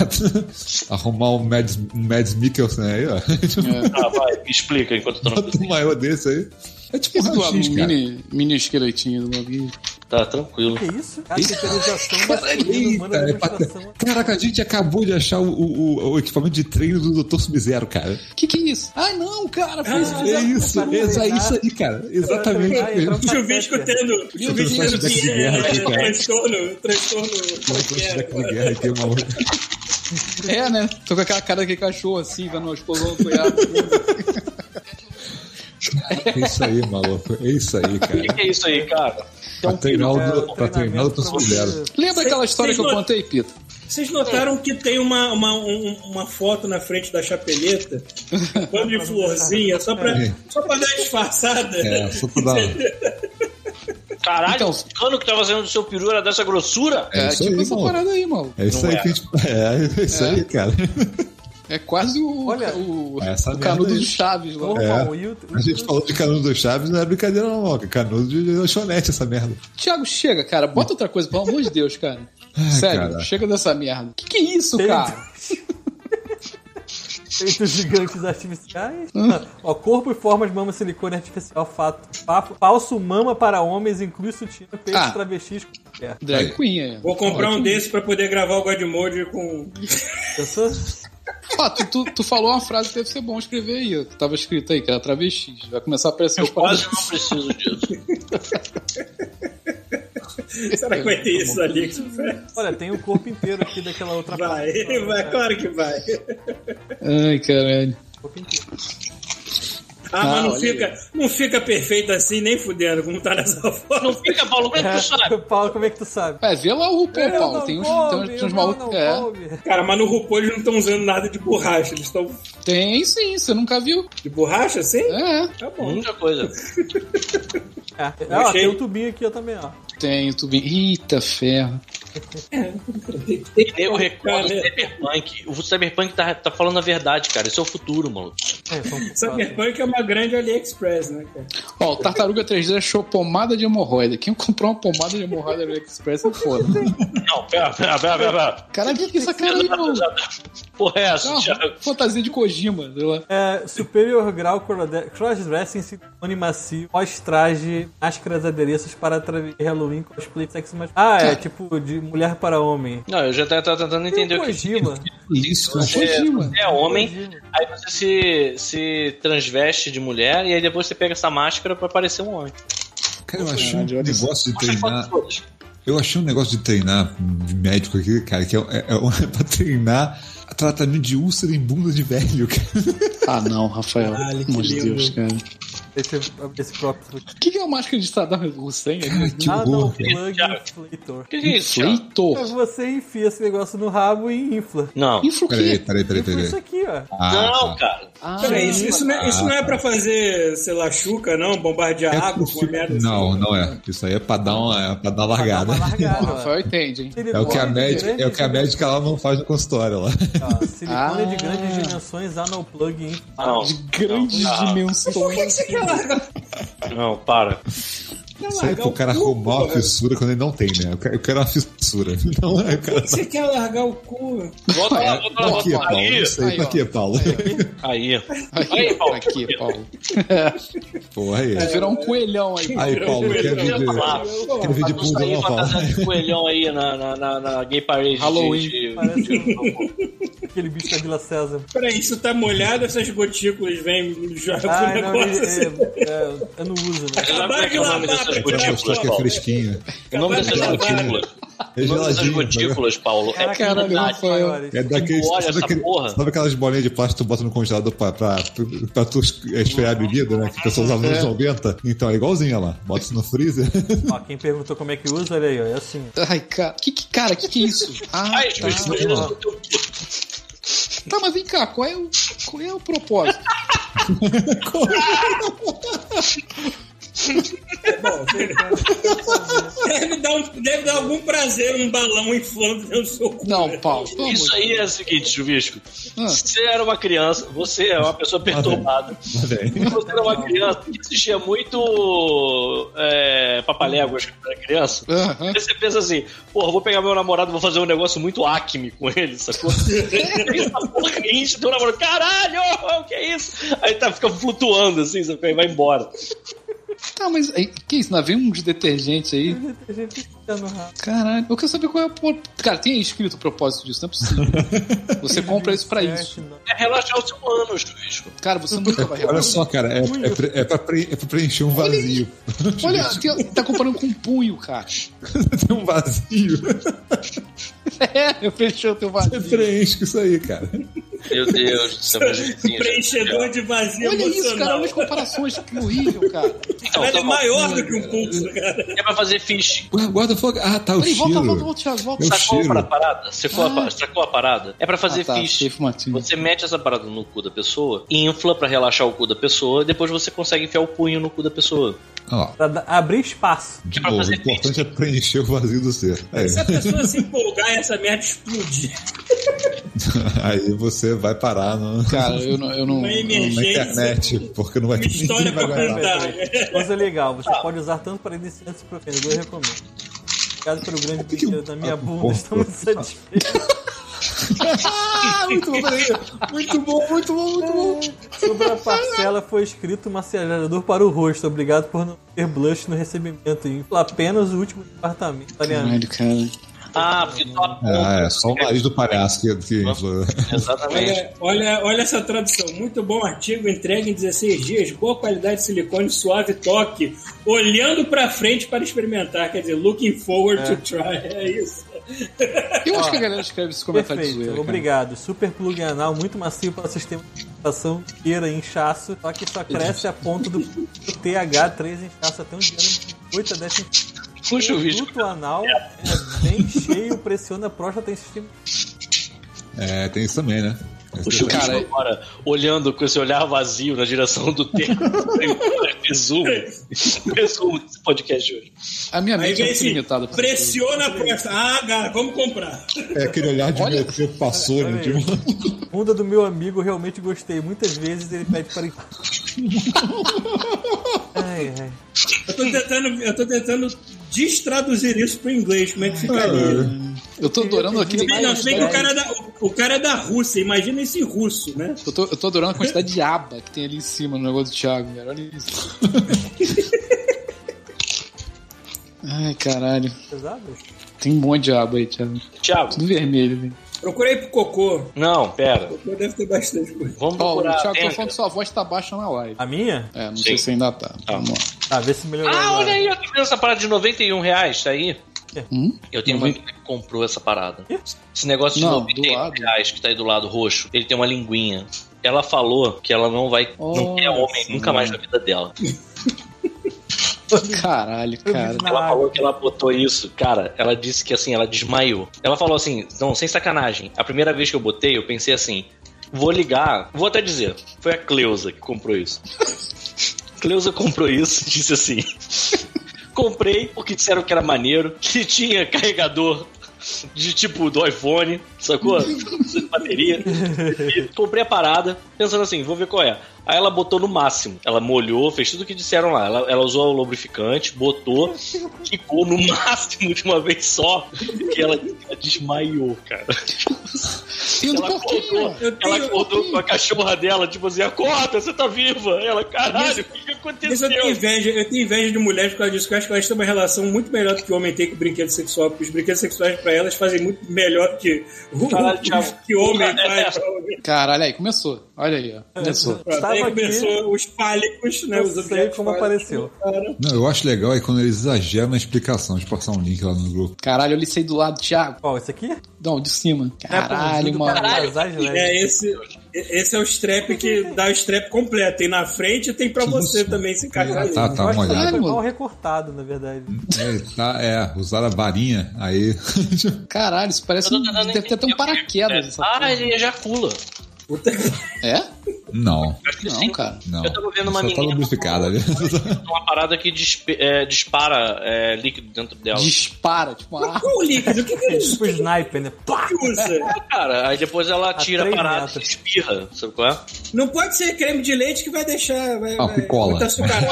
Speaker 4: arrumar um Mads, um Mads Mikkelsen aí, ó.
Speaker 3: Tipo,
Speaker 4: né?
Speaker 2: Ah, vai, me explica enquanto eu tô na
Speaker 4: Bota um maior desse aí. É tipo um
Speaker 3: Esse do
Speaker 4: raio-x, cara.
Speaker 3: mini, mini esqueletinho do bagulho.
Speaker 2: Tá tranquilo.
Speaker 1: Que isso? A temperização da comida humana
Speaker 4: Eita,
Speaker 1: da
Speaker 4: é pra-
Speaker 1: demonstração.
Speaker 4: Caraca, a gente acabou de achar o, o- o equipamento de treino do Dr. Sub-Zero, cara.
Speaker 3: Que que é isso? Ah, não, cara, Ah, foi tá? isso.
Speaker 4: É isso,
Speaker 1: pra
Speaker 4: é isso aí,
Speaker 1: treinar.
Speaker 4: isso aí, cara. Exatamente.
Speaker 3: ah,
Speaker 1: treinar, entrar no
Speaker 5: O Chuvisco
Speaker 1: Tá certo.
Speaker 5: tendo. o Chuvisco
Speaker 4: trouxe
Speaker 5: tendo
Speaker 4: um flashback de
Speaker 5: que-
Speaker 4: guerra aqui,
Speaker 5: é,
Speaker 4: cara. um
Speaker 5: transtorno. Transtorno. qualquer,
Speaker 4: Flashback de
Speaker 5: cara.
Speaker 4: guerra, tem uma outra.
Speaker 3: É, né? Tô com aquela cara que cachorro assim, vendo uma explosão nuclear.
Speaker 4: É isso aí, maluco. É isso aí,
Speaker 2: O
Speaker 4: cara.
Speaker 2: que, que é isso aí, cara?
Speaker 4: Pra treinar
Speaker 1: É,
Speaker 4: o pra treinar
Speaker 1: treinamento
Speaker 4: o Dr.
Speaker 1: pra
Speaker 4: Sub-Zero.
Speaker 1: você-
Speaker 3: Lembra aquela
Speaker 5: Vocês-
Speaker 3: história que eu
Speaker 5: vocês não-
Speaker 3: contei, Pita?
Speaker 5: Vocês notaram que tem uma, uma, um- uma foto na frente da chapeleta? Um bando de florzinha, só pra,
Speaker 4: É.
Speaker 5: só pra dar disfarçada.
Speaker 4: É, só pra dar.
Speaker 2: Caralho,
Speaker 3: Então-
Speaker 2: o cano que tá fazendo do seu peru era dessa grossura?
Speaker 4: É
Speaker 3: É,
Speaker 4: isso
Speaker 3: tipo
Speaker 4: aí,
Speaker 3: essa
Speaker 4: maluco.
Speaker 3: parada aí, mano.
Speaker 4: É isso
Speaker 2: Não
Speaker 4: aí
Speaker 2: é.
Speaker 4: que a gente. É, é isso aí, cara.
Speaker 3: É quase o,
Speaker 1: Olha,
Speaker 3: o, o
Speaker 4: é essa merda
Speaker 3: canudo
Speaker 4: aí.
Speaker 3: do Chaves lá.
Speaker 1: Opa,
Speaker 4: É.
Speaker 1: o Hilton.
Speaker 4: A gente falou de canudo do Chaves, não é brincadeira, não, maluco. É Canudo de lanchonete, essa merda.
Speaker 3: Tiago, chega, cara. Bota outra coisa, pelo amor de Deus, cara. Sério,
Speaker 4: É, cara.
Speaker 3: chega dessa merda. Que que é isso,
Speaker 1: Peito.
Speaker 3: cara?
Speaker 1: Feitos gigantes artificiais. Ó, corpo e forma de mama silicone artificial fato. Papo, falso mama para homens, inclui sutiã, peitos,
Speaker 4: Tá.
Speaker 3: Ah.
Speaker 1: travestis. É.
Speaker 3: Drag queen, é.
Speaker 5: Vou comprar um desse pra poder gravar o Godmode com.
Speaker 1: Pensou?
Speaker 3: Ó, tu, tu, tu falou uma frase que deve ser bom escrever aí. ó, que Tava escrito aí, que era travesti. Vai começar a aparecer os
Speaker 2: Eu quase não preciso disso.
Speaker 5: Será que
Speaker 4: Tá
Speaker 5: vai ter isso na AliExpress?
Speaker 1: Olha, tem o corpo inteiro aqui daquela outra
Speaker 5: Vai,
Speaker 1: parte.
Speaker 5: vai, claro que vai.
Speaker 3: Ai, caralho.
Speaker 1: O corpo inteiro.
Speaker 5: Ah, mas
Speaker 3: Ah,
Speaker 5: não
Speaker 3: olha
Speaker 5: fica, não fica perfeito assim, nem fudendo, como tá nessa foto.
Speaker 2: Não fica, Paulo, como é que tu
Speaker 1: É,
Speaker 2: sabe?
Speaker 1: Paulo, como é que tu sabe?
Speaker 3: É, vê lá o RuPaul,
Speaker 1: Eu
Speaker 3: Paulo.
Speaker 1: não
Speaker 3: Tem uns,
Speaker 1: coube,
Speaker 3: tem uns, tem uns
Speaker 1: eu
Speaker 3: malucos.
Speaker 1: não
Speaker 3: É.
Speaker 1: coube.
Speaker 5: Cara, mas no RuPaul eles não estão usando nada de borracha. Eles estão
Speaker 3: Tem sim, você nunca viu.
Speaker 5: de borracha assim?
Speaker 3: É,
Speaker 5: Tá bom.
Speaker 2: Muita coisa.
Speaker 1: É, ó,
Speaker 5: Achei.
Speaker 1: tem um tubinho aqui eu também, ó.
Speaker 3: tem, tu bem. Eita ferro.
Speaker 2: Eu recordo
Speaker 5: Cara,
Speaker 2: o Cyberpunk. O Cyberpunk tá, tá falando a verdade, cara. Isso é o futuro, mano.
Speaker 1: É, vamos
Speaker 5: Cyberpunk é uma grande AliExpress, né, cara?
Speaker 3: Ó, o Tartaruga 3D achou pomada de hemorroida. Quem comprou uma pomada de hemorroida no AliExpress é foda.
Speaker 2: Não, pera, pera, pera, pera. pera.
Speaker 3: Caralho, que que é essa cara aí, mano?
Speaker 2: Porra, é essa, Thiago?
Speaker 3: Ah, fantasia de Kojima, sei lá.
Speaker 1: É, superior grau crode- crossdressing silicone macio, pós-traje, máscaras, adereços para travi- Halloween, cosplay, sexo mas... Ah, é tipo de mulher para homem.
Speaker 2: Não, eu já tava tava tentando entender
Speaker 1: Tem
Speaker 2: o
Speaker 1: o
Speaker 2: que
Speaker 1: Kojima.
Speaker 4: Isso, cara.
Speaker 3: Kojima.
Speaker 2: é homem, aí você se, se transveste de mulher e aí depois você pega essa máscara pra parecer um homem.
Speaker 4: Cara, eu achei um
Speaker 3: Caralho, olha isso.
Speaker 4: negócio de
Speaker 2: Mostra as fotos
Speaker 4: treinar.
Speaker 2: todas.
Speaker 4: Eu achei um negócio de treinar de médico aqui, cara, que é, é, é pra treinar tratamento de úlcera em bunda de velho, cara.
Speaker 3: Ah, não, Rafael.
Speaker 5: Caralho, que
Speaker 3: Pelo amor de
Speaker 5: lindo.
Speaker 3: Deus, cara.
Speaker 1: Esse, esse próprio.
Speaker 3: O que, que é o máscara de Saddam Hussein?
Speaker 4: Que
Speaker 1: Ah, não,
Speaker 4: horror, cara.
Speaker 1: plug inflator.
Speaker 2: Que que é isso, Thiago?
Speaker 1: É,
Speaker 3: Inflator.
Speaker 1: Você enfia esse negócio no rabo e infla.
Speaker 2: Não.
Speaker 3: Infla o
Speaker 4: Peraí,
Speaker 3: quê?
Speaker 4: peraí, peraí,
Speaker 1: Tipo isso
Speaker 4: peraí.
Speaker 1: aqui, ó.
Speaker 4: Ah,
Speaker 2: Não,
Speaker 4: tá.
Speaker 2: cara.
Speaker 3: Ah,
Speaker 5: Peraí, isso, isso não é, isso não é pra fazer, sei lá, chuca, não? Bombardear
Speaker 4: É
Speaker 5: água com uma
Speaker 4: possível-
Speaker 5: merda assim.
Speaker 4: não, não é. Isso aí é pra dar uma, é pra dar largada.
Speaker 1: Dá uma
Speaker 2: é-
Speaker 3: O
Speaker 1: largada, ó.
Speaker 3: Rafael entende, hein?
Speaker 4: É o que a
Speaker 1: Silicone de
Speaker 4: médica, é o
Speaker 1: grandes
Speaker 4: que a
Speaker 1: dimensões-
Speaker 4: médica lá não faz no consultório lá.
Speaker 1: ó, Silicone de
Speaker 3: Ah.
Speaker 1: grandes dimensões, anal plug infla.
Speaker 2: Não,
Speaker 3: De grandes
Speaker 2: Não, não.
Speaker 3: dimensões.
Speaker 2: não, para.
Speaker 4: Isso aí é pro cara arrumar uma fissura quando ele não tem, né? Eu quero, eu quero uma fissura. Não é, cara.
Speaker 5: Você quer largar o cu?
Speaker 2: Volta lá, volta lá,
Speaker 4: Pra
Speaker 2: volta
Speaker 4: quê,
Speaker 2: lá.
Speaker 4: Paulo?
Speaker 2: Aí,
Speaker 4: Isso aí,
Speaker 3: Aí,
Speaker 4: pra
Speaker 3: ó.
Speaker 4: quê, Paulo?
Speaker 2: aí.
Speaker 3: Aí,
Speaker 2: Paulo.
Speaker 3: Aqui, Paulo.
Speaker 4: Porra aí.
Speaker 3: Virar um coelhão aí.
Speaker 4: Aí, Paulo, quer
Speaker 2: Eu ia
Speaker 4: vir de,
Speaker 2: falar. um
Speaker 4: quer vir de
Speaker 2: Não
Speaker 4: bunda
Speaker 2: sair
Speaker 4: não, Paulo?
Speaker 2: fantasiado de coelhão aí na, na, na, na gay parade. de-
Speaker 3: Halloween.
Speaker 2: de-
Speaker 1: Parece
Speaker 2: de-
Speaker 1: Aquele bicho da Vila César.
Speaker 5: Peraí, isso tá molhado, essas gotículas vêm jogam
Speaker 1: Ah,
Speaker 5: É o
Speaker 1: não, ele-
Speaker 5: negócio assim.
Speaker 1: é, é, eu não uso, né?
Speaker 2: Como é
Speaker 5: Acabaram de lavar
Speaker 2: que é o nome dessas
Speaker 5: pra
Speaker 4: Pra
Speaker 5: tirar
Speaker 4: mostrar que é
Speaker 2: Paulo.
Speaker 4: fresquinho.
Speaker 2: O nome dessas
Speaker 5: Acabaram de lavar.
Speaker 2: gotículas.
Speaker 4: É
Speaker 2: O nome dessas
Speaker 4: geladinho. sabe?
Speaker 2: gotículas, Paulo, é
Speaker 1: Caraca,
Speaker 3: caralho,
Speaker 2: verdade.
Speaker 1: maiores.
Speaker 3: Rafael.
Speaker 4: É daqueles,
Speaker 2: Olha
Speaker 4: sabe,
Speaker 2: essa
Speaker 4: aquele-
Speaker 2: porra.
Speaker 4: sabe aquelas bolinhas de plástico que tu bota no congelador pra, pra, pra tu esfriar a bebida, né? Que o pessoal usava nos
Speaker 3: É.
Speaker 4: 90? Então é igualzinha lá. Bota isso no freezer.
Speaker 1: Ó, quem perguntou como é que usa, olha aí, ó, é assim.
Speaker 3: Ai, cara. Que, que, cara, que que é isso? Ah,
Speaker 2: Ai,
Speaker 3: tá.
Speaker 2: Jesus,
Speaker 4: Vamos lá.
Speaker 3: Tá, mas vem cá, qual é o, qual é o propósito?
Speaker 5: Deve dar, um- deve dar algum prazer um balão inflando dentro do seu cu.
Speaker 3: Não, Paulo. pelo amor
Speaker 2: Isso
Speaker 3: de
Speaker 2: aí é o seguinte, Chuvisco.
Speaker 3: Ah.
Speaker 2: Você era uma criança, você é uma pessoa perturbada.
Speaker 4: Tá bem.
Speaker 2: Você era uma criança que assistia muito é, Papaléguas quando era criança.
Speaker 3: Deus. Aham.
Speaker 2: Aí você pensa assim, porra, vou pegar meu namorado, vou fazer um negócio muito acme com ele, sacou? Essa porra enche teu namorado, caralho, o que é isso? Aí tá, fica flutuando assim, sacou? Aí vai embora.
Speaker 3: Tá, mas aí, que isso? Navio um de detergente aí.
Speaker 1: A gente fica no rabo.
Speaker 3: Caralho, eu quero saber qual é o. por- Cara, tem aí escrito o propósito disso, não é possível. Você compra isso pra isso.
Speaker 1: né?
Speaker 2: É relaxar o seu ânus, Chuvisco.
Speaker 3: Cara, você nunca vai
Speaker 4: Olha
Speaker 3: revelar.
Speaker 4: só, cara, é, é, pre- é pra, pre- é pra preencher um vazio.
Speaker 3: Olha, tem- tá comparando com um punho, cara.
Speaker 4: Tem um vazio.
Speaker 3: É, eu fechei o teu
Speaker 4: Você
Speaker 3: vazio.
Speaker 4: preenche com isso aí, cara.
Speaker 2: Meu Deus do céu, meus vizinhos.
Speaker 5: Preenchedor de vazio
Speaker 3: Olha isso, cara,
Speaker 5: emocional.
Speaker 3: olha as comparações, que horrível, cara.
Speaker 2: Então,
Speaker 5: Ele
Speaker 2: tá
Speaker 5: é
Speaker 2: bom.
Speaker 5: maior do que um pulso, cara.
Speaker 2: É pra fazer fish.
Speaker 4: Ué, guarda fogo. Ah, tá, o
Speaker 3: Peraí, volta,
Speaker 4: cheiro.
Speaker 3: volta, volta, Thiago, volta.
Speaker 4: Eu-
Speaker 2: Sacou
Speaker 4: cheiro.
Speaker 2: a parada? Sacou, a, pa- sacou a parada? É pra fazer
Speaker 3: Ah, tá,
Speaker 2: fish.
Speaker 3: safe matinho.
Speaker 2: Você mete essa parada no cu da pessoa, infla pra relaxar o cu da pessoa, e depois você consegue enfiar o punho no cu da pessoa.
Speaker 4: Olha lá.
Speaker 1: Pra da- abrir espaço.
Speaker 4: De
Speaker 2: É pra
Speaker 4: novo, o
Speaker 2: fazer
Speaker 4: importante é preencher o vazio do ser. Aí,
Speaker 3: é-
Speaker 5: Se a pessoa se empolgar, essa merda explode.
Speaker 4: aí você vai parar no-
Speaker 3: Cara, eu não. Eu não
Speaker 5: Uma
Speaker 4: na
Speaker 5: emergência,
Speaker 4: internet,
Speaker 3: é
Speaker 4: porque não vai
Speaker 5: uma
Speaker 4: ter
Speaker 5: história
Speaker 4: ninguém vai
Speaker 5: pra
Speaker 4: aguentar.
Speaker 5: contar.
Speaker 1: Coisa legal, você pode usar tanto para iniciantes quanto para professor, eu recomendo. Obrigado pelo grande brinquedo da minha bunda, estamos satisfeitos.
Speaker 3: Ah, muito bom, peraí. Muito bom, muito bom, muito bom.
Speaker 1: Sobre a parcela foi escrito maciador para o rosto. Obrigado por não ter blush no recebimento. Infla apenas o último departamento. Ariane,
Speaker 3: Caralho, cara.
Speaker 2: Ah, porque só a ponta.
Speaker 4: Ah, é só o nariz do palhaço que, que
Speaker 2: Exatamente.
Speaker 5: Olha, olha, olha essa tradução. Muito bom artigo, entregue em 16 dias, boa qualidade silicone, suave toque, olhando pra frente para experimentar. Quer dizer, looking forward to try. É isso.
Speaker 3: Eu acho que a galera escreve esse comentário de zoeira.
Speaker 1: Perfeito,
Speaker 3: cara.
Speaker 1: obrigado. Super plug anal, muito macio para sistema de alimentação inteira e inchaço. Só que só cresce a ponto do TH3 inchaço até um diâmetro de 8 a 10 centímetros.
Speaker 2: Puxa o
Speaker 1: O
Speaker 2: vídeo.
Speaker 1: duto anal é bem cheio, pressiona a próstata em sistema.
Speaker 4: É, tem isso também, né?
Speaker 2: O Chuvisco
Speaker 3: Cara,
Speaker 2: agora, olhando com esse olhar vazio na direção do tempo. Resumo. Resumo desse podcast hoje.
Speaker 3: A minha
Speaker 5: Aí
Speaker 3: mente é
Speaker 5: vem
Speaker 3: muito
Speaker 5: esse
Speaker 3: limitada. pra isso.
Speaker 5: pressiona a próxima. Ah, cara, vamos comprar.
Speaker 4: É aquele olhar de
Speaker 3: Olha-
Speaker 4: meu que passou, né? De um...
Speaker 1: Bunda do meu amigo, realmente gostei. Muitas vezes ele pede para. ai, ai.
Speaker 5: Eu tô tentando, eu tô tentando destraduzir isso pro inglês. Como é que ficaria?
Speaker 3: Eu tô adorando aqui.
Speaker 5: Bem, não, se bem que o cara, é da, o, o cara é da Rússia, imagina esse russo, né?
Speaker 3: Eu tô, eu tô adorando a quantidade de aba que tem ali em cima no negócio do Thiago, cara. Olha isso. Ai, caralho.
Speaker 1: Pesado?
Speaker 3: Tem um monte de aba aí, Thiago.
Speaker 2: Tiago,
Speaker 3: Tudo vermelho, velho.
Speaker 5: Procurei pro Cocô.
Speaker 2: não, pera.
Speaker 5: Cocô deve ter bastante coisa.
Speaker 2: Vamos
Speaker 3: Ó, o
Speaker 2: procurar.
Speaker 3: Thiago tá
Speaker 2: Denver.
Speaker 3: falando que sua voz tá baixa na live.
Speaker 1: A minha?
Speaker 3: É, não
Speaker 2: Sim.
Speaker 3: sei se ainda tá. Vamos lá.
Speaker 1: Tá, vê se melhorou.
Speaker 2: Ah,
Speaker 1: agora.
Speaker 2: olha aí, eu tô vendo essa parada de 91 reais, tá aí?
Speaker 3: Hum?
Speaker 2: Eu tenho um amigo que comprou essa parada.
Speaker 1: Ih?
Speaker 2: Esse negócio de
Speaker 3: Não,
Speaker 2: 91
Speaker 3: do lado.
Speaker 2: reais que tá aí do lado roxo, ele tem uma linguinha. Ela falou que ela não vai. não quer
Speaker 3: Olha
Speaker 2: homem nunca mais na vida dela.
Speaker 3: Caralho,
Speaker 1: Eu vi
Speaker 3: cara.
Speaker 1: isso na
Speaker 2: Ela
Speaker 1: água.
Speaker 2: falou que ela botou isso. Cara, ela disse que assim, ela desmaiou. Ela falou assim, não, sem sacanagem. A primeira vez que eu botei, eu pensei assim, vou ligar, vou até dizer, foi a Cleusa que comprou isso. Cleusa comprou isso, disse assim, comprei porque disseram que era maneiro, que tinha carregador de tipo do iPhone, sacou? Precisa de bateria. E comprei a parada, pensando assim, vou ver qual é. Aí ela botou no máximo. Ela molhou, fez tudo o que disseram lá. Ela, ela usou o lubrificante, botou, ficou no máximo de uma vez só. E ela, ela desmaiou, cara.
Speaker 3: Tem um do
Speaker 2: Ela
Speaker 3: porquinho.
Speaker 2: acordou,
Speaker 3: ó.
Speaker 5: Eu tenho-
Speaker 2: ela acordou com a cachorra dela, tipo assim, acorda, você tá viva. Ela, caralho, o que, que
Speaker 5: Isso eu tenho
Speaker 2: aconteceu?
Speaker 5: inveja, eu tenho inveja de mulheres por causa disso, que eu acho que elas têm uma relação muito melhor do que o homem tem com brinquedo sexual, porque os brinquedos sexuais pra elas fazem muito melhor que o
Speaker 2: Caralho, Thiago.
Speaker 5: que homem
Speaker 2: É.
Speaker 5: faz. pra homem.
Speaker 3: Caralho, aí começou. Olha aí, ó. Começou.
Speaker 5: Pronto,
Speaker 1: Estava
Speaker 5: aí
Speaker 1: aqui,
Speaker 5: começou os fálicos, né?
Speaker 1: não
Speaker 5: os
Speaker 1: sei
Speaker 5: objetos
Speaker 1: como
Speaker 5: fálicos.
Speaker 1: apareceu.
Speaker 4: Não, eu acho legal é quando eles exageram na explicação. Deixa eu passar um link lá no grupo.
Speaker 3: Caralho, eu licei do lado, Thiago.
Speaker 1: Ó, esse aqui? é
Speaker 3: Não, de cima.
Speaker 2: É,
Speaker 3: Caralho, mano.
Speaker 1: Caralho,
Speaker 5: É, esse, esse é o strap que dá o strap completo. Tem na frente e tem pra você também se encaixar.
Speaker 4: Ah,
Speaker 5: aí.
Speaker 4: tá, tá, uma olhada.
Speaker 1: Foi
Speaker 3: mano.
Speaker 1: mal recortado, na verdade.
Speaker 4: É, tá, é, usaram a varinha, aí.
Speaker 3: Caralho, isso parece um. Deve ter até
Speaker 2: é
Speaker 3: um paraquedas essa
Speaker 2: Ah,
Speaker 3: porra.
Speaker 2: ele ejacula.
Speaker 5: Puta que-
Speaker 3: É?
Speaker 4: Não,
Speaker 3: Não, cara.
Speaker 4: não.
Speaker 2: Ah, Eu tava vendo uma
Speaker 4: Só tá
Speaker 2: menina-
Speaker 4: lubrificada ali.
Speaker 2: então, Uma parada que dispe- é, dispara é, líquido dentro dela.
Speaker 3: Dispara, tipo uma arma.
Speaker 5: Qual o líquido? O que, que
Speaker 1: É
Speaker 5: eles
Speaker 1: tipo sniper, né? Pá!
Speaker 5: usam?
Speaker 2: Ah, Cara, aí depois ela tira a
Speaker 1: três
Speaker 2: parada e
Speaker 1: metros.
Speaker 2: espirra, sabe qual é?
Speaker 5: Não pode ser creme de leite que vai deixar. Vai,
Speaker 4: Ah,
Speaker 5: vai,
Speaker 4: picola.
Speaker 5: Muito açucarado.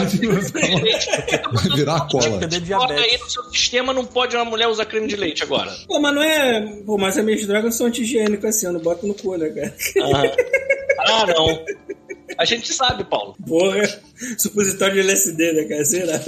Speaker 4: Vai virar a cola.
Speaker 1: Cadê
Speaker 2: Bota
Speaker 1: diabetes?
Speaker 2: aí no seu sistema, não pode uma mulher usar creme de leite agora.
Speaker 5: Pô, mas não é. Pô, mas as minhas drogas são anti-higiênicas assim, eu não boto no cu, né, cara?
Speaker 2: Ah, não. A gente sabe, Paulo.
Speaker 5: Porra, supositório de LSD, né, cara? Sei lá.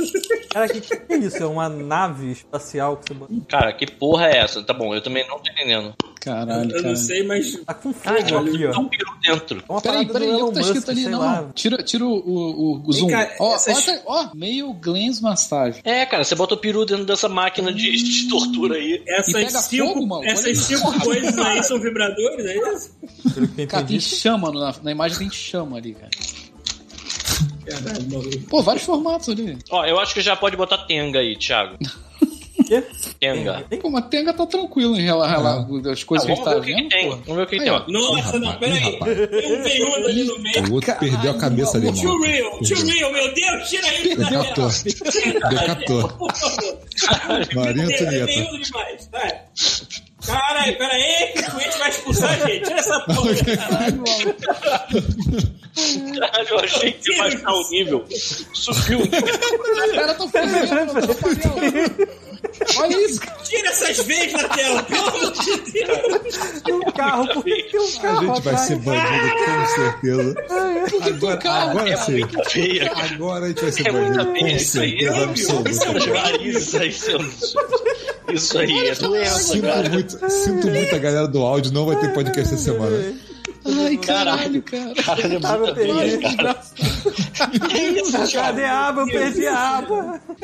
Speaker 1: Cara, que, que é isso? É uma nave espacial que você bota.
Speaker 2: Cara, que porra é essa? Tá bom, eu também não tô entendendo.
Speaker 3: Caralho,
Speaker 5: Eu
Speaker 3: cara.
Speaker 5: não sei, mas.
Speaker 1: Tá com fogo
Speaker 2: Cara,
Speaker 1: ali, ó.
Speaker 2: tem um peru dentro.
Speaker 1: É uma
Speaker 3: Peraí,
Speaker 1: parada
Speaker 3: peraí,
Speaker 1: do
Speaker 3: olha o
Speaker 1: Elon
Speaker 3: que tá
Speaker 1: Musk,
Speaker 3: escrito ali,
Speaker 1: sei
Speaker 3: não,
Speaker 1: lá.
Speaker 3: não. Tira, tira o, o, o zoom.
Speaker 5: cá,
Speaker 3: Ó,
Speaker 5: essas-
Speaker 3: ó, ó, meio Glenn's massagem.
Speaker 2: É, cara, você bota o peru dentro dessa máquina de, de tortura aí.
Speaker 3: E pega
Speaker 5: Essas cinco,
Speaker 3: fogo, mano? Olha
Speaker 5: essas
Speaker 3: isso.
Speaker 5: cinco coisas aí são vibradores, é isso?
Speaker 1: Pelo que eu
Speaker 3: Cara,
Speaker 1: entendi.
Speaker 3: tem chama, na, na imagem tem chama ali, cara.
Speaker 5: Caralho, maluco.
Speaker 3: Pô, vários formatos ali.
Speaker 2: Ó, eu acho que já pode botar tenga aí, Thiago.
Speaker 1: Quê?
Speaker 2: Tenga.
Speaker 1: Tem-
Speaker 3: Pô, mas Tenga tá tranquilo em relação
Speaker 4: É.
Speaker 3: às coisas que a
Speaker 2: Vamos
Speaker 3: gente tá
Speaker 2: ver o que, que
Speaker 3: vendo.
Speaker 2: tem.
Speaker 3: pô.
Speaker 2: Vamos ver o que, que
Speaker 3: Aí,
Speaker 2: tem.
Speaker 3: ó.
Speaker 2: ó.
Speaker 5: Nossa,
Speaker 4: Ih,
Speaker 5: não,
Speaker 4: rapaz, ih,
Speaker 5: peraí.
Speaker 4: rapaz.
Speaker 5: Tem um veiudo ali no meio.
Speaker 4: O outro perdeu a cabeça ali, mano.
Speaker 5: Too real, too real, meu Deus, tira
Speaker 2: é
Speaker 5: aí.
Speaker 4: Perdeu a torre. Decapitou.
Speaker 5: Por favor.
Speaker 4: Maria
Speaker 5: É
Speaker 4: Antonieta.
Speaker 5: veiudo demais, vai. Caralho, peraí, que o cliente vai expulsar a gente. Tira essa porra.
Speaker 2: Caralho, eu achei que ia baixar o nível. Subiu o nível.
Speaker 3: Os caras tão fazendo propaganda. Olha isso, cara.
Speaker 5: Tira essas veias da tela, pelo amor de Deus.
Speaker 1: Tem um carro, por que que tem um
Speaker 4: A
Speaker 1: carro
Speaker 4: gente vai
Speaker 1: atrás?
Speaker 4: ser bandido, com certeza. Agora, agora sim.
Speaker 2: É feia, cara.
Speaker 4: Agora a gente vai ser
Speaker 2: É muita
Speaker 4: bandido,
Speaker 2: merda
Speaker 4: com
Speaker 2: isso aí,
Speaker 4: certeza
Speaker 2: óbvio. Isso é um
Speaker 4: absoluta.
Speaker 2: juarez, isso aí, é um- isso aí é doença, cara.
Speaker 4: Sinto muito, sinto muito a galera do áudio, não vai ter podcast essa semana.
Speaker 3: Ai, caralho, cara.
Speaker 2: Caralho, é
Speaker 1: Ah, eu
Speaker 2: muita doença,
Speaker 1: perdi.
Speaker 2: cara. Que isso,
Speaker 1: Cadê
Speaker 2: cara?
Speaker 1: a aba? Eu perdi a aba.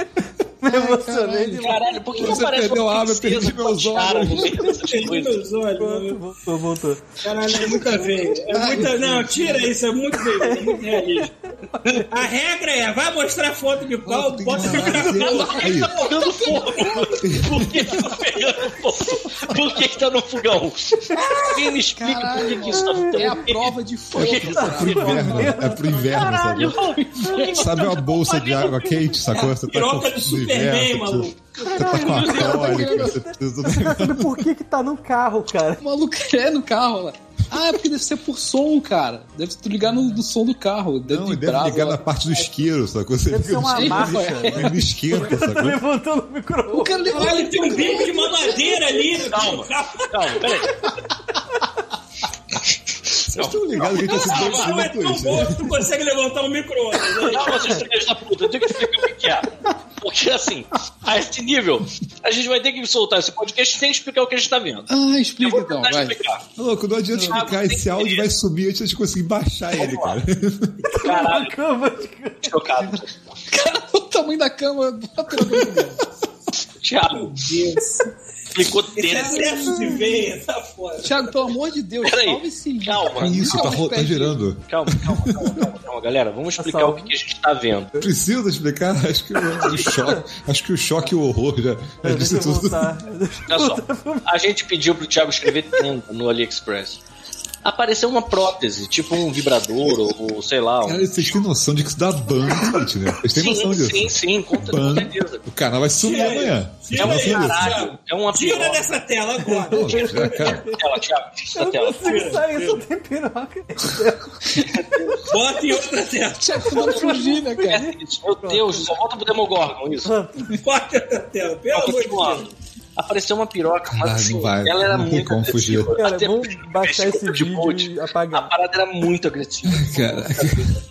Speaker 1: Me emocionei demais.
Speaker 2: Caralho, por que que
Speaker 4: Você
Speaker 2: aparece
Speaker 4: perdeu
Speaker 2: uma
Speaker 4: a aba, eu
Speaker 2: princesa
Speaker 4: perdi
Speaker 2: com
Speaker 4: meus
Speaker 2: a tiara
Speaker 4: olhos.
Speaker 2: no meio dessas coisas?
Speaker 5: Meus olhos, mano.
Speaker 1: Voltou, voltou.
Speaker 5: Caralho, é muita veia. É muita. Não, tira isso, é muito veia, é muito realista. A regra é, vai mostrar foto de pau,
Speaker 4: Tem que
Speaker 5: bota no
Speaker 4: mandar
Speaker 5: gravador.
Speaker 3: É
Speaker 4: Aí,
Speaker 2: Pegando fogo. Por que que tá pegando fogo? Por que que tá no fogão? Quem me explica por que que isso tá ficando
Speaker 3: É a prova de fogo.
Speaker 4: pro inverno, é pro inverno, sabe? Sabe uma bolsa de água quente, sacou? Você tá
Speaker 5: Piroca
Speaker 4: com
Speaker 5: de
Speaker 4: no
Speaker 5: Superman,
Speaker 4: inverno,
Speaker 5: maluco.
Speaker 4: você precisa- Você tá com a cólica, você tá precisa do negócio.
Speaker 1: Sabe por que que tá no carro, cara?
Speaker 3: O maluco é no carro, lá. Ah, é porque deve ser por som, cara. Deve tu ligar no, no som do carro. Deve
Speaker 4: Não, e deve
Speaker 3: vibrar.
Speaker 4: ligar
Speaker 3: lá.
Speaker 4: na parte do isqueiro, sacou? Você
Speaker 1: Deve ser
Speaker 4: fica assim, no
Speaker 1: uma
Speaker 4: isqueiro,
Speaker 1: marcha.
Speaker 4: aí não esquenta,
Speaker 1: Tá
Speaker 4: sacou?
Speaker 1: levantando o micro
Speaker 3: O cara ligou.
Speaker 5: Caralho, tem um bico de mamadeira ali.
Speaker 2: Calma. Calma, peraí.
Speaker 4: Vocês estão ligados que a gente tá se
Speaker 5: Essa mão é
Speaker 4: divertindo com
Speaker 5: tão
Speaker 4: isso,
Speaker 5: boa
Speaker 4: né?
Speaker 5: que tu consegue levantar um micro-ondas. né?
Speaker 2: Calma, seus filhos da puta, eu tenho que explicar o que que é. Porque assim, a esse nível, a gente vai ter que soltar esse podcast sem explicar o que a gente tá vendo.
Speaker 3: Ah,
Speaker 2: Eu
Speaker 3: explica
Speaker 2: vou
Speaker 3: então,
Speaker 2: tentar
Speaker 3: vai.
Speaker 2: explicar.
Speaker 4: Louco, não adianta explicar, esse áudio vai subir antes de gente conseguir baixar ele, cara.
Speaker 2: Caralho,
Speaker 1: cama de cara.
Speaker 2: chocado.
Speaker 3: Cara, o tamanho da cama. Bota
Speaker 2: Thiago, ficou tenso.
Speaker 5: Excesso de veia, tá foda.
Speaker 3: Thiago, pelo amor de Deus,
Speaker 2: Peraí,
Speaker 3: salve esse
Speaker 2: calma.
Speaker 4: Que isso, tá, ro- tá girando.
Speaker 2: Calma, calma, calma, calma, calma, galera. Vamos explicar o que, que a gente tá vendo.
Speaker 4: Precisa explicar? Acho que o, É, o choque, acho que o choque e o horror já, já
Speaker 1: Deixa
Speaker 4: disse
Speaker 1: eu
Speaker 4: tudo.
Speaker 1: voltar. Deixa eu
Speaker 2: Olha só,
Speaker 1: voltar.
Speaker 2: a gente pediu pro Thiago escrever tenda no AliExpress. Apareceu uma prótese, tipo um vibrador ou, ou sei lá. Um...
Speaker 4: Cara, vocês têm noção de que isso dá ban no site, né? Vocês têm noção
Speaker 2: Sim,
Speaker 4: disso.
Speaker 2: sim, sim, conta com
Speaker 4: Ban.
Speaker 2: certeza.
Speaker 4: O canal vai sumir
Speaker 5: Tira
Speaker 4: amanhã.
Speaker 2: É
Speaker 5: Tira
Speaker 2: um
Speaker 4: Nossa,
Speaker 5: aí,
Speaker 4: Deus.
Speaker 2: caralho, é uma
Speaker 5: Tira né?
Speaker 2: piroca.
Speaker 5: dessa tela agora.
Speaker 4: Pô, já, cara,
Speaker 2: Tela, Thiago, tira essa tela.
Speaker 1: Consigo sair, só tem piroca.
Speaker 5: Bota em outra tela.
Speaker 3: Thiago, tu vai fugir, né, cara?
Speaker 2: É isso, Meu Deus, só volta pro Demogorgon isso.
Speaker 5: Bota em outra tela, pelo
Speaker 2: Vamos
Speaker 5: amor de
Speaker 2: continuar.
Speaker 5: Deus.
Speaker 2: Apareceu uma piroca, mas
Speaker 4: Caralho,
Speaker 2: assim,
Speaker 4: não vai,
Speaker 2: ela era
Speaker 4: não tem
Speaker 2: muito
Speaker 4: como fugir.
Speaker 2: agressiva.
Speaker 1: Cara,
Speaker 2: Até
Speaker 1: vamos
Speaker 2: porque
Speaker 1: baixar
Speaker 2: mexeu
Speaker 1: esse
Speaker 2: com de
Speaker 1: vídeo
Speaker 2: boot.
Speaker 1: e
Speaker 2: A
Speaker 1: apagar.
Speaker 2: parada era muito agressiva.
Speaker 4: Caraca.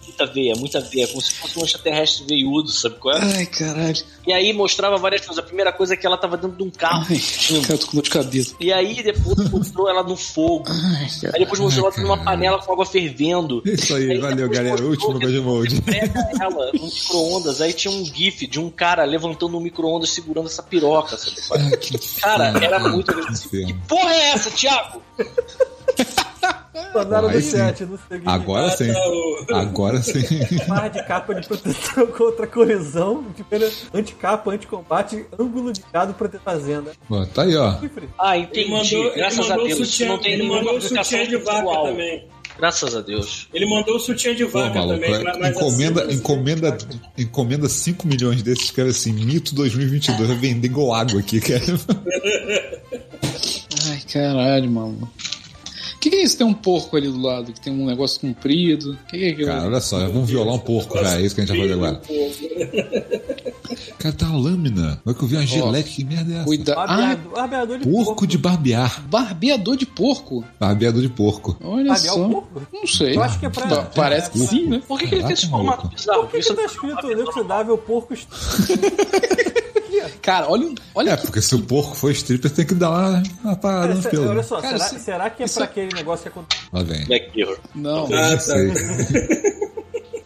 Speaker 2: Muita veia, muita veia. Como se fosse um extraterrestre veiudo, sabe qual é?
Speaker 3: Ai, caralho.
Speaker 2: E aí mostrava várias coisas. A primeira coisa é que ela tava dentro de um carro.
Speaker 3: Ai, cara, eu tô com dor de cabeça.
Speaker 2: E aí depois mostrou ela no fogo.
Speaker 3: Ai,
Speaker 2: Aí
Speaker 3: cara.
Speaker 2: depois mostrou ela numa panela com água fervendo.
Speaker 4: é Isso aí, valeu,
Speaker 2: depois
Speaker 4: galera.
Speaker 2: mostrou
Speaker 4: Último
Speaker 2: que
Speaker 4: God Mode.
Speaker 2: Pega ela no micro-ondas, aí tinha um gif de um cara levantando um micro-ondas segurando essa piroca, sabe? qual é? Cara, era muito agressivo. Que
Speaker 4: inferno.
Speaker 2: porra é essa, Thiago?
Speaker 1: Mandaram
Speaker 4: Aí
Speaker 1: no
Speaker 4: sim.
Speaker 1: chat, não sei o que.
Speaker 4: Agora sim.
Speaker 5: Não,
Speaker 4: Agora sim.
Speaker 1: Barra de capa de proteção contra colisão, de pena anticapa, anticombate, ângulo de gado protetor fazenda.
Speaker 4: Bom, tá aí, ó.
Speaker 1: Chifre.
Speaker 2: Ah,
Speaker 5: Ele
Speaker 2: entendi.
Speaker 5: mandou, ele
Speaker 2: Graças a
Speaker 5: mandou
Speaker 2: Deus,
Speaker 5: o
Speaker 2: isso
Speaker 5: sutiã,
Speaker 2: não tem
Speaker 5: ele
Speaker 2: nenhuma
Speaker 5: mandou o
Speaker 2: aplicação
Speaker 5: sutiã de vaca
Speaker 2: sexual.
Speaker 5: também.
Speaker 2: Graças a Deus.
Speaker 5: Ele mandou o sutiã de
Speaker 4: Pô,
Speaker 5: vaca
Speaker 4: maluco,
Speaker 5: também.
Speaker 4: é-
Speaker 5: mas
Speaker 4: encomenda,
Speaker 5: assim,
Speaker 4: encomenda, encomenda 5 milhões desses, cara, assim, mito 2022, vai vender igual água aqui, cara.
Speaker 3: Ai, caralho, mano. O que, que é isso? Tem um porco ali do lado, que tem um negócio comprido. O que, que é aquilo?
Speaker 4: Cara, olha só, vamos violar um porco, cara, é isso que a gente vai fazer agora. cara, tá uma lâmina. Olha que eu vi uma geleca, que merda é essa?
Speaker 3: Cuida... Ah,
Speaker 1: Barbeador, barbeador de
Speaker 4: Porco de barbear.
Speaker 3: barbeador de porco.
Speaker 4: Barbeador de porco.
Speaker 3: Olha
Speaker 1: Barbear
Speaker 3: só.
Speaker 1: o porco?
Speaker 3: Não sei.
Speaker 1: Eu acho que é pra.
Speaker 3: Pa- Parece
Speaker 1: é
Speaker 3: que
Speaker 1: pra-
Speaker 3: sim, né?
Speaker 2: Por que, que ele tem esse
Speaker 4: Caraca,
Speaker 2: formato
Speaker 4: maluco.
Speaker 2: bizarro?
Speaker 1: Por que, que
Speaker 2: Isso
Speaker 1: tá escrito inoxidável porco est-
Speaker 3: Cara, olha, olha
Speaker 4: É,
Speaker 3: que-
Speaker 4: porque se o porco for stripper, tem que dar uma, uma parada nos
Speaker 1: Cara, se- Olha
Speaker 4: pelos.
Speaker 1: só,
Speaker 3: Cara,
Speaker 1: será,
Speaker 3: isso-
Speaker 1: será que é
Speaker 3: isso-
Speaker 1: pra aquele negócio que acontece?
Speaker 4: Lá vem.
Speaker 2: é Black Mirror.
Speaker 3: Não.
Speaker 5: Ah,
Speaker 4: Não
Speaker 5: tá.
Speaker 4: sei.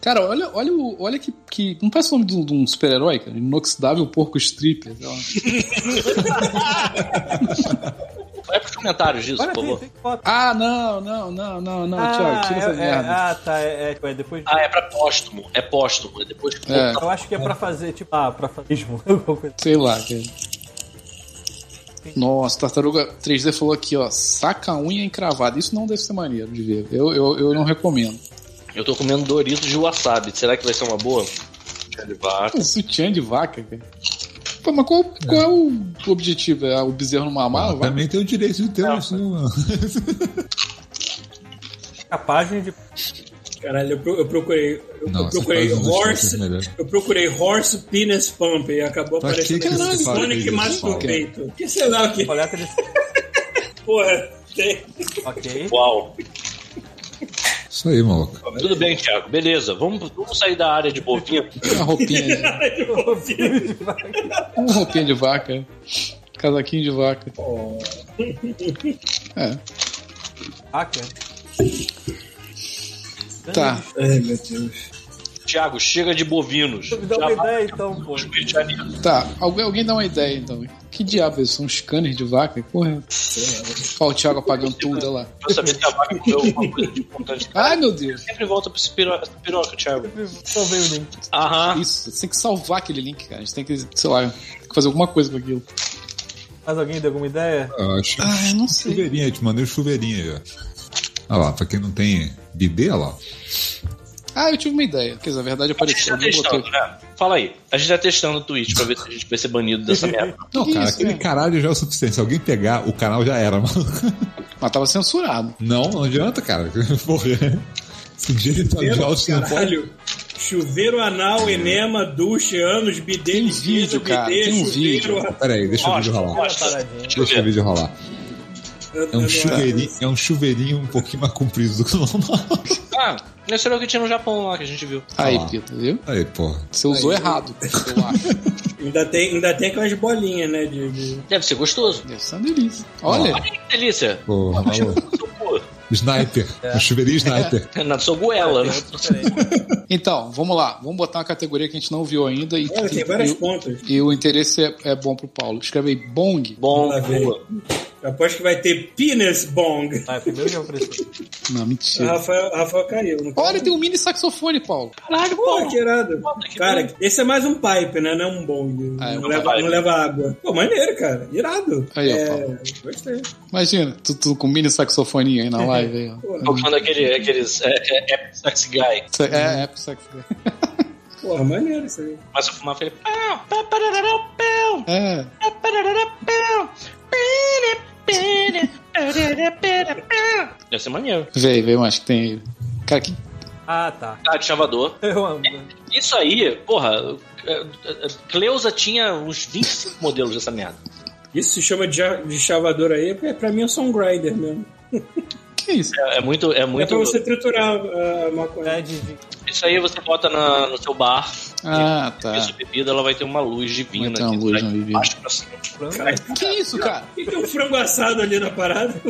Speaker 3: Cara, olha, olha, o- olha que, que. Não parece o nome de um, de um super-herói, cara. Inoxidável porco stripper. sei lá.
Speaker 2: Vai É pros comentários disso,
Speaker 1: Olha,
Speaker 2: por
Speaker 1: tem,
Speaker 2: favor.
Speaker 1: tem foto.
Speaker 3: Ah, não, não, não, não, não, Thiago, tira
Speaker 1: é-
Speaker 3: essa
Speaker 1: é-
Speaker 3: merda.
Speaker 1: ah, tá. É, é, é depois de-
Speaker 2: Ah, é pra póstumo. É póstumo. É depois que.
Speaker 3: É.
Speaker 1: Eu acho que é pra fazer, tipo, ah, pra fazer esmo, alguma coisa.
Speaker 3: Sei lá, cara. Nossa, tartaruga 3D falou aqui, ó, saca a unha encravada. Isso não deve ser maneiro de ver. Eu, eu, eu não recomendo.
Speaker 2: Eu tô comendo Doritos de wasabi. Será que vai ser uma boa? Deixa ele vá.
Speaker 3: Um sutiã de vaca, cara. Pô, mas qual, qual é o objetivo? É o bezerro não mamar?
Speaker 4: Ah,
Speaker 3: a vaca?
Speaker 4: também tem o direito de ter isso, né, mano?
Speaker 1: A página de.
Speaker 5: Caralho, eu, pro- eu procurei. Eu,
Speaker 4: Não,
Speaker 5: eu
Speaker 4: essa
Speaker 5: procurei
Speaker 4: frase dos
Speaker 5: horse.
Speaker 4: Stripper é melhor.
Speaker 5: Eu procurei horse penis pump e acabou
Speaker 4: Pra que
Speaker 5: aparecendo
Speaker 4: que
Speaker 5: aquele
Speaker 4: você fala
Speaker 5: Sonic
Speaker 4: que
Speaker 5: mata
Speaker 4: isso,
Speaker 5: o
Speaker 4: cara?
Speaker 5: peito. Que sei lá o que.
Speaker 1: Coleta de.
Speaker 5: Porra, tem.
Speaker 1: Ok.
Speaker 2: Uau.
Speaker 4: Isso aí, maluco.
Speaker 2: Tudo bem, Thiago. Beleza. Vamos, vamos sair da área de bovinha.
Speaker 3: Uma roupinha de, uma roupinha de vaca. Casaquinho de vaca. É.
Speaker 1: Hacker.
Speaker 3: Tá.
Speaker 5: Ai, meu Deus.
Speaker 2: Thiago, chega de bovinos.
Speaker 1: Me dá uma
Speaker 2: Já vai
Speaker 1: ideia então, pô.
Speaker 2: pro Rio de Janeiro.
Speaker 3: Tá, alguém, alguém dá uma ideia então. Que diabo é isso? Um scanner de vaca? Porra. Olha o Thiago apagando tudo olha lá.
Speaker 2: Eu sabia que a vaca comeu alguma coisa de importante.
Speaker 3: Ai meu Deus!
Speaker 2: Sempre volta pra esse piro- essa piroca, Thiago.
Speaker 1: Só veio o link.
Speaker 2: Aham.
Speaker 3: Isso, você tem que salvar aquele link, cara. A gente tem que, sei lá, tem que fazer alguma coisa com aquilo.
Speaker 1: Mas alguém deu alguma ideia?
Speaker 4: Eu acho.
Speaker 3: Ah, eu não sei.
Speaker 4: Chuveirinha, eu te mandei o chuveirinho aí, ó. Olha lá, pra quem não tem bidê, olha lá.
Speaker 3: Ah, eu tive uma ideia. Quer dizer, a verdade
Speaker 2: A gente
Speaker 3: apareceu.
Speaker 2: tá
Speaker 3: alguém botou.
Speaker 2: testando, né? Fala aí. A gente tá testando o Twitch pra ver se a gente vai ser banido dessa merda.
Speaker 4: Não,
Speaker 3: Que
Speaker 4: cara,
Speaker 3: isso,
Speaker 4: aquele
Speaker 3: né?
Speaker 4: caralho já é o suficiente. Se alguém pegar, o canal já era, maluco.
Speaker 3: Mas tava censurado.
Speaker 4: Não, não adianta, cara. Porra. Se digitalizar o sinopódio.
Speaker 5: Caralho. Chuveiro anal,
Speaker 4: É.
Speaker 5: enema, ducha, anos, bidê,
Speaker 3: Tem
Speaker 5: limpeza,
Speaker 3: vídeo, cara, tem um
Speaker 5: chuveiro,
Speaker 3: vídeo.
Speaker 4: Pera aí, deixa o vídeo rolar.
Speaker 1: Olha a paradinha.
Speaker 4: Deixa o vídeo rolar. É um
Speaker 5: anual.
Speaker 4: chuveirinho, é um chuveirinho um pouquinho mais comprido do que o normal.
Speaker 2: Ah, esse era o que tinha no Japão lá que a gente viu.
Speaker 3: Aí,
Speaker 4: lá.
Speaker 3: Pita, viu?
Speaker 4: Aí, porra.
Speaker 3: Você usou errado, eu acho.
Speaker 5: Ainda tem, ainda tem aquelas bolinhas, né? De, de-
Speaker 2: Deve ser gostoso.
Speaker 3: Deve ser uma delícia. Olha,
Speaker 2: Olha Ah, que delícia.
Speaker 4: Porra, maluco.
Speaker 2: Seu cu.
Speaker 4: Sniper. Um chuveirinho sniper.
Speaker 2: Na sua goela, né?
Speaker 1: Diferente.
Speaker 3: então, vamos lá. Vamos botar uma categoria que a gente não viu ainda. E,
Speaker 5: Olha, tem
Speaker 3: e-
Speaker 5: várias
Speaker 3: e-
Speaker 5: pontas.
Speaker 3: e o interesse é, é bom pro Paulo. Escreve aí, Bong.
Speaker 2: Bom,
Speaker 5: Lá vem.
Speaker 2: boa.
Speaker 5: Aposto que vai ter penis bong.
Speaker 1: Ah, é o primeiro que eu apareci.
Speaker 3: Não,
Speaker 5: O
Speaker 3: mentira.
Speaker 5: Rafael, Rafael caiu. não caiu?
Speaker 3: Olha, tem um mini saxofone, Paulo.
Speaker 5: Caralho, pô, que irado. Cara, esse é mais um pipe, né? Não um bong.
Speaker 3: Ah, é
Speaker 5: não,
Speaker 3: um
Speaker 5: leva,
Speaker 2: pipe.
Speaker 5: não leva água. Pô, maneiro, cara. Irado.
Speaker 3: Aí, ó,
Speaker 5: é,
Speaker 3: Paulo.
Speaker 5: gostei.
Speaker 3: Imagina, tu, tu com um mini saxofoninho aí na live. Aí, ó.
Speaker 2: Tocando aquele, aqueles é, é, é, sexy guy.
Speaker 3: É, é pro sax.
Speaker 5: Porra, maneiro isso aí.
Speaker 2: Começa a fumar, falei... "Pau, pá, parararau, pau,
Speaker 3: É.
Speaker 2: pá, parararau, pau, pere, pere, parará, pera, pau." Deve ser maneiro.
Speaker 3: Vem, vem, eu acho que tem aí. Cara, que.
Speaker 1: Ah, tá.
Speaker 2: Ah, de Chavador.
Speaker 1: Eu amo.
Speaker 2: Isso aí, porra... é, é, é, Cleusa tinha uns 25 modelos dessa merda.
Speaker 5: Isso se chama de, ja- de chavador aí, porque pra mim é só um grinder mesmo.
Speaker 3: Que isso?
Speaker 2: É, é muito... É
Speaker 5: É
Speaker 2: muito
Speaker 5: pra você triturar a, a maconha.
Speaker 1: É de, de
Speaker 2: Isso aí você bota na- no seu bar,
Speaker 3: Ah, tá.
Speaker 2: e a sua bebida ela vai ter uma luz divina.
Speaker 3: Vai ter uma
Speaker 2: que
Speaker 3: luz
Speaker 2: vai
Speaker 3: na
Speaker 2: de
Speaker 3: bebida.
Speaker 2: baixo pra cima.
Speaker 1: frango.
Speaker 2: é.
Speaker 3: Que isso, cara?
Speaker 5: Por que tem um frango assado ali na parada?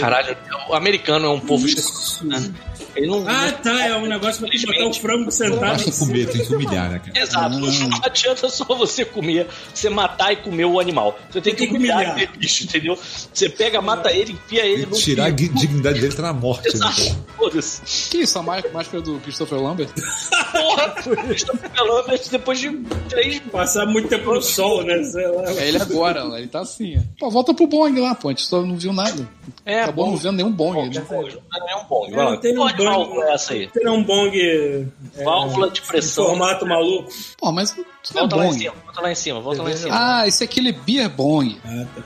Speaker 2: Caralho, o americano é um povo escroto, né? Ele não.
Speaker 5: Ah, tá. É um negócio pra tu botar o frango sentado.
Speaker 4: Basta comer, tem que humilhar, né, cara?
Speaker 2: Exato, não adianta só você comer, você matar e comer o animal. Você tem que
Speaker 5: Tem que
Speaker 2: humilhar
Speaker 5: humilhar.
Speaker 2: aquele bicho, entendeu? Você pega, mata ele, enfia ele
Speaker 4: E
Speaker 2: no
Speaker 4: tirar a
Speaker 2: fio.
Speaker 4: gui- dignidade dele tá na morte, né,
Speaker 2: é Exato,
Speaker 4: cara?
Speaker 2: foda-se.
Speaker 3: Que isso? A má- máscara do Christopher Lambert?
Speaker 2: Porra, eles estão falando mas depois de três.
Speaker 5: Passar muito tempo no sol, né? Sei lá.
Speaker 3: É ele agora, lá, ele tá assim. ó. Pô, volta pro Bong lá, pô. A gente só não viu nada.
Speaker 2: É,
Speaker 3: Acabou não
Speaker 2: bom.
Speaker 3: vendo nenhum Bong. né?
Speaker 2: Bom, Não é um bom.
Speaker 5: É, não tem um
Speaker 2: Pode
Speaker 5: bong.
Speaker 2: válvula essa aí.
Speaker 5: Terá um bong. é,
Speaker 2: Válvula de
Speaker 5: em
Speaker 2: pressão.
Speaker 5: formato maluco.
Speaker 3: Pô, mas Isso não é
Speaker 2: Volta lá em
Speaker 3: bong.
Speaker 2: cima, volta lá em cima, volta lá em cima.
Speaker 3: Ah, isso é aquele beer bong.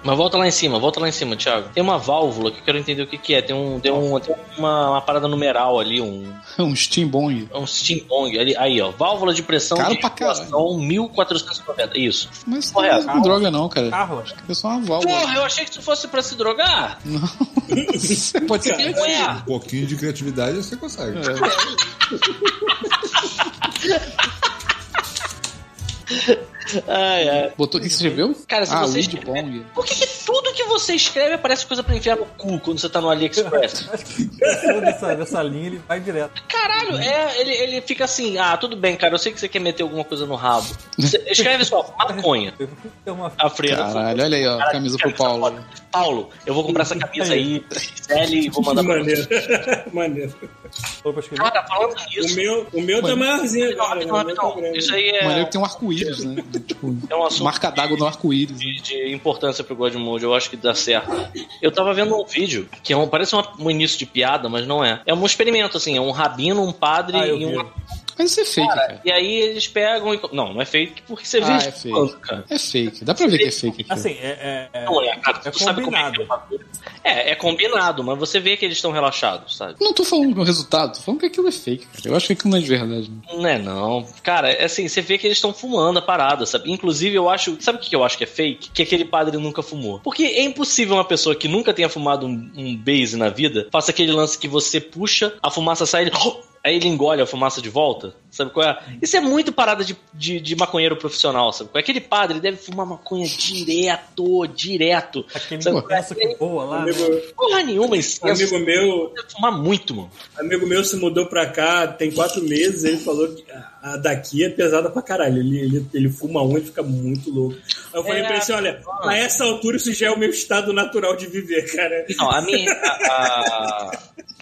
Speaker 2: Mas volta lá em cima, volta lá em cima, Thiago. Tem uma válvula que eu quero entender o que, que é. Tem, um, tem, um, tem uma, uma parada numeral ali, um,
Speaker 3: É um steam bong.
Speaker 2: um steam bong ali. Aí, ó. Válvula de pressão
Speaker 3: Caro
Speaker 2: de
Speaker 3: pra caralho.
Speaker 2: atuação 1490. Isso.
Speaker 3: Mas isso não
Speaker 2: Correto.
Speaker 3: é com droga não, cara.
Speaker 1: Carro.
Speaker 3: É só uma válvula.
Speaker 2: ah, Porra, eu achei que isso fosse pra se drogar.
Speaker 3: Pode ser
Speaker 2: Ué,
Speaker 3: que
Speaker 4: Um pouquinho de criatividade você consegue.
Speaker 2: ai, ai.
Speaker 3: Botou, o que você escreveu?
Speaker 2: Cara, se
Speaker 3: ah,
Speaker 2: você
Speaker 3: weed
Speaker 2: escrever-
Speaker 3: bong.
Speaker 2: Por que, que tudo que você escreve parece coisa pra enfiar no cu quando você tá no AliExpress?
Speaker 1: Toda essa, dessa linha ele vai direto.
Speaker 2: Caralho, é, ele, ele fica assim, ah, tudo bem, cara, eu sei que você quer meter alguma coisa no rabo. Você escreve só, maconha.
Speaker 1: Tem uma
Speaker 2: A freira.
Speaker 3: Caralho, olha aí, ó, a camisa pro Paulo.
Speaker 2: Paulo, eu vou comprar essa camisa aí, XL, e vou mandar pra você.
Speaker 5: Maneiro. Maneiro.
Speaker 1: roupa escrita.
Speaker 2: Cara, falando é
Speaker 5: O
Speaker 2: nisso.
Speaker 5: meu, o meu tá
Speaker 3: Mano.
Speaker 5: maiorzinho
Speaker 2: Não,
Speaker 5: agora.
Speaker 2: rapidão,
Speaker 5: né? O meu tá
Speaker 2: rapidão.
Speaker 5: grande.
Speaker 2: Então, Isso aí
Speaker 3: Maneiro
Speaker 2: é,
Speaker 3: que tem um arco-íris, né? Do Tipo,
Speaker 2: é um assunto
Speaker 3: marca d'água no arco-íris. né?
Speaker 2: de, de importância pro Godmode, eu acho que dá certo. Eu tava vendo um vídeo que é um, parece uma- um início de piada, mas não é. É um experimento, assim, é um rabino, um padre
Speaker 1: Ah, eu
Speaker 2: e um.
Speaker 1: vi.
Speaker 3: Mas isso é fake, cara.
Speaker 2: E aí eles pegam e. Não, não é fake porque você vê
Speaker 3: Ah,
Speaker 2: de
Speaker 3: é fake.
Speaker 2: quando, cara.
Speaker 3: É fake. Dá pra ver que é fake aqui.
Speaker 1: Assim, é. é, é-
Speaker 2: Não é, cara.
Speaker 1: É
Speaker 2: tu sabe como é, que é, o bagulho. é, é combinado, mas você vê que eles estão relaxados, sabe?
Speaker 3: Não tô falando do meu resultado, tô falando que aquilo é fake, cara. Eu acho que aquilo não é de verdade. né?
Speaker 2: Não é não. Cara, é assim, você vê que eles estão fumando a parada, sabe? Inclusive, eu acho. Sabe o que eu acho que é fake? Que aquele padre nunca fumou. Porque é impossível uma pessoa que nunca tenha fumado um, um base na vida faça aquele lance que você puxa, a fumaça sai ele. Aí ele engole a fumaça de volta. Sabe qual é? Isso é muito parada de, de, de maconheiro profissional, sabe? qual é? Aquele padre deve fumar maconha direto, direto.
Speaker 1: Aquele
Speaker 2: Sabe?
Speaker 1: impresso que voa lá. né?
Speaker 5: Amigo,
Speaker 2: Porra nenhuma, isso. é
Speaker 5: amigo meu,
Speaker 2: Deve fumar muito, mano.
Speaker 5: amigo meu se mudou pra cá tem quatro meses. Ele falou que a- a daqui é pesada pra caralho. Ele, ele, ele fuma um e fica muito louco. Aí eu falei
Speaker 2: É,
Speaker 5: pra ele assim: olha, a essa altura isso já é o meu estado natural de viver, cara.
Speaker 2: Não, a minha. a- a-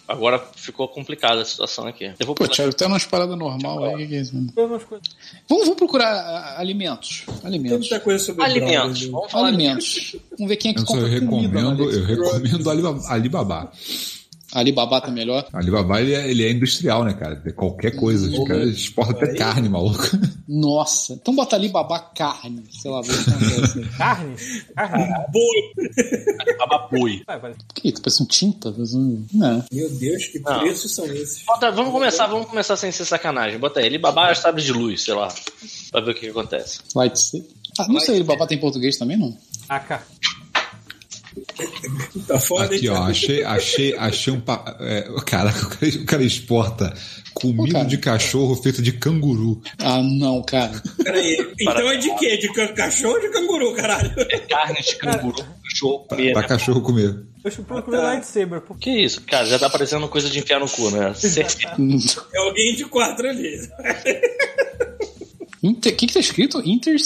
Speaker 2: Agora ficou complicada a situação aqui. Eu vou
Speaker 3: Pô,
Speaker 2: pular.
Speaker 3: Thiago, tem umas paradas normais aí. que que é isso, mano?
Speaker 1: Tem umas coisas.
Speaker 3: Vamos, vamos procurar ah, alimentos.
Speaker 5: Tem
Speaker 3: Alimentos.
Speaker 5: muita coisa sobre
Speaker 2: alimentos.
Speaker 5: drogas, né?
Speaker 2: Vamos falar alimentos.
Speaker 3: Alimentos. Vamos ver quem é que
Speaker 4: Eu, só
Speaker 3: compra comida. né? no
Speaker 4: recomendo, eu
Speaker 3: Alibaba.
Speaker 4: recomendo Alibaba. Alibaba,
Speaker 3: Alibaba tá melhor.
Speaker 4: Alibaba ele, é, ele é industrial, né, cara? De qualquer coisa. Os caras exportam até carne, maluco.
Speaker 3: Nossa. Então bota Alibaba carne. Sei lá, vê o que acontece. aí.
Speaker 1: Carne? Carne.
Speaker 5: Boi.
Speaker 2: Abapui.
Speaker 1: Vai, vai.
Speaker 3: Que isso? Parece um tinta? Parece um- Não.
Speaker 5: Meu Deus, que
Speaker 2: Não.
Speaker 5: preços são esses?
Speaker 2: Bota, vamos começar, vamos começar sem ser sacanagem. Bota aí, Alibaba sabre de luz, sei lá. Pra ver o que, que acontece.
Speaker 3: Light Saber. Ah, não sei, Alibaba tem português também, não?
Speaker 1: Ah, cara.
Speaker 5: Tá foda,
Speaker 4: Aqui,
Speaker 5: hein,
Speaker 4: ó,
Speaker 5: cara?
Speaker 4: achei, achei, achei um. Pa... É, o caraca, o cara, o cara exporta
Speaker 3: Pô,
Speaker 4: comido
Speaker 3: cara.
Speaker 4: de cachorro feito de canguru.
Speaker 3: Ah, não, cara.
Speaker 5: Peraí. Então é de quê? De ca- cachorro ou de canguru, caralho?
Speaker 2: É carne de canguru, cachorro, né? comer.
Speaker 5: É.
Speaker 4: Pra cachorro comer.
Speaker 1: Eu procurei lightsaber. Por...
Speaker 2: Que isso, cara? Já tá parecendo coisa de enfiar no cu, né? Certeza.
Speaker 5: É alguém de quatro ali.
Speaker 3: O que, que tá escrito? Inter.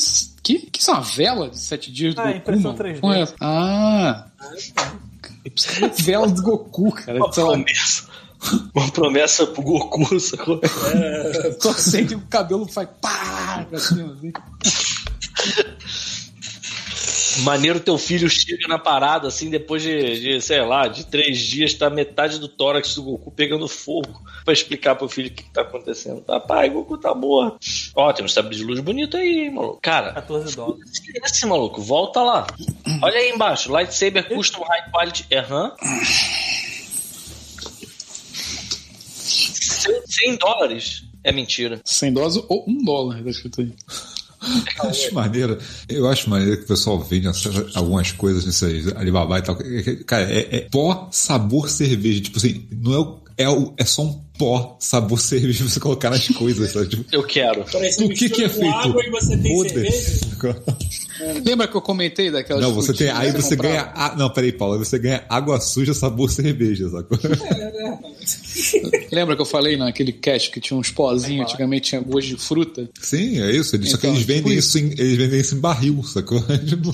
Speaker 3: Que? Que isso é uma vela de sete dias do
Speaker 1: Ah,
Speaker 3: Goku?
Speaker 1: impressão
Speaker 3: mano?
Speaker 1: 3D.
Speaker 3: Como é essa? Ah. vela do Goku, cara. Então,
Speaker 2: Uma
Speaker 3: Sei lá,
Speaker 2: promessa. Uma promessa pro Goku, sacou?
Speaker 3: torcendo e o cabelo faz pá pra cima. Assim.
Speaker 2: Maneiro teu filho chega na parada, assim, depois de, de, sei lá, de três dias, tá metade do tórax do Goku pegando fogo pra explicar pro filho o que, que tá acontecendo. Tá, pai, Goku tá morto. Ó, tem um sabre de luz bonito aí, hein, maluco. Cara,
Speaker 1: 14 dólares.
Speaker 2: esse maluco, volta lá. Olha aí embaixo, lightsaber custom high quality, aham. 100 dólares? É mentira.
Speaker 3: 100 dólares ou 1 dólar, tá escrito aí. É.
Speaker 4: Eu acho maneiro. Eu acho maneiro que o pessoal vende essas- algumas coisas nisso aí, Alibaba e tal. Cara, é, é pó sabor cerveja. Tipo assim, não é o. É, o- é só um pó sabor cerveja pra você colocar nas coisas, sabe? Tipo,
Speaker 2: Eu quero.
Speaker 5: Parece
Speaker 4: o que,
Speaker 5: mistura
Speaker 4: que é
Speaker 5: com
Speaker 4: feito?
Speaker 5: água e você tem cerveja.
Speaker 4: Foda-se.
Speaker 3: Lembra que eu comentei daquelas.
Speaker 4: Não, você tem.
Speaker 3: frutinhas
Speaker 4: Aí
Speaker 3: que
Speaker 4: você
Speaker 3: comprava?
Speaker 4: ganha. a- não, peraí, Paulo. Aí você ganha água suja, sabor cerveja, sacou?
Speaker 3: Lembra que eu falei naquele cast que tinha uns pozinhos, antigamente tinha gosto de fruta?
Speaker 4: Sim, é isso. Eles, só que
Speaker 3: Então,
Speaker 4: eles
Speaker 3: tipo
Speaker 4: vendem isso, em, eles vendem isso em barril, sacou? Tipo,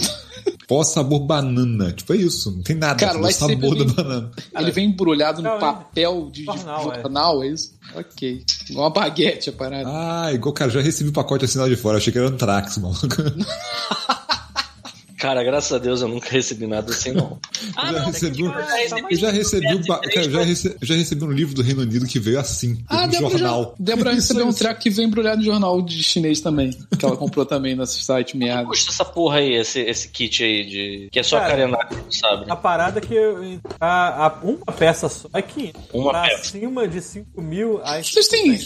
Speaker 4: pó sabor banana. Tipo, é isso. Não tem nada.
Speaker 3: Cara,
Speaker 4: sabe?
Speaker 3: lá
Speaker 4: o
Speaker 3: em cima
Speaker 4: sabor da
Speaker 3: ele-
Speaker 4: banana.
Speaker 3: Ele vem embrulhado
Speaker 1: Ah, Não,
Speaker 3: no
Speaker 1: é.
Speaker 3: papel de, de
Speaker 1: Jornal, é.
Speaker 3: jornal, é isso? Ok. Igual Uma baguete a parada.
Speaker 4: assim Ah, igual, cara, já recebi o pacote assinado de fora. Achei que era Antrax, maluco.
Speaker 2: Cara, graças a Deus eu nunca recebi nada assim, não.
Speaker 4: Eu já recebi um- eu já recebi um pa- cara, eu já rece- eu já recebi um livro do Reino Unido que veio assim,
Speaker 3: Ah,
Speaker 4: no
Speaker 3: Débora, já,
Speaker 4: jornal.
Speaker 3: Débora recebeu um treco que vem embrulhado em jornal de chinês também. Que ela comprou também nesse site merda.
Speaker 2: Custa essa porra aí, esse, esse kit aí de. Que é só
Speaker 1: Cara,
Speaker 2: carenar, sabe?
Speaker 1: A parada é que eu- a, a- uma peça só é 500.
Speaker 2: Uma
Speaker 1: pra
Speaker 2: peça.
Speaker 1: cima de 5 mil, aí
Speaker 3: Vocês têm.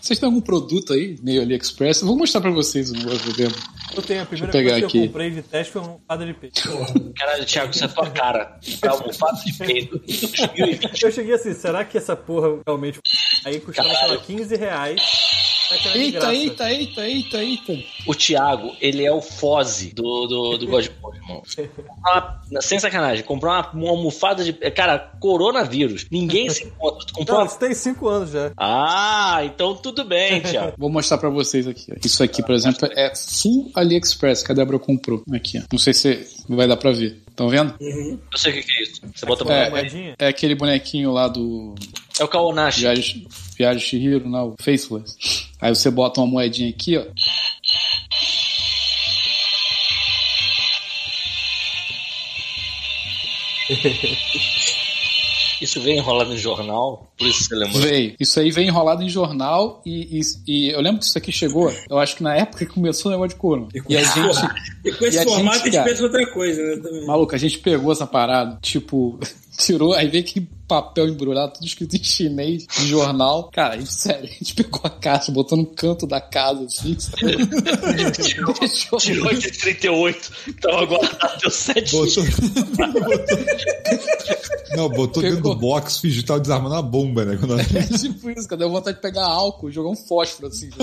Speaker 3: Vocês têm algum produto aí, meio AliExpress? Eu vou mostrar pra vocês um outro demo.
Speaker 1: eu tenho a primeira
Speaker 3: pegar
Speaker 1: coisa que
Speaker 3: aqui.
Speaker 1: eu comprei de teste foi uma almofada de peito.
Speaker 2: Caralho, Thiago, isso é a tua cara. Tá um fato de peito. 2020.
Speaker 1: Eu cheguei assim, será que essa porra realmente. Aí custava, sei lá, 15 reais. Será que era Tá de
Speaker 3: Eita,
Speaker 1: graça?
Speaker 3: eita, eita, eita, eita.
Speaker 2: O Thiago, ele é o Fozzy do, do, do God Boy, irmão. Comprar uma- sem sacanagem, comprar uma, uma almofada de. Cara, coronavírus. Ninguém se encontra. Tu comprou
Speaker 1: Não,
Speaker 2: uma...
Speaker 1: isso tem 5 anos
Speaker 3: É,
Speaker 1: já.
Speaker 2: Ah, então tudo bem, Thiago.
Speaker 3: Vou mostrar pra vocês aqui. ó. Isso aqui, por exemplo, é full AliExpress que a Débora comprou. Aqui, ó. Não sei se vai dar pra ver. Estão vendo?
Speaker 2: Eu sei o que que é isso. Você bota
Speaker 1: É.
Speaker 2: é.
Speaker 1: moedinha?
Speaker 3: é aquele bonequinho lá do
Speaker 2: é o Kaonashi.
Speaker 3: Viagem, Viagem Shihiro, não, o Faceless. Aí você bota uma moedinha aqui, ó.
Speaker 2: Isso vem enrolado em jornal, por isso você lembrou.
Speaker 3: Veio. Isso aí vem enrolado em jornal e, e- e eu lembro que isso aqui chegou, eu acho que na época que começou o negócio de corona.
Speaker 5: E com
Speaker 3: E a
Speaker 5: esse
Speaker 3: gente,
Speaker 5: formato- E com esse
Speaker 3: e a gente,
Speaker 5: formato a gente
Speaker 3: cara?
Speaker 5: pensa outra coisa, né? Também.
Speaker 3: maluco, a gente pegou essa parada, tipo, tirou, aí veio aquele papel embrulhado, tudo escrito em chinês, de jornal. Cara, aí, sério, a gente pegou a caixa, botou no canto da casa, assim, sabe? Deixou-
Speaker 2: Tirou de 38, tava guardado, deu 7
Speaker 4: Botou... Não, botou dentro
Speaker 3: Pegou.
Speaker 4: do box, fingiu que tava desarmando a bomba, né? Quando ela-
Speaker 3: É tipo isso, cara. Deu vontade de pegar álcool e jogar um fósforo assim.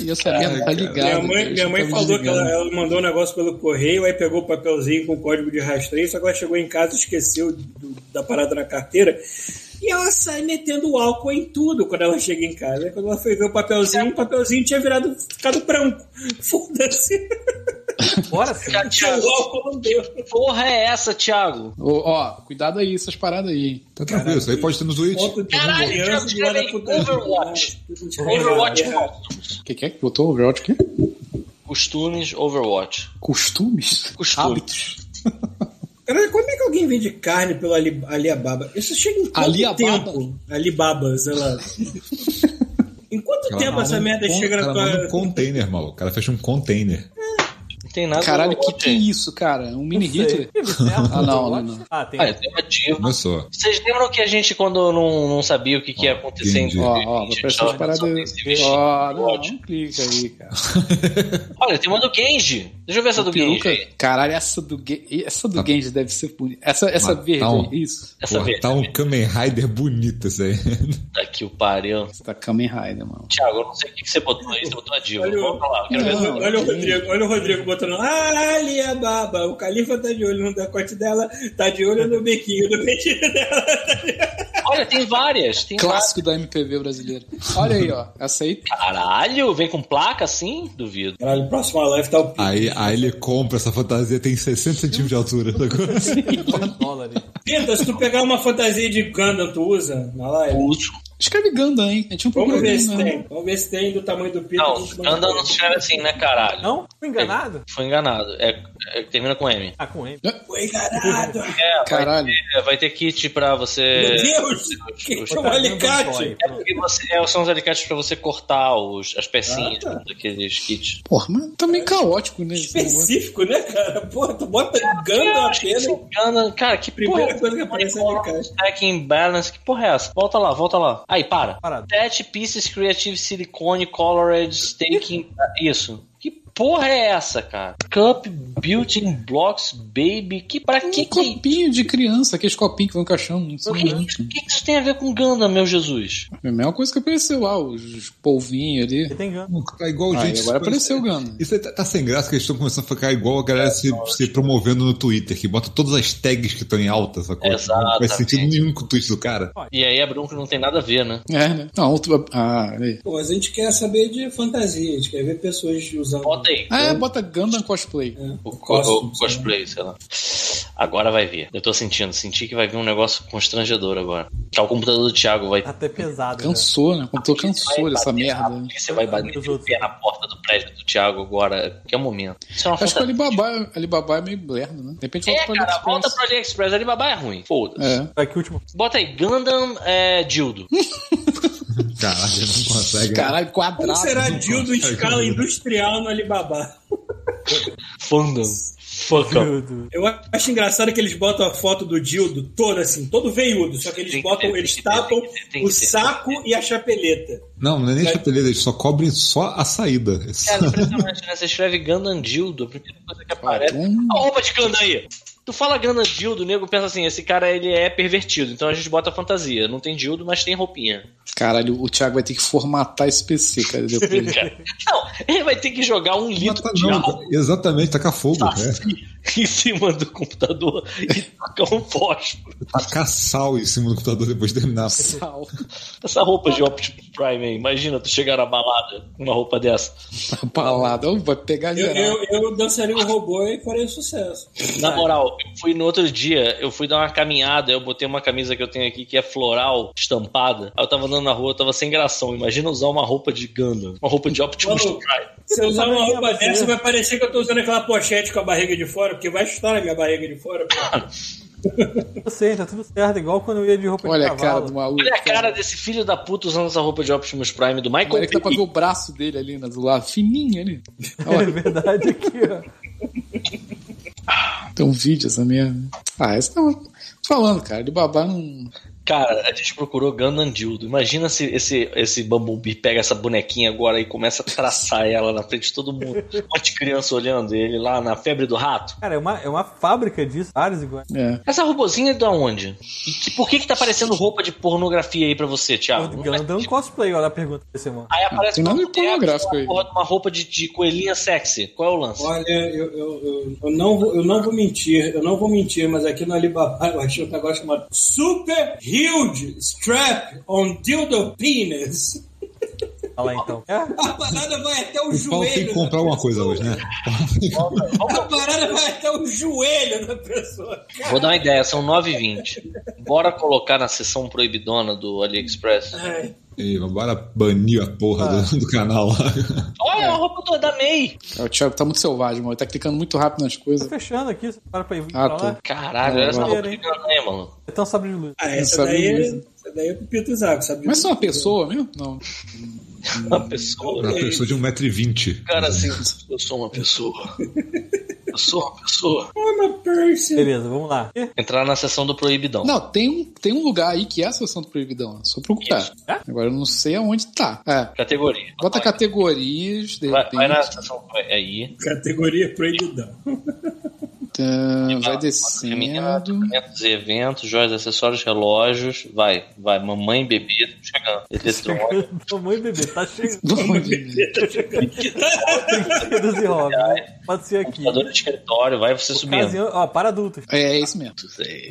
Speaker 3: e essa merda tá ligada.
Speaker 5: Minha
Speaker 3: cara,
Speaker 5: mãe,
Speaker 3: isso
Speaker 5: minha mãe
Speaker 3: tá me
Speaker 5: falou que
Speaker 3: desligando.
Speaker 5: ela, ela mandou um negócio pelo correio, aí pegou o papelzinho com o código de rastreio, só que ela chegou em casa e esqueceu do- da parada na carteira. E ela sai metendo álcool em tudo quando ela chega em casa. Aí Quando ela foi ver o papelzinho, o papelzinho tinha virado, ficado branco. Foda-se.
Speaker 1: Bora sim.
Speaker 5: O álcool não deu.
Speaker 2: porra é essa, Thiago?
Speaker 3: Ô, ó, cuidado aí, essas paradas aí. hein.
Speaker 4: Tá tranquilo, isso aí pode ter no Switch.
Speaker 5: Foto de
Speaker 2: Caralho,
Speaker 5: criança
Speaker 2: Thiago,
Speaker 5: e
Speaker 2: escreve
Speaker 5: manda
Speaker 2: aí,
Speaker 5: pro-
Speaker 2: Overwatch.
Speaker 5: Tudo de
Speaker 2: Overwatch
Speaker 5: errado.
Speaker 2: monstros.
Speaker 3: O que, que é que botou? Overwatch aqui?
Speaker 2: Costumes Overwatch.
Speaker 3: Costumes?
Speaker 2: Costumes.
Speaker 3: Hábitos.
Speaker 5: Caralho, como é que alguém vende carne pelo Ali- Alibaba? Isso chega em quanto
Speaker 3: Alibaba?
Speaker 5: tempo? Alibaba, sei lá. em quanto
Speaker 4: Ela
Speaker 5: tempo
Speaker 4: manda
Speaker 5: essa
Speaker 4: um
Speaker 5: merda
Speaker 4: con-
Speaker 5: chega na
Speaker 4: ela manda um
Speaker 5: tua...
Speaker 4: container, mal. O cara fecha um container.
Speaker 2: Não tem nada
Speaker 3: Caralho,
Speaker 2: do
Speaker 3: que que é
Speaker 2: Overwatch.
Speaker 3: isso, cara? Um mini
Speaker 1: Sei.
Speaker 3: Hitler?
Speaker 1: Ih, Marcelo,
Speaker 3: Ah, não,
Speaker 1: Overwatch?
Speaker 3: não, não.
Speaker 1: Ah, tem.
Speaker 2: Ah, é tema ativo.
Speaker 4: Começou.
Speaker 2: Vocês lembram que a gente, quando não, não sabia o que, que ia acontecer em
Speaker 4: entendi.
Speaker 3: Ó,
Speaker 2: 2020,
Speaker 3: ó, vai prestar
Speaker 2: só-
Speaker 3: as paradas.
Speaker 2: só tem esse bicho.
Speaker 3: Ó, não,
Speaker 2: Overwatch.
Speaker 3: não clica aí, cara.
Speaker 2: Olha, tem uma do Genji. Deixa eu ver essa do Genji.
Speaker 3: Peruca.
Speaker 2: aí.
Speaker 3: Caralho, essa do, Gen- essa do Genji deve ser bonita. Essa, essa
Speaker 4: Mas
Speaker 3: verde
Speaker 4: tá um-
Speaker 3: aí, isso.
Speaker 2: Essa
Speaker 4: Pô,
Speaker 2: vez.
Speaker 4: tá um Kamen Rider bonito isso aí.
Speaker 2: Tá aqui o pariu.
Speaker 3: Essa da Kamen Rider, mano.
Speaker 2: Thiago, eu não sei o que, que você botou aí, você botou a diva.
Speaker 5: Olha o-
Speaker 2: Vamos pra lá, eu quero ver
Speaker 3: Não.
Speaker 2: essa.
Speaker 5: Olha o Rodrigo, olha o Rodrigo botando "Ah, Alibaba, o Califa tá de olho no decote dela, tá de olho no biquinho do peitinho dela.
Speaker 2: Olha, tem várias. Tem
Speaker 3: Clássico da MPV brasileira. Olha aí, ó. Essa aí
Speaker 2: várias. Caralho, vem com placa assim? Duvido.
Speaker 5: Caralho, próximo live tá o
Speaker 4: Aí, aí ele compra essa fantasia, tem 60 centímetros de altura. sacou?
Speaker 1: dois dólares.
Speaker 5: Penta, se tu pegar uma fantasia de Gundam, tu usa na live?
Speaker 2: Último.
Speaker 3: Escreve Gundam, hein? A gente não
Speaker 5: Vamos
Speaker 3: procura
Speaker 5: ver se
Speaker 3: Gundam, né?
Speaker 5: tem. Vamos ver se tem do tamanho do Pita.
Speaker 2: Não, anda não se escreve assim, né, caralho?
Speaker 1: Não? Fui enganado?
Speaker 2: Foi enganado. É, é, termina com M.
Speaker 1: Ah, com M.
Speaker 5: Foi enganado.
Speaker 2: É,
Speaker 3: Caralho.
Speaker 2: Vai ter, vai ter kit pra você.
Speaker 5: Meu Deus, que que é um
Speaker 1: Botar
Speaker 5: alicate?
Speaker 1: Gundam Boy.
Speaker 2: É porque você, é, são os alicates pra você cortar os, as pecinhas daqueles kits.
Speaker 3: Porra, mas tá
Speaker 2: É
Speaker 3: meio caótico, né? esse negócio.
Speaker 5: específico, né, cara? Porra, tu bota Gundam apenas.
Speaker 2: Gundam, cara, que
Speaker 5: Primeira
Speaker 2: porra. é
Speaker 5: coisa que aparece na alicate.
Speaker 2: Stacking Balance, que porra é essa? Volta lá, volta lá. Aí, para.
Speaker 1: Parado.
Speaker 2: Set Pieces Creative Silicone Colored Staking. Isso. Que porra é essa, cara? Cup Building Blocks Baby. Que, pra
Speaker 3: Um
Speaker 2: que que.
Speaker 3: copinho de criança, aqueles copinhos que vão encaixando. Não sei
Speaker 2: O que,
Speaker 3: lá.
Speaker 2: o que que isso tem a ver com Gundam, meu Jesus?
Speaker 3: É a mesma coisa que apareceu lá, os polvinhos ali.
Speaker 1: Ele tem ganho.
Speaker 4: Tá igual
Speaker 3: Ah,
Speaker 4: gente.
Speaker 3: e agora apareceu o Gundam.
Speaker 4: Isso aí tá, tá sem graça que eles estão começando a ficar igual a galera se, se promovendo no Twitter, que bota todas as tags que estão em alta, sacou? Não faz
Speaker 2: Exatamente.
Speaker 4: sentido nenhum com o tweet do cara.
Speaker 2: E aí é bronca que não tem nada a ver, né?
Speaker 3: É, né? Não, outro. Ah, aí.
Speaker 5: Pô, mas a gente quer saber de fantasia, a gente quer ver pessoas usando.
Speaker 2: Bota aí.
Speaker 3: Ah, é, bota Gundam cosplay.
Speaker 2: O, co-
Speaker 5: Cosplay,
Speaker 2: o cosplay, sei lá. Agora vai vir. Eu tô sentindo. Senti que vai vir um negócio constrangedor agora. Tá, o computador do Thiago vai.
Speaker 1: Tá até pesado. né?
Speaker 3: Cansou, né? Como tô cansou dessa merda. né?
Speaker 2: Você vai bater
Speaker 1: Os
Speaker 2: o
Speaker 1: outros.
Speaker 2: pé na porta do prédio do Thiago agora. Que é o momento. Isso é uma
Speaker 3: Acho que o
Speaker 2: falta-
Speaker 3: Alibaba, Alibaba é meio blerdo, né? De repente volta
Speaker 2: É,
Speaker 3: pra
Speaker 2: cara, volta
Speaker 3: AliExpress.
Speaker 2: pro AliExpress. Alibaba é ruim. Foda-se.
Speaker 3: É.
Speaker 1: Aqui, último.
Speaker 2: Bota aí, Gundam é, Dildo.
Speaker 4: Caralho, ele não consegue.
Speaker 3: Caralho, quadrado.
Speaker 5: Como será
Speaker 4: não
Speaker 5: dildo em
Speaker 4: consegue,
Speaker 5: escala
Speaker 4: cara.
Speaker 5: industrial no Alibaba?
Speaker 2: Fandom. Fuck up.
Speaker 1: Meu Deus.
Speaker 5: Eu acho engraçado que eles botam a foto do dildo todo assim, todo veiudo, só que eles
Speaker 2: Tem que
Speaker 5: botam,
Speaker 2: ter,
Speaker 5: eles
Speaker 2: tem que ter,
Speaker 5: tapam
Speaker 2: tem que ter, tem que
Speaker 5: o
Speaker 2: ter.
Speaker 5: saco e a chapeleta.
Speaker 4: Não, não é nem chapeleira, eles só cobrem só a saída.
Speaker 2: Cara, impressionante, né? Você escreve Gundam Dildo, a primeira coisa que aparece.
Speaker 3: Hum.
Speaker 2: Olha a roupa de Gundam aí! Tu fala Gundam Dildo, o nego pensa assim, esse cara ele é pervertido, então a gente bota fantasia. Não tem dildo, mas tem roupinha.
Speaker 3: Caralho, o Thiago vai ter que formatar esse PC, cara, depois.
Speaker 2: Cara, Não, ele vai ter que jogar um litro
Speaker 4: Mata
Speaker 2: de
Speaker 4: não,
Speaker 2: álcool
Speaker 4: cara. exatamente, tacar fogo, né?
Speaker 2: em cima do computador e tocar um fósforo.
Speaker 4: Tacar sal em cima do computador depois de terminar.
Speaker 3: Sal.
Speaker 2: Essa roupa de Optimus Prime aí, imagina tu chegar na balada com uma roupa dessa.
Speaker 3: Tá balada. Ô, Vai pegar
Speaker 5: Eu,
Speaker 3: geral.
Speaker 5: eu, eu dançaria um robô e faria sucesso.
Speaker 2: Na moral, eu fui no outro dia, eu fui dar uma caminhada, eu botei uma camisa que eu tenho aqui que é floral, estampada. Aí eu tava andando na rua, eu tava sem gração. Imagina usar uma roupa de Gundam, uma roupa de Optimus
Speaker 5: Maluco.
Speaker 2: Prime.
Speaker 5: Se eu usar uma
Speaker 1: Também é
Speaker 5: roupa
Speaker 1: você.
Speaker 5: dessa, vai parecer que eu tô usando aquela pochete com a barriga de fora, porque vai chutar na minha barriga de fora. pô.
Speaker 1: Eu sei, tá tudo certo. Igual quando eu ia de roupa
Speaker 3: Olha
Speaker 1: de
Speaker 3: a cara
Speaker 1: cavalo.
Speaker 3: do maluco.
Speaker 2: Olha a cara desse filho da puta usando essa roupa de Optimus Prime do Michael
Speaker 3: Agora é que dá pra ver
Speaker 2: Bay.
Speaker 3: o braço dele ali né, do lado, fininho ali.
Speaker 1: É
Speaker 3: Olha,
Speaker 1: verdade aqui, ó.
Speaker 3: tem um vídeo essa merda. Ah, essa tava falando, cara, de babá não.
Speaker 2: Cara, a gente procurou Gundam Dildo. Imagina se esse, esse Bumblebee pega essa bonequinha agora e começa a traçar ela na frente de todo mundo. Um monte de criança olhando ele lá na febre do rato.
Speaker 1: Cara, é uma, é uma fábrica disso. Vários iguais.
Speaker 3: É.
Speaker 2: Essa robozinha é de onde? E que- por que que tá parecendo roupa de pornografia aí pra você,
Speaker 1: O
Speaker 2: Thiago? Não faz
Speaker 1: Gundam um cosplay, olha a pergunta desse semana.
Speaker 2: Aí aparece
Speaker 3: tem nada
Speaker 2: uma
Speaker 3: de
Speaker 2: mulher
Speaker 3: pornográfico
Speaker 2: com uma
Speaker 3: aí.
Speaker 2: porra de uma roupa de, de coelhinha sexy. Qual é o lance?
Speaker 5: Olha, eu, eu, eu, eu não vou, eu não vou mentir, eu não vou mentir, mas aqui no Alibaba eu achei um negócio chamado Super Huge Strap on Dildo Penis.
Speaker 1: Olha lá então. É,
Speaker 5: A parada vai até o,
Speaker 4: O Paulo tem
Speaker 5: joelho.
Speaker 4: que
Speaker 5: da
Speaker 4: comprar alguma coisa
Speaker 5: pessoa.
Speaker 4: hoje, né?
Speaker 5: A parada vai até o joelho da pessoa.
Speaker 2: Vou dar uma ideia, são 9h20. Bora colocar na sessão proibidona do AliExpress.
Speaker 5: Ai,
Speaker 4: E bora banir a porra do, do canal lá.
Speaker 3: É.
Speaker 2: Olha a roupa do, da May!
Speaker 3: O Thiago tá muito selvagem, mano. Ele tá clicando muito rápido nas
Speaker 1: tô
Speaker 3: coisas.
Speaker 1: fechando aqui, você para pra ir pra
Speaker 3: Ah,
Speaker 1: lá.
Speaker 3: tá.
Speaker 2: Caralho, olha essa
Speaker 1: Não,
Speaker 2: roupa
Speaker 1: não.
Speaker 2: de Granay, mano.
Speaker 1: Então sabre de luz.
Speaker 5: ah,
Speaker 3: Não
Speaker 5: essa
Speaker 3: sabe
Speaker 5: daí,
Speaker 3: mesmo.
Speaker 5: essa daí é pro Pito Zago, sabe?
Speaker 3: Mas só uma pessoa mesmo? Não.
Speaker 2: Uma pessoa.
Speaker 4: Uma pessoa Ah, de 1,20m.
Speaker 2: Cara, assim, eu sou uma pessoa. Eu sou uma pessoa.
Speaker 5: I'm a person.
Speaker 1: Beleza, vamos lá. Ih,
Speaker 2: Entrar na sessão do proibidão.
Speaker 3: Não, tem um, tem um lugar aí que é a sessão do proibidão. É só procurar.
Speaker 2: Isso.
Speaker 3: Agora eu não sei aonde tá. É.
Speaker 2: Categoria.
Speaker 3: Bota categorias, de
Speaker 2: Vai,
Speaker 3: repente.
Speaker 2: vai na sessão. vai Aí.
Speaker 5: Categoria proibidão.
Speaker 3: Tá,
Speaker 2: Feminina,
Speaker 3: vai descendo.
Speaker 2: equipamentos e eventos, joias, acessórios, relógios. Vai, vai. Mamãe, bebê, tô chegando. Eletrônico.
Speaker 1: Mamãe e bebê, tá cheio de
Speaker 3: Onde?
Speaker 1: brinquedos e hobbies. né? Pode ser aqui.
Speaker 2: Computador de escritório, vai você subindo.
Speaker 1: Ocasião, ó, para adultos.
Speaker 3: É, é isso mesmo.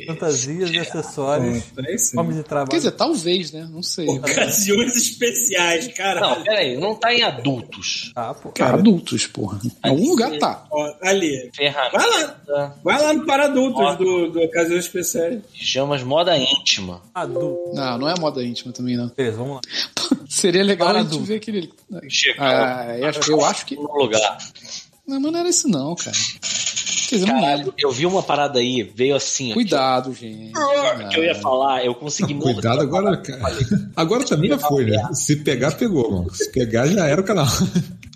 Speaker 1: Fantasias e acessórios.
Speaker 5: É isso.
Speaker 1: Formas de trabalho.
Speaker 3: Quer dizer, talvez, né? Não sei.
Speaker 5: Ocasiões especiais,
Speaker 2: Não,
Speaker 5: caralho.
Speaker 2: peraí, não tá em adultos.
Speaker 1: Ah, pô.
Speaker 3: Cara, adultos, porra. Em algum lugar tá.
Speaker 5: Ó, ali. Vai lá.
Speaker 2: Ferramenta,
Speaker 5: Vai lá no para
Speaker 2: Ó.
Speaker 5: adultos do, do Ocasiões Especiais.
Speaker 2: pijamas, moda íntima.
Speaker 1: Adulto.
Speaker 3: Não, não é moda íntima também, não.
Speaker 1: Beleza, vamos lá.
Speaker 3: Seria legal
Speaker 1: Para
Speaker 3: a gente
Speaker 1: adulto.
Speaker 3: ver aquele.
Speaker 2: Chega.
Speaker 3: Ah, eu acho, eu acho que.
Speaker 2: No lugar.
Speaker 3: Não, mas não era isso, não, cara. Quer dizer, não
Speaker 1: Hum.
Speaker 3: era.
Speaker 2: Caralho, eu vi uma parada aí, veio assim. ó, Tipo,
Speaker 3: Cuidado, gente.
Speaker 2: que eu ia falar, eu consegui
Speaker 4: Não,
Speaker 2: montar-
Speaker 4: Cuidado agora, cara. Agora também já foi, né? Se pegar, pegou, mano. Se pegar, já era o canal.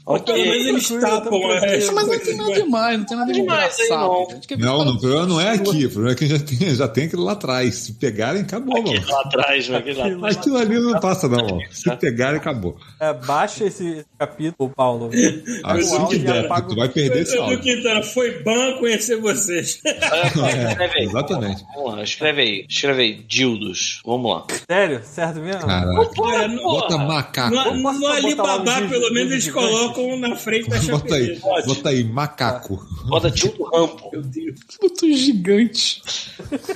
Speaker 5: Ou pelo
Speaker 2: Ok.
Speaker 5: menos eles
Speaker 1: Tranquilo,
Speaker 5: tapam é. a
Speaker 1: tranquilo.
Speaker 3: Mas não tem nada demais, não tem nada de
Speaker 2: Demais, hein,
Speaker 3: engraçado.
Speaker 2: não.
Speaker 3: cara. A gente quer ver
Speaker 4: Não,
Speaker 3: fala-
Speaker 4: não, o problema não é aqui. O problema é que já tem, já tem aquele lá atrás. Se pegarem, acabou,
Speaker 2: Aquele
Speaker 4: mano.
Speaker 2: lá atrás, né? Aquele lá atrás.
Speaker 4: Aquilo ali não passa, não, mano. Se pegarem, acabou.
Speaker 1: É, baixa esse capítulo, Paulo.
Speaker 4: Assim que der, porque tu vai perder esse
Speaker 5: Edu
Speaker 4: áudio.
Speaker 5: Quintana, foi bom conhecer vocês.
Speaker 1: Ah,
Speaker 4: É, exatamente.
Speaker 2: Vamos lá, escreve aí, escreve aí, dildos. Vamos lá.
Speaker 1: Sério? Certo mesmo?
Speaker 4: Caraca.
Speaker 5: Cara, no,
Speaker 4: Bota macaco.
Speaker 5: no,
Speaker 1: Posso
Speaker 5: no
Speaker 1: botar lá um
Speaker 5: Alibaba,
Speaker 1: vídeo,
Speaker 5: pelo
Speaker 1: um vídeo
Speaker 5: menos, eles
Speaker 1: gigante?
Speaker 5: colocam na frente da
Speaker 4: Bota aí,
Speaker 5: chapeleira.
Speaker 4: bota aí, macaco.
Speaker 2: Bota dildo rampo.
Speaker 5: Meu Deus.
Speaker 3: Puto gigante.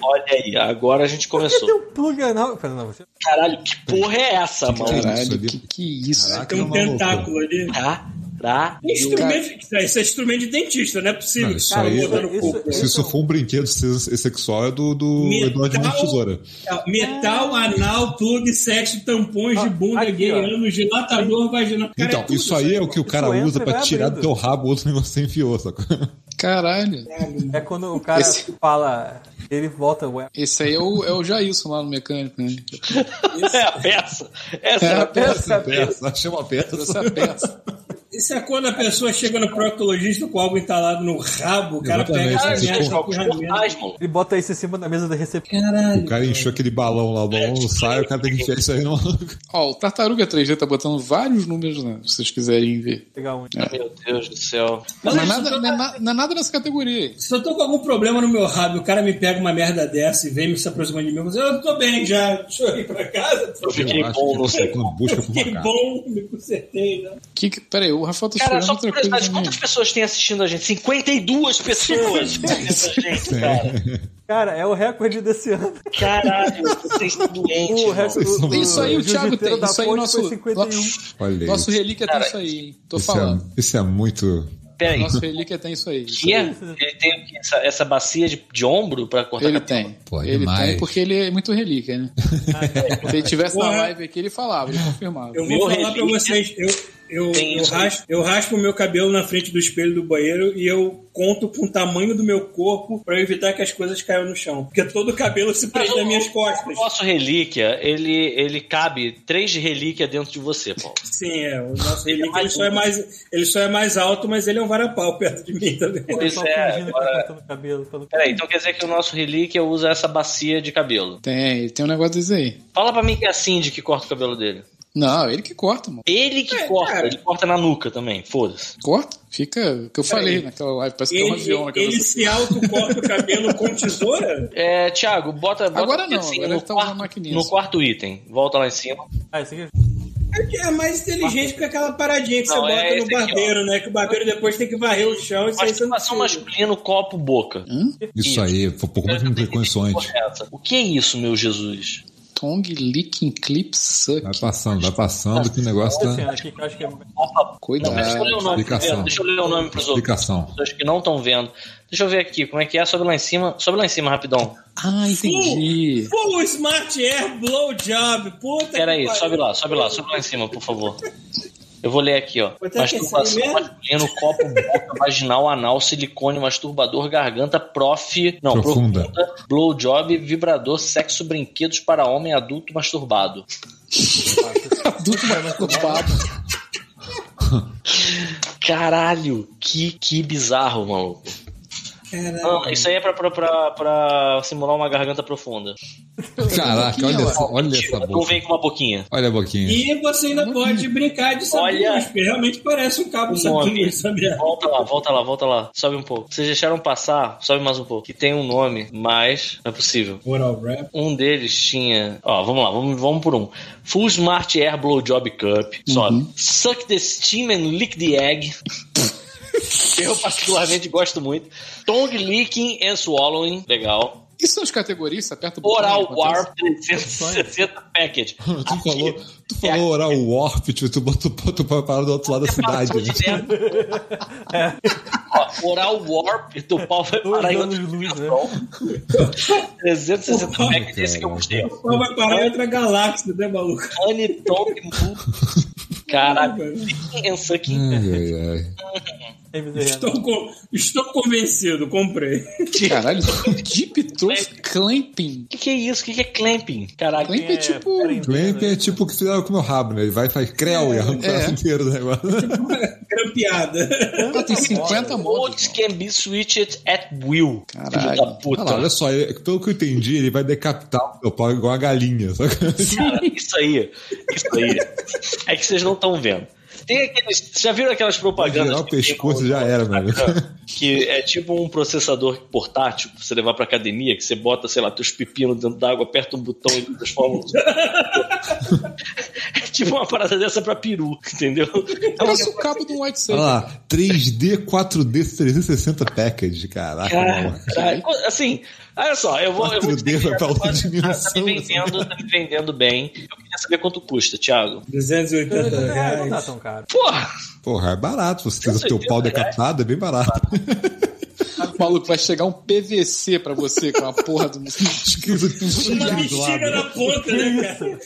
Speaker 2: Olha aí, agora a gente começou.
Speaker 1: Tem um plug anal. Pera, não, você.
Speaker 2: Caralho, que porra é essa, mano?
Speaker 4: Caralho,
Speaker 3: Caralho,
Speaker 4: ali.
Speaker 3: que, que isso?
Speaker 4: Caraca,
Speaker 5: Tem um
Speaker 4: Tá maluco.
Speaker 5: tentáculo ali.
Speaker 2: Tá? Tra...
Speaker 5: Instrumento, isso é instrumento de dentista, não é possível.
Speaker 4: Não, isso
Speaker 1: Cara,
Speaker 4: aí.
Speaker 1: isso-
Speaker 4: é-
Speaker 1: isso-
Speaker 4: se isso for um brinquedo se- sexual, é do, do
Speaker 5: Metal-
Speaker 4: Eduardo Mão de Tesoura.
Speaker 5: É, Metal, anal, plug, sexo, tampões de bunda,
Speaker 1: Ah. aqui,
Speaker 5: gay,
Speaker 1: ó.
Speaker 5: ânus, dilatador, vagina. Cara,
Speaker 4: então,
Speaker 5: é tudo
Speaker 4: isso aí é o que o cara
Speaker 1: Isso
Speaker 4: usa
Speaker 1: entra e
Speaker 4: pra
Speaker 1: vai
Speaker 4: tirar do
Speaker 1: abrindo.
Speaker 4: teu rabo outro negócio que você enfiou, sacou?
Speaker 3: Caralho.
Speaker 1: É quando o cara
Speaker 3: Esse-
Speaker 1: fala, ele volta, ué.
Speaker 3: Esse aí é o, é o Jailson lá no mecânico, né?
Speaker 2: É a peça. Essa
Speaker 3: É
Speaker 2: é
Speaker 3: a
Speaker 2: a peça.
Speaker 4: Peça, peça, chama peça.
Speaker 3: Essa peça.
Speaker 5: Isso é quando a pessoa chega no proctologista com algo entalado no rabo, o cara
Speaker 4: Exatamente,
Speaker 5: pega a
Speaker 4: esse
Speaker 5: merda
Speaker 4: corpo.
Speaker 5: com ferramenta.
Speaker 2: mano.
Speaker 1: Ele bota isso em cima da mesa da recepção.
Speaker 4: O cara encheu aquele balão lá, o balão não sai, o cara tem que enfiar isso aí no
Speaker 3: Ó, o Tartaruga 3D tá botando vários números, né? Se vocês quiserem ver.
Speaker 1: Pegar um.
Speaker 2: Meu Deus do céu.
Speaker 5: Mas
Speaker 3: Mas
Speaker 5: eu
Speaker 3: nada,
Speaker 5: só-
Speaker 2: tá-
Speaker 3: não, é, na- não é nada nessa categoria.
Speaker 5: Se eu tô com algum problema no meu rabo e o cara me pega uma merda dessa e vem me se aproximando de mim, eu falo, eu tô bem já, deixa eu ir pra casa.
Speaker 2: Eu fiquei
Speaker 4: acho
Speaker 2: bom
Speaker 4: que
Speaker 2: no
Speaker 4: você, quando busca por
Speaker 5: Fiquei
Speaker 4: tipo, uma cara.
Speaker 5: bom, me consertei. Né?
Speaker 3: Que, que- peraí, o Rafael tá
Speaker 4: é
Speaker 2: Cara,
Speaker 3: esperando
Speaker 2: só
Speaker 3: outra
Speaker 2: por
Speaker 3: coisa.
Speaker 2: curiosidade,
Speaker 3: também.
Speaker 2: quantas
Speaker 4: né?
Speaker 2: pessoas têm assistindo a gente? 52 pessoas essa gente, cara.
Speaker 1: Cara, é o recorde desse ano.
Speaker 2: Caralho, vocês estão doentes.
Speaker 1: O
Speaker 2: irmão.
Speaker 1: recorde
Speaker 4: Isso
Speaker 1: do-
Speaker 3: Isso aí o
Speaker 1: Jiu-Jitsu
Speaker 3: Thiago tem.
Speaker 1: da
Speaker 3: Isso aí o
Speaker 1: Ponte
Speaker 3: nosso.
Speaker 1: foi 51.
Speaker 4: Olha
Speaker 3: Nosso
Speaker 4: É isso.
Speaker 3: relíquia tem isso aí, hein? Tô
Speaker 4: Isso
Speaker 3: falando.
Speaker 4: é, isso é muito.
Speaker 2: Peraí.
Speaker 3: Nosso relíquia tem isso aí.
Speaker 2: Que é? Ele tem o quê? essa, essa bacia de, de ombro pra cortar
Speaker 3: Ele
Speaker 2: cabelo?
Speaker 3: tem.
Speaker 4: Pô,
Speaker 3: ele
Speaker 4: demais.
Speaker 3: tem porque ele é muito relíquia, né? Se ele tivesse na
Speaker 5: Porra.
Speaker 3: live aqui, ele falava, ele confirmava.
Speaker 5: Eu
Speaker 2: Meu
Speaker 5: vou falar pra
Speaker 2: relíquia
Speaker 5: vocês, eu, eu,
Speaker 2: tem
Speaker 5: eu,
Speaker 2: isso aí.
Speaker 5: raspo, eu raspo o meu cabelo na frente do espelho do banheiro e eu conto com o tamanho do meu corpo pra eu evitar que as coisas caiam no chão. Porque todo o cabelo se prende nas minhas
Speaker 2: O
Speaker 5: costas.
Speaker 2: nosso relíquia, ele, ele cabe três de relíquia dentro de você, Paulo.
Speaker 5: Sim, é. O nosso relíquio ele só é, mais, ele só é mais alto, mas ele é um varapau perto de mim também.
Speaker 1: O
Speaker 2: Pois
Speaker 1: pessoal
Speaker 2: é,
Speaker 1: fingindo que
Speaker 2: agora-
Speaker 1: tá cortando o cabelo. falando-
Speaker 2: Peraí, então quer dizer que o nosso relíquia usa essa bacia de cabelo.
Speaker 3: Tem, ele tem um negócio desse aí.
Speaker 2: Fala pra mim que é a Cindy que corta o cabelo dele.
Speaker 3: Não, ele que corta, mano.
Speaker 2: Ele que
Speaker 5: É,
Speaker 2: corta,
Speaker 5: cara.
Speaker 2: ele corta na nuca também, foda-se.
Speaker 3: Corta? Fica o que eu falei naquela live, parece que é um
Speaker 5: Ele,
Speaker 3: avião naquela
Speaker 5: ele se autocorta o cabelo com tesoura?
Speaker 2: É, Thiago, bota, bota
Speaker 3: Agora não, agora
Speaker 2: no,
Speaker 3: ele tá usando
Speaker 2: quarto,
Speaker 3: maquininha.
Speaker 2: no quarto item. Volta lá em cima.
Speaker 1: Ah, isso aqui.
Speaker 5: É que É mais inteligente que aquela paradinha que
Speaker 2: Não,
Speaker 5: você
Speaker 2: é
Speaker 5: bota
Speaker 2: esse
Speaker 5: no
Speaker 2: aqui,
Speaker 5: barbeiro, né? Que o barbeiro depois tem que varrer o chão e sair
Speaker 2: Masturbação masculina, copo, boca.
Speaker 4: Isso aí, pô, como é que não tem condições?
Speaker 2: Correta. O que é isso, meu Jesus?
Speaker 3: Tongue Licking Clip Suck.
Speaker 4: Vai passando, vai passando, que o negócio
Speaker 1: Esse
Speaker 4: tá.
Speaker 1: ano aqui que eu acho que é.
Speaker 2: Não, deixa eu
Speaker 3: Cuidado.
Speaker 2: ler o nome
Speaker 4: explicação.
Speaker 2: primeiro, Deixa eu ler o nome pros outros.
Speaker 4: Explicação.
Speaker 2: pessoas que não estão vendo. Deixa eu ver aqui, como é que é? Sobe lá em cima, sobe lá em cima rapidão.
Speaker 3: Ah, entendi.
Speaker 5: Pô, o Smart Air Blowjob, puta
Speaker 2: Pera aí,
Speaker 5: que pariu.
Speaker 2: sobe lá, sobe lá, sobe lá em cima, por favor. Eu vou ler aqui, ó.
Speaker 5: Vou ter que sair
Speaker 2: Masturbação
Speaker 5: mesmo?
Speaker 2: masculino, copo, boca, vaginal, anal, silicone, masturbador, garganta, prof. Não,
Speaker 4: Profunda.
Speaker 2: profunda. blowjob, vibrador, sexo, brinquedos para homem adulto masturbado.
Speaker 3: Adulto masturbado.
Speaker 2: Caralho, que, que bizarro, maluco. Não, isso aí é pra, pra, pra, pra simular uma garganta profunda.
Speaker 4: Caraca, olha essa, olha essa
Speaker 2: Não
Speaker 4: boca.
Speaker 2: vem com uma boquinha.
Speaker 4: Olha a boquinha.
Speaker 5: E você ainda pode brincar de
Speaker 2: Olha.
Speaker 5: sapinho, porque realmente parece Uhum. um cabo
Speaker 2: Um
Speaker 5: sapinho
Speaker 2: nome.
Speaker 5: essa merda.
Speaker 2: Volta lá, volta lá, volta lá. Sobe um pouco. Vocês deixaram passar, sobe mais um pouco. Que tem um nome, mas não é possível.
Speaker 5: Oral rap.
Speaker 2: Um deles tinha. Ó, vamos lá, vamos, vamos por um. Full Smart Air Blowjob Cup. Sobe. Suck the steam and lick the egg. Eu particularmente gosto muito. Tongue licking and swallowing. Legal.
Speaker 3: Isso são as categorias, você aperta o botão.
Speaker 2: Oral
Speaker 3: acontece.
Speaker 2: Warp 360 Package.
Speaker 4: Tu falou, tu
Speaker 2: É.
Speaker 4: falou oral warp, tipo, tu botou tu parado do outro lado da cidade.
Speaker 2: Passou
Speaker 4: né?
Speaker 2: direto. Ó, Oral Warp, teu pau vai
Speaker 1: Dois
Speaker 2: parar em
Speaker 1: anos
Speaker 2: outra
Speaker 1: de luz, né?
Speaker 2: dimensão. 360 pack, esse que eu gostei.
Speaker 5: Só vai parar em é outra
Speaker 2: Então-
Speaker 5: galáxia, né, maluco?
Speaker 2: Honey Tongue Move. Caralho, Licking and Sucking.
Speaker 4: Ai, ai, ai.
Speaker 1: é miserável.
Speaker 2: Então-
Speaker 5: Estou, com- estou convencido, comprei.
Speaker 3: Caralho, é um Deep Throat Clamping.
Speaker 2: O que, que é isso? O que, que é clamping? Caralho.
Speaker 3: Clamping é tipo.
Speaker 1: né?
Speaker 4: Clamp é tipo o que fizeram com o meu rabo, né? Ele vai e faz creu
Speaker 2: É,
Speaker 4: e arranca o braço inteiro né? do negócio.
Speaker 5: Grampeada.
Speaker 3: Ah, tem 50 modos.
Speaker 2: Modes can be switched at will.
Speaker 3: Caralho.
Speaker 2: Filho da puta.
Speaker 4: Olha lá, olha só, ele- pelo que eu entendi, ele vai decapitar o meu pau igual a galinha. saca?
Speaker 2: Cara, isso aí. Isso aí. É que vocês não estão vendo. Tem aqueles. Vocês já viram aquelas propagandas?
Speaker 4: Virar o
Speaker 2: que tem
Speaker 4: pescoço
Speaker 2: no-
Speaker 4: já era, né? mano.
Speaker 2: Que é tipo um processador portátil pra você levar pra academia, que você bota, sei lá, teus pepinos dentro d'água, aperta um botão e transforma. um- é tipo uma parada dessa pra peru, entendeu? É Então,
Speaker 3: Parece o cabo do White
Speaker 4: Olha
Speaker 3: Saber.
Speaker 4: lá, 3D, 4D, 360 package, caraca. mano.
Speaker 2: Cara, assim, olha só, eu vou. Eu vou
Speaker 4: 4D vai pra outra
Speaker 2: tá, me
Speaker 4: dimensão.
Speaker 2: vendendo, tá me vendendo bem. Eu queria saber quanto custa, Thiago.
Speaker 5: 280
Speaker 1: É, não tá
Speaker 5: reais.
Speaker 1: tão caro.
Speaker 2: Porra!
Speaker 4: Porra, é barato. Você tem o teu pau decapitado, é bem barato.
Speaker 3: Maluco, vai chegar um PVC pra você com a porra do. É
Speaker 4: Escrito
Speaker 2: é
Speaker 5: Uma
Speaker 4: tigre é do
Speaker 5: bexiga
Speaker 4: lado.
Speaker 5: na ponta, né, cara?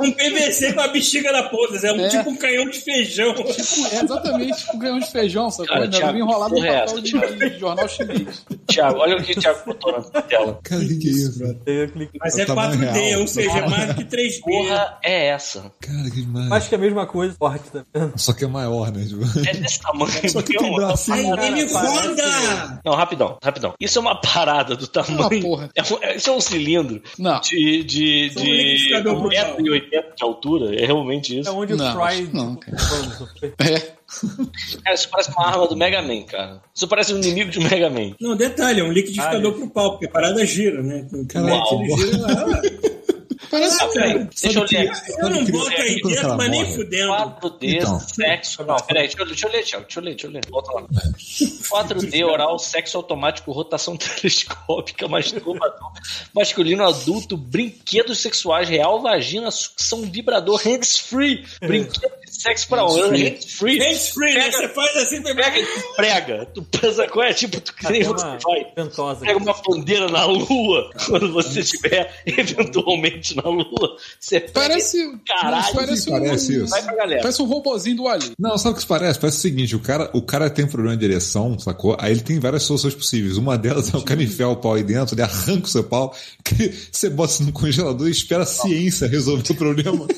Speaker 5: Um PVC com a bexiga na ponta. É um
Speaker 3: É.
Speaker 5: tipo um canhão de feijão.
Speaker 3: É exatamente tipo um grão de feijão, sacou?
Speaker 2: Cara,
Speaker 3: Ainda
Speaker 2: Thiago,
Speaker 3: vem enrolado no
Speaker 2: porra é
Speaker 3: papel
Speaker 2: essa,
Speaker 3: de, de jornal chinês.
Speaker 2: Thiago, olha o que o Thiago botou na tela.
Speaker 4: Cara, que que é isso, velho?
Speaker 1: Eu clico-
Speaker 5: Mas
Speaker 4: É
Speaker 5: é
Speaker 4: o tamanho
Speaker 5: 4D,
Speaker 4: real.
Speaker 5: ou seja, é mais do que 3D.
Speaker 2: Porra, é essa.
Speaker 4: Cara, que demais.
Speaker 1: Acho que é a mesma coisa, forte também.
Speaker 4: Só que é maior, né? Tipo,
Speaker 2: É desse tamanho.
Speaker 4: Só que
Speaker 2: porque é
Speaker 4: tem
Speaker 2: uma-
Speaker 4: bracinho.
Speaker 5: Aí me
Speaker 1: parece-
Speaker 5: roda!
Speaker 2: Não, rapidão, rapidão. Isso é uma parada do tamanho.
Speaker 3: Ah, porra.
Speaker 2: É um- é- isso é um cilindro
Speaker 3: Não.
Speaker 2: de, de,
Speaker 5: um
Speaker 2: de
Speaker 5: liquidificador
Speaker 2: 1,80m de altura. É realmente
Speaker 1: É
Speaker 2: isso.
Speaker 1: onde o
Speaker 3: Não,
Speaker 1: Troy.
Speaker 3: acho que não, cara.
Speaker 1: Vamos.
Speaker 3: É.
Speaker 2: Cara, isso parece uma arma do Mega Man, cara. Isso parece um inimigo de Mega Man.
Speaker 5: Não, detalhe, é um liquidificador pro pau, porque a parada gira, né?
Speaker 4: Caralho,
Speaker 5: Aquele
Speaker 4: que
Speaker 5: giro lá,
Speaker 3: Parece.
Speaker 2: Ah, peraí, deixa eu ler aqui.
Speaker 5: Eu não
Speaker 4: Sabe que-
Speaker 5: boto aí
Speaker 4: sabe quando
Speaker 5: dentro,
Speaker 4: ela
Speaker 5: mas nem
Speaker 4: morre?
Speaker 5: fudendo.
Speaker 2: 4D,
Speaker 4: Então.
Speaker 2: sexo. Não, peraí, deixa eu, deixa eu ler, Thiago. Deixa eu ler, deixa eu ler. Volta lá. 4D oral, sexo automático, rotação telescópica, masturbador, masculino adulto, brinquedos sexuais, real vagina, sucção vibrador, hands-free, brinquedo de sexo pra homem, hands-free.
Speaker 5: Hands free, né? Você faz assim pra
Speaker 2: Pega e tu prega. Tu pensa qual é? Tipo, tu que nem
Speaker 1: Tem
Speaker 2: você
Speaker 1: Tá uma
Speaker 2: vai.
Speaker 1: ventosa.
Speaker 2: Pega uma bandeira na lua quando você estiver eventualmente na lua. Você pega
Speaker 3: Parece.
Speaker 2: Caralho,
Speaker 3: parece, um-
Speaker 4: parece
Speaker 2: e
Speaker 4: isso.
Speaker 2: vai pra galera.
Speaker 3: Parece um robozinho do Ali.
Speaker 4: Não, sabe o que isso parece? Parece o seguinte: o cara, o cara tem um problema de ereção, sacou? Aí ele tem várias soluções possíveis. Uma delas é o cara enfiar o pau aí dentro, ele arranca o seu pau, que você bota isso no congelador e espera a ciência resolver o problema.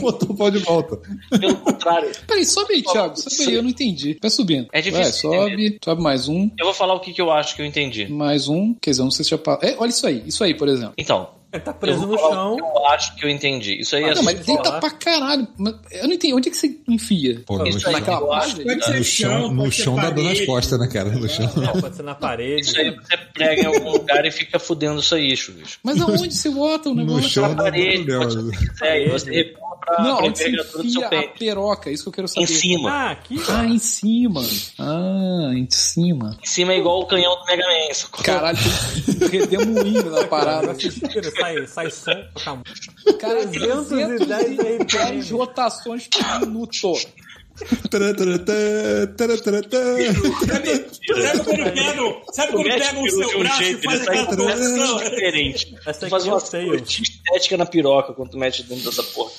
Speaker 4: Botou o pau de volta.
Speaker 2: Pelo contrário,
Speaker 3: Peraí, sobe aí, Thiago. Sobe aí, eu não entendi. Vai subindo.
Speaker 2: É difícil
Speaker 3: Vai,
Speaker 2: de
Speaker 3: sobe. Sobe mais um,
Speaker 2: eu vou falar o que, que eu acho que eu entendi.
Speaker 3: mais um. Quer dizer, eu não sei se já. pa- É, olha isso aí. Isso aí, por exemplo.
Speaker 2: Então,
Speaker 1: Ele tá
Speaker 2: eu
Speaker 1: preso
Speaker 2: vou
Speaker 1: no
Speaker 2: falar um
Speaker 1: chão.
Speaker 2: o que eu acho que eu entendi. Isso aí é
Speaker 3: Ah, Não,
Speaker 2: assim.
Speaker 3: mas então tá
Speaker 1: falar.
Speaker 3: deita pra caralho. Mas Eu não entendi. Onde é que você enfia?
Speaker 4: Pô, no
Speaker 2: Isso aí
Speaker 4: chão,
Speaker 3: Naquela
Speaker 2: eu acho
Speaker 3: parte?
Speaker 5: Pode ser
Speaker 4: no chão, no
Speaker 5: pode ser
Speaker 4: chão da dor nas
Speaker 5: parede.
Speaker 4: costas, né, cara? No chão.
Speaker 1: Não, pode ser na parede.
Speaker 2: Isso aí você prega em algum lugar e fica fudendo isso aí, chuvisco.
Speaker 3: Mas aonde você bota o
Speaker 4: No
Speaker 3: negócio?
Speaker 4: chão
Speaker 2: Na
Speaker 4: da
Speaker 2: parede, pode ser o
Speaker 4: problema.
Speaker 2: que quiser. E você recua pra,
Speaker 3: Não,
Speaker 2: pra
Speaker 3: onde você
Speaker 2: envergadura do
Speaker 3: enfia
Speaker 2: seu
Speaker 3: a
Speaker 2: peito.
Speaker 3: peroca? é Isso que eu quero saber.
Speaker 2: Em cima.
Speaker 1: Ah, aqui.
Speaker 3: Ah, em cima. Ah, em cima.
Speaker 2: Em cima é igual o canhão do Mega Man. sacou?
Speaker 3: Caralho, tem um redemoinho na parada.
Speaker 1: Você tira, sai, sai som. Calma.
Speaker 3: Cara,
Speaker 1: 310
Speaker 3: 310 rotações por minuto.
Speaker 4: Taratã, taratã, taratã.
Speaker 5: Sabe quando pegam, sabe
Speaker 2: Tu
Speaker 5: quando
Speaker 2: mexe
Speaker 5: pegam
Speaker 2: peru
Speaker 5: o
Speaker 2: de
Speaker 5: seu
Speaker 2: um
Speaker 5: braço e
Speaker 2: jeito,
Speaker 5: faz
Speaker 2: ele sai
Speaker 5: aquela
Speaker 2: com um braço
Speaker 5: torção?
Speaker 2: diferente.
Speaker 1: Essa
Speaker 2: Tu
Speaker 1: aqui
Speaker 2: faz
Speaker 1: eu
Speaker 2: uma
Speaker 1: sei, eu.
Speaker 2: cirurgia estética na piroca quando tu mete dentro dessa porra.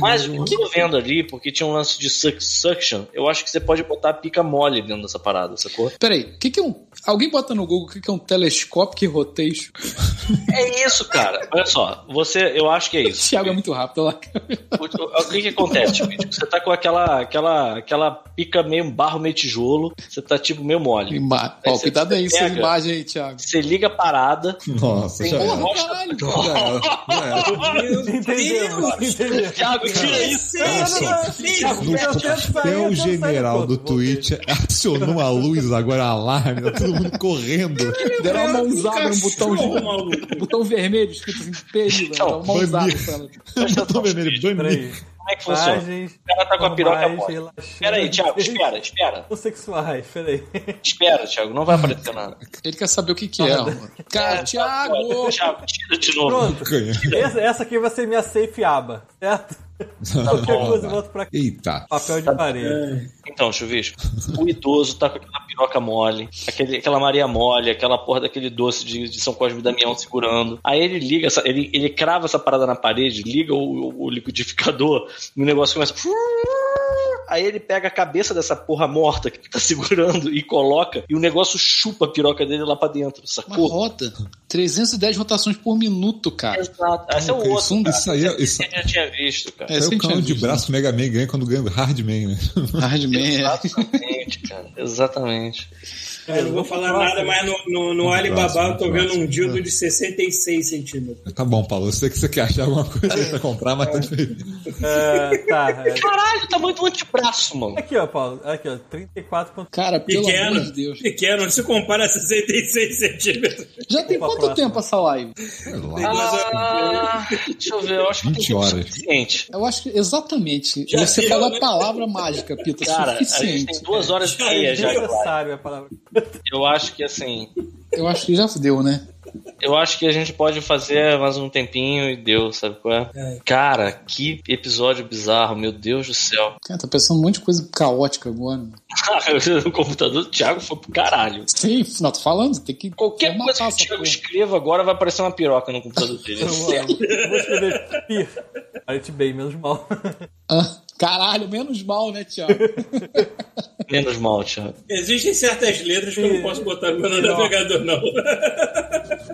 Speaker 2: Mas o que eu tô vendo ali, porque tinha um lance de suc- suction, eu acho que você pode botar a pica mole dentro dessa parada, sacou?
Speaker 3: Peraí, o que, que é um. Alguém bota no Google o que, que é um telescópio rotation?
Speaker 2: É isso, cara. Olha só, você, eu acho que é isso.
Speaker 3: Thiago é muito rápido, olha lá.
Speaker 2: O, é o- o que que acontece, Vídeo? Você tá com aquela, aquela, aquela pica meio barro, meio tijolo, você tá tipo meio mole.
Speaker 3: Ima...
Speaker 2: Aí
Speaker 3: Ó,
Speaker 2: você
Speaker 3: cuidado aí, essa
Speaker 2: é pega.
Speaker 3: imagem aí, Thiago.
Speaker 2: Você liga a parada,
Speaker 4: Nossa, já era.
Speaker 3: Porra, caralho.
Speaker 4: Já era, já era.
Speaker 1: Entendeu? Entendeu?
Speaker 2: Thiago, tira isso.
Speaker 4: Olha
Speaker 5: Sim,
Speaker 4: só.
Speaker 5: sim,
Speaker 4: No
Speaker 1: Eu tento sair, eu
Speaker 4: papel
Speaker 1: tento sair
Speaker 4: general
Speaker 1: todo,
Speaker 4: do
Speaker 1: vou
Speaker 4: Twitch acionou a luz, agora alarme, tá todo mundo correndo.
Speaker 3: Deram uma
Speaker 4: um
Speaker 3: mãozada no botão,
Speaker 5: é Cachorro,
Speaker 3: de...
Speaker 5: maluco.
Speaker 3: botão vermelho escrito assim, perigo.
Speaker 2: Então,
Speaker 3: Então, uma mãozada
Speaker 4: banir.
Speaker 3: pra ela.
Speaker 4: Botou vermelho, banir.
Speaker 1: Peraí.
Speaker 2: Como é que funciona?
Speaker 1: Imagens.
Speaker 2: O cara tá com a piroca
Speaker 1: normais,
Speaker 2: mole.
Speaker 1: relaxantes,
Speaker 2: Pera aí, Thiago, espera, espera.
Speaker 1: Homossexuais, peraí.
Speaker 2: Espera, Thiago, não vai aparecer nada.
Speaker 3: Ele quer saber o que, que é, amor. Cara, Thiago!
Speaker 2: Olha, Ah, Thiago, tira de novo.
Speaker 1: Pronto.
Speaker 4: Ganha.
Speaker 1: Essa, essa aqui vai ser minha safe aba, certo?
Speaker 2: Tá
Speaker 1: Qualquer coisa eu volto pra cá.
Speaker 4: Eita.
Speaker 1: Papel de parede.
Speaker 2: Então, Chuvisco, o idoso tá com aquela piroca mole, aquele, aquela Maria mole, aquela porra daquele doce de, de São Cosme e Damião segurando. Aí ele liga, essa- ele, ele crava essa parada na parede, liga o, o- o liquidificador e o negócio começa. Aí ele pega a cabeça dessa porra morta que tá segurando e coloca, e o negócio chupa a piroca dele lá pra dentro,
Speaker 3: Uma
Speaker 2: sacou?
Speaker 3: roda. 310 rotações por minuto, cara.
Speaker 2: Exato. Esse é o outro.
Speaker 3: Isso-
Speaker 2: cara.
Speaker 4: Isso aí é, isso
Speaker 2: Esse eu já tinha visto, cara.
Speaker 3: É,
Speaker 4: é
Speaker 3: isso que
Speaker 4: o
Speaker 3: eu tinha
Speaker 4: canal de
Speaker 3: visto.
Speaker 4: braço Mega Man ganha quando ganha o Hard Man, né?
Speaker 3: Hardman,
Speaker 2: Exatamente, cara. Exatamente.
Speaker 5: Eu não vou falar nada, mas no, no,
Speaker 4: Um
Speaker 5: no Alibaba eu tô vendo um dildo de 66 centímetros.
Speaker 4: Tá bom, Paulo, eu sei que você quer achar alguma coisa aí pra comprar, mas tá difícil.
Speaker 1: É, tá, é,
Speaker 2: Caralho, tá muito antebraço braço, mano.
Speaker 1: Aqui, ó, Paulo. Aqui, ó. 34.
Speaker 3: Cara, pelo amor de
Speaker 5: Pequeno,
Speaker 3: Deus.
Speaker 5: pequeno, não se compara a 66 centímetros.
Speaker 3: Já tem
Speaker 1: Opa,
Speaker 3: quanto
Speaker 1: próximo.
Speaker 3: tempo essa live?
Speaker 4: Sei lá.
Speaker 2: Ah, deixa eu ver, eu acho que
Speaker 4: 20 horas.
Speaker 2: suficiente.
Speaker 3: Eu acho que exatamente.
Speaker 5: Já
Speaker 3: você
Speaker 5: deu,
Speaker 3: falou
Speaker 5: né?
Speaker 3: a palavra mágica, Pita.
Speaker 2: Cara, a gente
Speaker 3: suficiente.
Speaker 2: tem duas horas e meia É, já. de live.
Speaker 1: Desnecessário é a palavra.
Speaker 2: Eu acho que assim.
Speaker 3: Eu acho que já deu, né?
Speaker 2: Eu acho que a gente pode fazer mais um tempinho e deu, sabe qual é? Cara, que episódio bizarro, meu Deus do céu.
Speaker 3: Cara, tá pensando um monte de coisa caótica agora.
Speaker 2: o computador do Thiago foi pro caralho.
Speaker 3: Sim, não, tô falando, tem que.
Speaker 2: Qualquer
Speaker 3: matar
Speaker 2: coisa que o
Speaker 3: essa
Speaker 2: Thiago
Speaker 3: porra.
Speaker 2: escreva agora vai aparecer uma piroca no computador dele.
Speaker 1: Eu vou, eu vou escrever pi. Olha, te bem, menos mal.
Speaker 3: Ah, caralho, menos mal, né, Thiago?
Speaker 2: Menos mal, Thiago.
Speaker 5: Existem certas letras que eu não posso botar no meu navegador, não.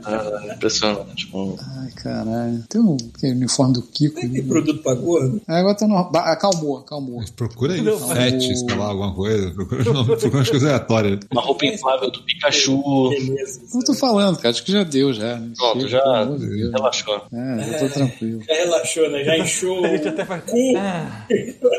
Speaker 2: Ah, impressionante. Um- mano.
Speaker 3: Ai, caralho. Tem um que é o uniforme do Kiko.
Speaker 5: Tem
Speaker 3: né?
Speaker 5: produto pra gordo?
Speaker 3: Ah, Agora tá no. Ba- Acalmou, acalmou.
Speaker 4: Procura aí,
Speaker 1: Não,
Speaker 4: sete, sei lá, alguma coisa. Procura, não, procura umas coisas aleatórias.
Speaker 2: Uma roupa inflável do Pikachu.
Speaker 5: Beleza.
Speaker 3: Não tô falando, cara. Acho que já deu, já. né?
Speaker 2: Pronto,
Speaker 3: Chega,
Speaker 2: já
Speaker 3: pelo amor de Deus.
Speaker 2: relaxou.
Speaker 3: É, já tô tranquilo.
Speaker 5: Já relaxou, né? Já encheu o cu.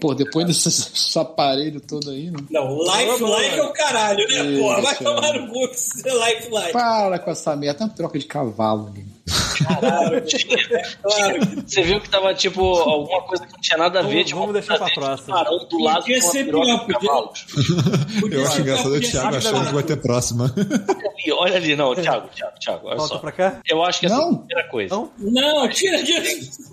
Speaker 3: Pô, depois desse esse aparelho todo aí, né?
Speaker 5: Não, lifelike é o caralho, né,
Speaker 3: Isso,
Speaker 5: porra? Vai
Speaker 3: cara.
Speaker 5: tomar no cu que isso é lifelike.
Speaker 3: Para com essa merda. É uma troca de cavalo. né?
Speaker 5: Claro.
Speaker 2: Você viu que tava tipo alguma coisa que não tinha nada a ver.
Speaker 1: Vamos-
Speaker 2: tipo,
Speaker 1: vamos deixar pra
Speaker 2: um
Speaker 1: próxima.
Speaker 2: tubarão do lado
Speaker 5: Podia
Speaker 2: com uma
Speaker 5: ser
Speaker 2: piroca
Speaker 5: pior,
Speaker 2: de
Speaker 5: podia-
Speaker 2: cavalos.
Speaker 5: Podia
Speaker 4: Eu
Speaker 5: ser
Speaker 4: acho engraçado o
Speaker 5: podia ser
Speaker 4: Thiago achando que vai ter próxima.
Speaker 2: ali, olha ali, não, Thiago, Thiago, Thiago, olha
Speaker 1: É. Volta
Speaker 2: só.
Speaker 1: pra cá.
Speaker 2: Eu acho que essa é a
Speaker 3: Não.
Speaker 2: primeira coisa.
Speaker 1: Não?
Speaker 5: Não, tira disso.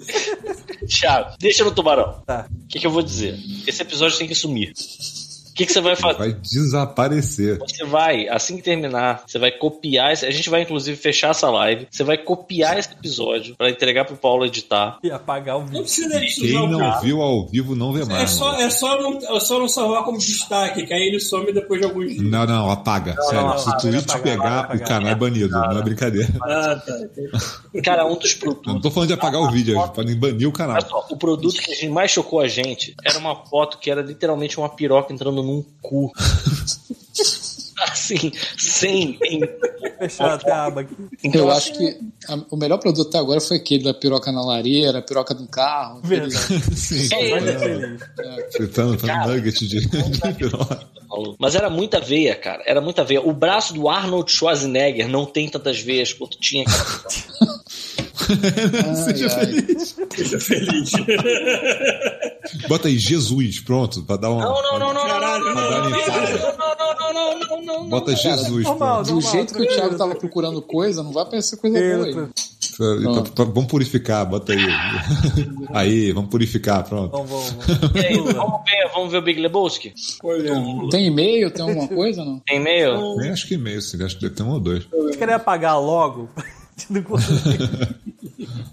Speaker 2: Thiago, deixa no tubarão.
Speaker 1: Tá.
Speaker 2: O que, que eu vou dizer? Esse episódio tem que sumir. O que, que você vai fazer?
Speaker 4: Vai desaparecer.
Speaker 2: Você vai, assim que terminar, você vai copiar. Esse... A gente vai, inclusive, fechar essa live. Você vai copiar esse episódio pra entregar pro Paulo editar.
Speaker 1: E apagar o
Speaker 5: Não
Speaker 1: vídeo.
Speaker 5: precisa disso,
Speaker 4: Quem
Speaker 5: não,
Speaker 4: não
Speaker 5: cara.
Speaker 4: viu ao vivo não vê
Speaker 5: É
Speaker 4: mais. né?
Speaker 5: só,
Speaker 4: mano.
Speaker 5: é, só não, é só não salvar como destaque, que aí ele some depois de alguns dias.
Speaker 4: Não, não, apaga. Sério,
Speaker 1: não,
Speaker 4: se o
Speaker 1: apaga,
Speaker 4: Twitch
Speaker 1: apaga,
Speaker 4: pegar,
Speaker 1: apaga, apaga.
Speaker 4: o canal é banido. Não é brincadeira.
Speaker 5: Ah, tá.
Speaker 2: Cara, um dos
Speaker 4: Eu não
Speaker 2: produtos.
Speaker 4: tô falando de apagar o vídeo, eles podem banir o canal.
Speaker 2: Olha só, o produto que a gente mais chocou a gente era uma foto que era literalmente uma piroca entrando num cu. Assim, sem.
Speaker 1: Fechar até a aba aqui.
Speaker 3: Eu acho que a- o melhor produto até agora foi aquele da piroca na lareira, a piroca do carro. aquele-
Speaker 1: Verdade.
Speaker 4: Sim,
Speaker 1: Mas é
Speaker 4: falando-
Speaker 1: feliz.
Speaker 4: fritando, fazendo nugget de, de piroca.
Speaker 2: Paulo. Mas era muita veia, cara. Era muita veia. O braço do Arnold Schwarzenegger não tem tantas veias quanto tinha. cara.
Speaker 4: Seja
Speaker 3: ai.
Speaker 4: feliz.
Speaker 5: Seja feliz.
Speaker 4: Bota aí Jesus, pronto, pra dar uma.
Speaker 2: Não, não, não, não, não,
Speaker 5: Caralho,
Speaker 2: não, não,
Speaker 5: não,
Speaker 2: não, não,
Speaker 4: não,
Speaker 2: não, não, não, não, não, não.
Speaker 4: Bota Jesus,
Speaker 1: Normal,
Speaker 4: pronto.
Speaker 3: Do
Speaker 1: normal.
Speaker 3: um jeito que o Thiago
Speaker 1: tranquilo.
Speaker 3: tava procurando coisa, não vai aparecer coisa boa aí.
Speaker 1: Tranquilo.
Speaker 4: Pra- Então, pra- pra- Vamos purificar, bota aí. Aí, vamos purificar, pronto.
Speaker 1: Então Vamos, vamos, vamos.
Speaker 2: E aí, Vamos ver, vamos ver o Big Lebowski.
Speaker 5: Olha,
Speaker 3: Tem e-mail, tem alguma coisa, não?
Speaker 2: Tem e-mail?
Speaker 4: Nem acho que meio, assim, acho que deve ter um ou dois.
Speaker 1: A gente queria apagar logo. Não consegue.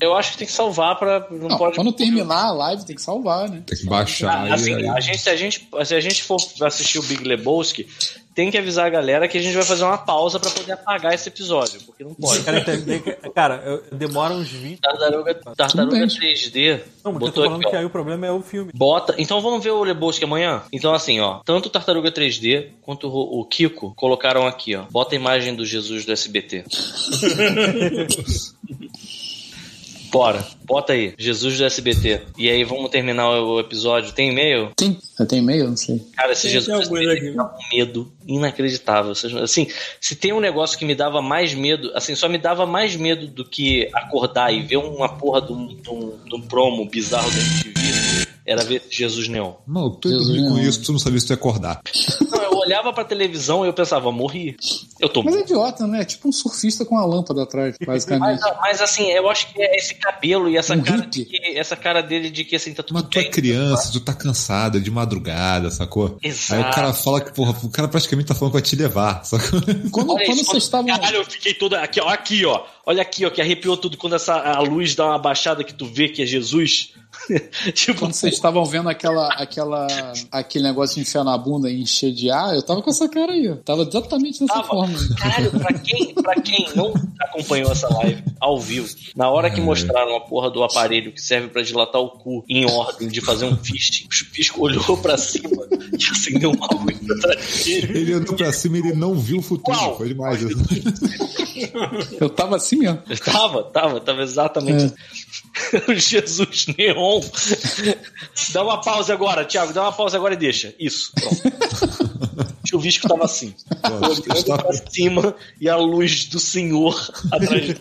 Speaker 2: Eu acho que tem que salvar pra. Não,
Speaker 3: Não,
Speaker 2: pode.
Speaker 3: quando terminar a live tem que salvar, né?
Speaker 4: Tem que baixar. aí,
Speaker 2: Assim,
Speaker 4: aí.
Speaker 2: a gente, se, a gente, se a gente for assistir o Big Lebowski, tem que avisar a galera que a gente vai fazer uma pausa pra poder apagar esse episódio, porque não pode.
Speaker 1: Cara, entender que- cara, eu- demora uns 20.
Speaker 2: Tartaruga, tartaruga
Speaker 3: bem.
Speaker 2: 3D.
Speaker 1: Ah, Não, mas eu tô
Speaker 2: botou
Speaker 1: falando
Speaker 2: aqui, ó.
Speaker 1: que aí o problema é o filme.
Speaker 2: Bota. Então vamos ver o Lebowski amanhã? Então, assim, ó. Tanto o Tartaruga 3D quanto o o Kiko colocaram aqui, ó. Bota a imagem do Jesus do SBT. Bora, bota aí, Jesus do SBT. E aí, vamos terminar o episódio. Tem e-mail?
Speaker 3: Tem, é, tem e-mail? Não sei.
Speaker 2: Cara, esse
Speaker 5: Tem
Speaker 2: Jesus do
Speaker 5: algum
Speaker 2: SBT
Speaker 5: aqui.
Speaker 2: dá um medo inacreditável. Vocês- Assim, se tem um negócio que me dava mais medo, assim, só me dava mais medo do que acordar e ver uma porra de um, de um- de um promo bizarro da MTV, era ver Jesus Neon.
Speaker 4: Mano, tu ia
Speaker 3: Jesus,
Speaker 4: dormir com
Speaker 3: não.
Speaker 4: isso, tu não sabia se tu ia acordar.
Speaker 2: Não, eu olhava pra televisão e eu pensava, morri. Eu tô
Speaker 3: Mas é
Speaker 2: morto.
Speaker 3: idiota, né? É tipo um surfista com uma lâmpada atrás, basicamente.
Speaker 2: Mas, mas, assim, eu acho que é esse cabelo e essa,
Speaker 3: Um
Speaker 2: cara,
Speaker 3: hippie.
Speaker 2: de que- essa cara dele de que assim, tá tudo
Speaker 4: Mas tu é
Speaker 2: bem.
Speaker 4: criança, tu tá cansada, é de madrugada, sacou?
Speaker 2: Exato.
Speaker 4: Aí o cara fala que, porra, o cara praticamente tá falando que vai te levar, sacou?
Speaker 3: Quando,
Speaker 2: Olha
Speaker 3: quando
Speaker 2: isso,
Speaker 3: vocês estavam.
Speaker 2: Caralho, eu fiquei toda. Aqui, ó, aqui, ó. Olha aqui, ó, que arrepiou tudo quando essa, a luz dá uma baixada que tu vê que é Jesus. tipo,
Speaker 3: Quando vocês estavam vendo aquela, aquela, aquele negócio de enfiar na bunda e encher de ar, eu tava com essa cara aí. ó. Tava exatamente dessa
Speaker 2: Tava.
Speaker 3: forma.
Speaker 2: Caralho, pra quem, pra quem não. acompanhou essa live ao vivo, na hora que mostraram a porra do aparelho que serve pra dilatar o cu em ordem de fazer um fisting, o chupisco olhou pra cima e acendeu uma luz atrás dele.
Speaker 4: Ele andou pra cima e ele não viu o futuro.
Speaker 2: Uau!
Speaker 4: Foi demais.
Speaker 3: Eu tava assim mesmo.
Speaker 2: Tava, tava, tava exatamente. O Jesus Neon. Dá uma pausa agora, Thiago, dá uma pausa agora e deixa. Isso, pronto. Chuvisco tava assim,
Speaker 4: Nossa,
Speaker 2: olhando
Speaker 4: estava-
Speaker 2: pra cima e a luz do Senhor atrás dele.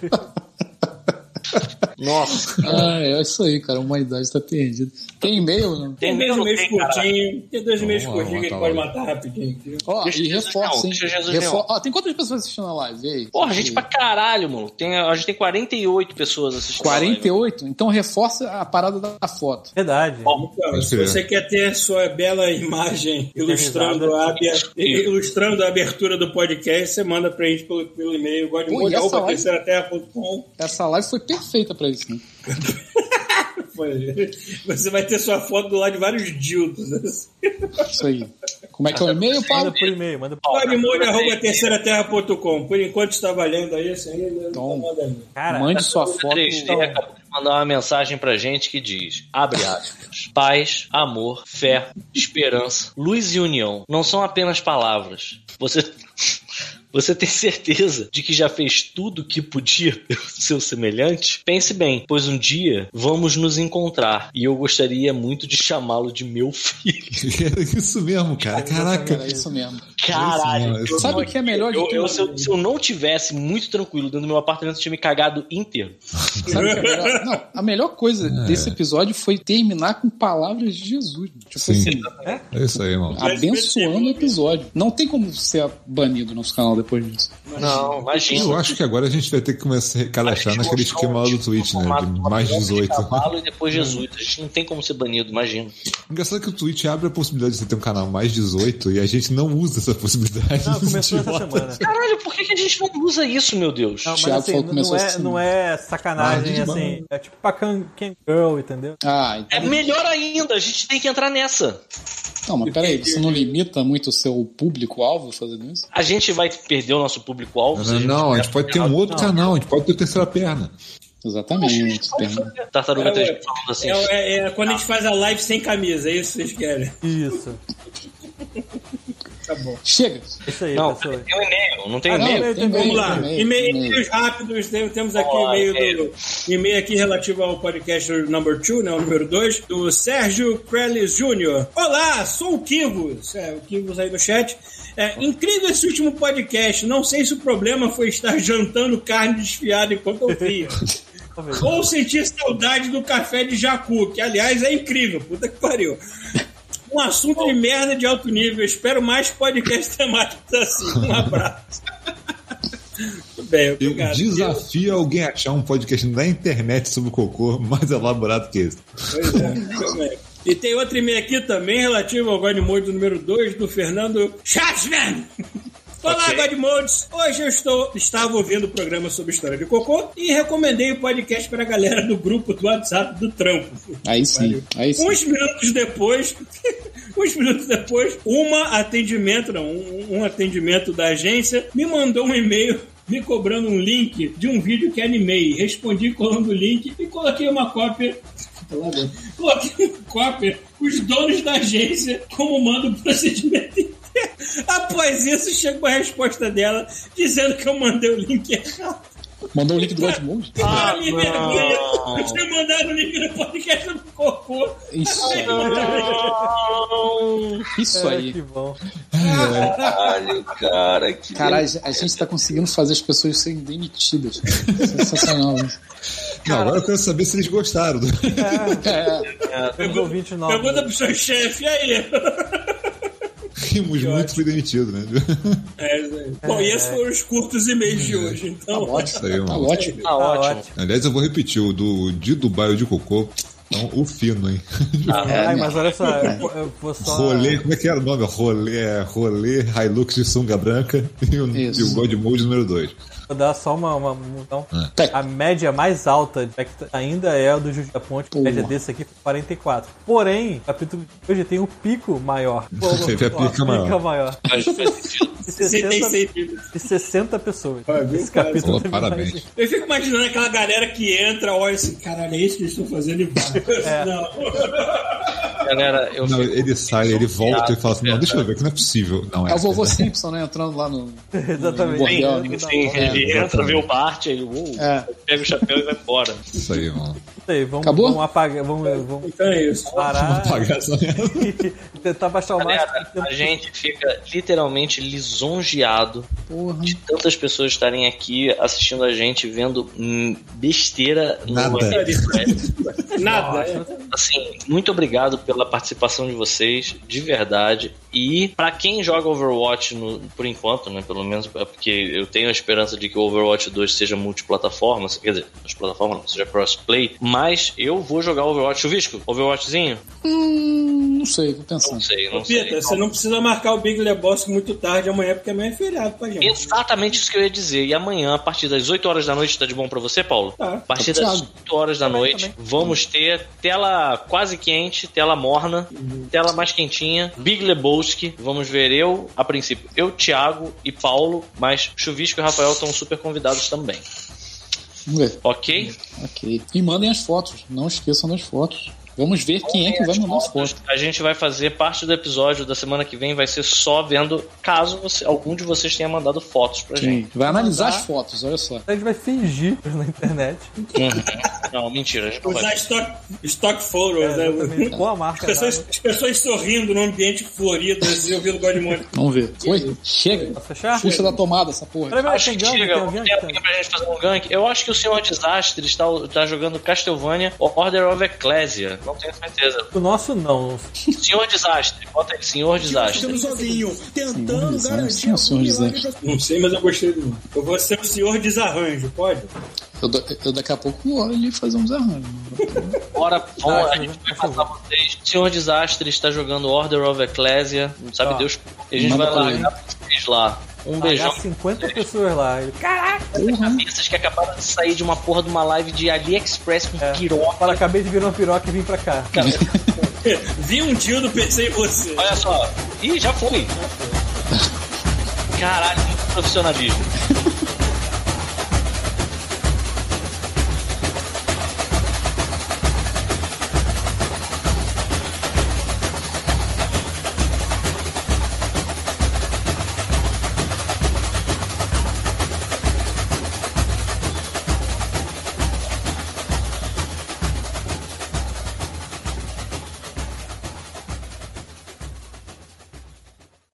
Speaker 2: Nossa,
Speaker 3: Ah, é isso aí, cara. A humanidade tá perdida. Tem e-mail, né? não?
Speaker 2: tem
Speaker 5: Tem dois
Speaker 2: mesmo
Speaker 5: meses
Speaker 2: tem, cara.
Speaker 5: curtinho. Tem dois meses
Speaker 4: Vamos lá,
Speaker 5: curtinho que ele
Speaker 4: vamos
Speaker 5: pode
Speaker 4: lá.
Speaker 5: matar rapidinho.
Speaker 3: Ó,
Speaker 2: Deixa
Speaker 3: e
Speaker 2: Jesus
Speaker 3: reforça,
Speaker 2: não,
Speaker 3: hein?
Speaker 2: deixa Jesus
Speaker 3: Refor... Ó, tem quantas pessoas assistindo a live aí?
Speaker 2: Porra, gente pra caralho, mano. Tem, a gente tem 48 pessoas assistindo. a live.
Speaker 3: 48? Então reforça a parada da foto.
Speaker 1: Verdade.
Speaker 5: Então,
Speaker 4: Pode
Speaker 5: se
Speaker 4: crer.
Speaker 5: você quer ter a sua bela imagem ilustrando a, abe- ilustrando a abertura do podcast, você manda pra gente pelo, pelo e-mail
Speaker 3: Pô, e essa live?
Speaker 5: é godmode.com.
Speaker 3: Essa live foi perfeita pra isso, né?
Speaker 5: Você vai ter sua foto do lado de vários dildos. assim.
Speaker 3: Isso aí. Como é que é o e-mail,
Speaker 1: Manda
Speaker 3: Paulo?
Speaker 1: por e-mail, manda por
Speaker 5: Godmode.terceiraterra.com. Por enquanto está valendo aí, isso aí. não
Speaker 3: Tom.
Speaker 5: tá nada ainda.
Speaker 1: Cara,
Speaker 3: Mande sua
Speaker 2: O
Speaker 3: foto. então.
Speaker 2: 3D acabou de né, mandar uma mensagem pra gente que diz: abre aspas, paz, amor, fé, esperança, luz e união não são apenas palavras. Você. Você tem certeza de que já fez tudo o que podia pelo seu semelhante? Pense bem, pois um dia vamos nos encontrar e eu gostaria muito de chamá-lo de meu filho.
Speaker 4: Isso mesmo, cara. Caraca.
Speaker 3: Cara, é isso mesmo.
Speaker 2: Caralho,
Speaker 4: Isso, mano.
Speaker 3: Sabe o que é melhor de
Speaker 2: eu,
Speaker 3: tudo?
Speaker 2: eu- se, eu, se eu não tivesse muito tranquilo dentro do meu apartamento, eu tinha me cagado inteiro.
Speaker 3: Sabe o que é melhor? Não, a melhor coisa desse episódio foi terminar com palavras de Jesus. Tipo
Speaker 4: Sim.
Speaker 3: assim,
Speaker 4: É isso aí, mano.
Speaker 3: abençoando o episódio. Não tem como ser banido no nosso canal depois disso.
Speaker 2: Não, imagina.
Speaker 4: Eu acho que agora a gente vai ter que começar a recadastrar Tá naquele
Speaker 2: um
Speaker 4: esquema lá
Speaker 2: tipo
Speaker 4: do Twitch, né? De mais É. 18.
Speaker 2: Cavalo e depois Jesus. A gente não tem como ser banido, imagina.
Speaker 4: Engraçado que o Twitch abre a possibilidade de você ter um canal mais 18 e a gente não usa essa possibilidade.
Speaker 1: não, tá, começou
Speaker 4: Tipo,
Speaker 1: essa semana.
Speaker 2: Caralho, por que, que a gente não usa isso, meu Deus?
Speaker 1: Não, mas
Speaker 3: Thiago
Speaker 1: assim,
Speaker 3: falou que
Speaker 1: não é,
Speaker 3: começou assim.
Speaker 1: não é sacanagem,
Speaker 4: Ah,
Speaker 1: assim. É tipo pra can, can girl, entendeu?
Speaker 3: Ah,
Speaker 2: É melhor ainda, a gente tem que entrar nessa.
Speaker 3: então, mas peraí, você não limita muito o seu público-alvo fazendo isso?
Speaker 2: A gente vai perder o nosso público-alvo.
Speaker 4: Não,
Speaker 2: se
Speaker 4: não, não, a gente pode ter um outro canal, a gente pode ter terceira perna.
Speaker 3: Exatamente. tem-
Speaker 2: Tartaruga
Speaker 5: É,
Speaker 2: 3D falando assim.
Speaker 5: É, é- é quando a gente faz a live sem camisa, é isso que vocês querem.
Speaker 1: Isso.
Speaker 5: Tá bom.
Speaker 3: Chega!
Speaker 1: Isso aí,
Speaker 2: Não,
Speaker 1: pessoal.
Speaker 2: tem um e-mail, não tem
Speaker 1: Ah, não,
Speaker 2: e-mail.
Speaker 1: tem é. e-mail,
Speaker 5: É Vamos lá.
Speaker 3: e-mail,
Speaker 5: E-mail-
Speaker 3: e-mail.
Speaker 5: E-mails rápidos. tem- Temos aqui
Speaker 2: Vamos lá,
Speaker 5: e-mail do e-mail aqui relativo ao podcast number 2, né? O número 2, do Sérgio Crellis Jr. Olá, sou o Kivos. É, o Kivos aí do chat. É, incrível esse último podcast. Não sei se o problema foi estar jantando carne desfiada enquanto eu via. Ou sentir saudade do café de Jacu, que aliás é incrível, puta que pariu. Um assunto de merda de alto nível. Espero mais podcast temáticos assim. Um abraço. Muito bem,
Speaker 4: Eu
Speaker 5: obrigado.
Speaker 4: um desafio alguém a achar um podcast na internet sobre cocô mais elaborado que esse.
Speaker 5: Pois é, pois é. E tem outro e-mail aqui também relativo ao Godmode do número 2 do Fernando Schatzman. Olá,
Speaker 2: Ok.
Speaker 5: Godmodes! Hoje eu estou, estava ouvindo o programa sobre história de cocô e recomendei o podcast para a galera do grupo do WhatsApp do Trampo.
Speaker 3: Aí sim, aí sim.
Speaker 5: Uns minutos depois, uns minutos depois, uma atendimento, não, um, um atendimento da agência me mandou um e-mail me cobrando um link de um vídeo que animei. Respondi colando o link e coloquei uma cópia. Coloquei uma cópia, os donos da agência, como manda o procedimento inteiro. Após isso, chegou a resposta dela dizendo que eu mandei o link É errado.
Speaker 3: Mandou o link do Godmode?
Speaker 5: Ah, minha
Speaker 2: não.
Speaker 5: vergonha! Eu tinha mandado o link no podcast do cocô.
Speaker 3: Isso aí. Isso aí.
Speaker 1: É,
Speaker 5: É,
Speaker 1: Que bom.
Speaker 2: Caralho, cara, que
Speaker 3: Caralho, a gente tá conseguindo fazer as pessoas serem demitidas. Sensacional. né? isso.
Speaker 4: Não, agora eu quero saber se eles gostaram.
Speaker 3: É,
Speaker 1: Temos ouvintes novos.
Speaker 5: Pergunta pro seu chefe, e aí?
Speaker 4: Rimos muito foi demitido, né?
Speaker 5: É, isso aí. Bom, e esses foram os curtos e-mails de hoje, então.
Speaker 4: Isso aí,
Speaker 3: tá
Speaker 4: mano.
Speaker 3: ótimo.
Speaker 2: tá
Speaker 1: Tá
Speaker 2: ótimo.
Speaker 1: ótimo.
Speaker 4: Aliás, eu vou repetir, o do de Dubai ou de cocô. Então, o fino, hein?
Speaker 1: Ai,
Speaker 3: né?
Speaker 1: mas olha só, eu eu vou só.
Speaker 4: Rolê, como é que era o nome? Rolê, é, rolê Hilux de sunga branca e o,
Speaker 3: Isso.
Speaker 4: e o God Mode número 2.
Speaker 1: Vou dar só uma. uma- um- então,
Speaker 3: Tá.
Speaker 1: A média mais alta de Vector ainda é a do Juiz da Ponte. A
Speaker 3: Porra.
Speaker 1: média desse aqui é foi 44. Porém, o capítulo de hoje tem o um pico maior.
Speaker 4: Teve a pica maior.
Speaker 1: maior.
Speaker 2: Mas assim, faz sentido.
Speaker 1: de 60,
Speaker 5: 66 mil.
Speaker 1: de 60 pessoas.
Speaker 8: Vai, viu,
Speaker 1: Esse
Speaker 8: cara?
Speaker 1: capítulo
Speaker 4: Pô,
Speaker 1: teve
Speaker 4: parabéns.
Speaker 1: mais-
Speaker 5: Eu fico imaginando aquela galera que entra, olha assim, caralho, é isso que eles estão fazendo e vai. Não.
Speaker 2: Galera, eu
Speaker 4: Não,
Speaker 2: fico
Speaker 4: ele sai, ele volta e fala assim: não,
Speaker 2: verdade.
Speaker 4: deixa eu ver, que não é possível. Não, é,
Speaker 3: É o vovô
Speaker 4: verdade.
Speaker 3: Simpson, né? Entrando lá no.
Speaker 1: Exatamente. Não,
Speaker 3: Sim, sim,
Speaker 1: não,
Speaker 2: Sim,
Speaker 1: não.
Speaker 2: assim, ele
Speaker 4: É,
Speaker 2: entra, vê
Speaker 4: exatamente.
Speaker 2: o Bart, ele uh,
Speaker 3: É.
Speaker 2: pega o chapéu e vai embora.
Speaker 4: Isso aí, mano.
Speaker 1: Isso aí, vamos,
Speaker 3: Acabou?
Speaker 1: vamos apagar, vamos, vamos
Speaker 5: Então é isso.
Speaker 1: parar
Speaker 4: Apagar essa merda.
Speaker 1: e tentar baixar o
Speaker 2: Galera,
Speaker 1: máximo.
Speaker 2: a gente fica literalmente lisonjeado
Speaker 3: Porra.
Speaker 2: de tantas pessoas estarem aqui assistindo a gente, vendo hum, besteira no
Speaker 4: Nada.
Speaker 5: Nada.
Speaker 2: Assim, muito obrigado pela participação de vocês, de verdade. E pra quem joga Overwatch no- por enquanto, né? Pelo menos, é porque eu tenho a esperança de que o Overwatch 2 seja multiplataforma, quer dizer, multiplataforma não, seja crossplay, mas eu vou jogar Overwatch. Chuvisco, Overwatchzinho?
Speaker 3: Hum, não sei, vou
Speaker 2: Não
Speaker 3: pensando.
Speaker 2: sei, não sei.
Speaker 5: Pita, você não precisa marcar o Big Lebowski muito tarde amanhã, porque amanhã é feriado pra gente.
Speaker 2: Exatamente isso que eu ia dizer. E amanhã, a partir das 8 horas da noite, tá de bom pra você, Paulo?
Speaker 5: Tá.
Speaker 2: A partir
Speaker 3: Tá
Speaker 2: das
Speaker 3: puxado.
Speaker 2: 8 horas da noite, vamos ter tela quase quente, tela morna, tela mais quentinha, Big Lebowski. Vamos ver eu, a princípio, eu, Thiago e Paulo, mas Chuvisco e Rafael estão super convidados também.
Speaker 3: Vamos ver.
Speaker 2: Ok?
Speaker 3: Ok. E mandem as fotos. Não esqueçam das fotos. Vamos ver quem é que vai mandar as fotos.
Speaker 2: A gente vai fazer parte do episódio da semana que vem, vai ser só vendo caso você- algum de vocês tenha mandado fotos pra gente.
Speaker 3: Sim. Vai analisar as fotos, olha só.
Speaker 1: A gente vai fingir na internet.
Speaker 2: Não, mentira, a gente não vai.
Speaker 5: Usar stock, stock photos,
Speaker 1: É,
Speaker 5: né?
Speaker 1: exatamente. Boa marca. tá?
Speaker 5: As pessoas,
Speaker 1: nada.
Speaker 5: as pessoas sorrindo num ambiente florido, assim, ouvindo Godmode.
Speaker 3: Vamos ver. Foi? Chega.
Speaker 1: Pra fechar?
Speaker 3: Puxa da tomada essa porra.
Speaker 1: Peraí, peraí,
Speaker 2: Acho
Speaker 1: tem
Speaker 2: que
Speaker 1: gangue,
Speaker 2: chega
Speaker 1: tem
Speaker 2: um
Speaker 1: alguém
Speaker 2: tempo
Speaker 1: que
Speaker 2: aqui
Speaker 1: tá-
Speaker 2: pra gente fazer um gank. Eu acho que o Senhor Desastre está, está jogando Castlevania Order of Ecclesia. Não tenho certeza.
Speaker 1: O nosso não.
Speaker 2: Senhor Desastre, bota aí, Senhor Desastre.
Speaker 8: sozinho,
Speaker 3: Senhor
Speaker 8: tentando
Speaker 3: Desastre, quem é o Senhor Desastre?
Speaker 5: Não sei, mas eu gostei do nome. Eu vou ser o senhor desarranjo, pode?
Speaker 3: Eu, da- eu daqui a pouco olho e fazer um desarranjo.
Speaker 2: Bora, bom, a
Speaker 1: Desastre,
Speaker 2: gente
Speaker 1: né?
Speaker 2: vai
Speaker 1: Por
Speaker 2: passar vocês. Senhor Desastre está jogando Order of Ecclesia. Não sabe
Speaker 1: Ó.
Speaker 2: Deus por quê. A gente
Speaker 3: Manda
Speaker 2: vai
Speaker 3: pra ele.
Speaker 2: largar vocês lá. Um beijão.
Speaker 1: Pagar 50 pessoas lá. Ele-
Speaker 2: Cabeças que acabaram de sair de uma porra de uma live de AliExpress com
Speaker 1: É.
Speaker 2: piroca.
Speaker 1: Fala, acabei de virar um piroca e vim pra cá.
Speaker 5: Vi um dildo, pensei em você.
Speaker 2: Olha só. Ih, já foi. Caralho, muito profissionalismo.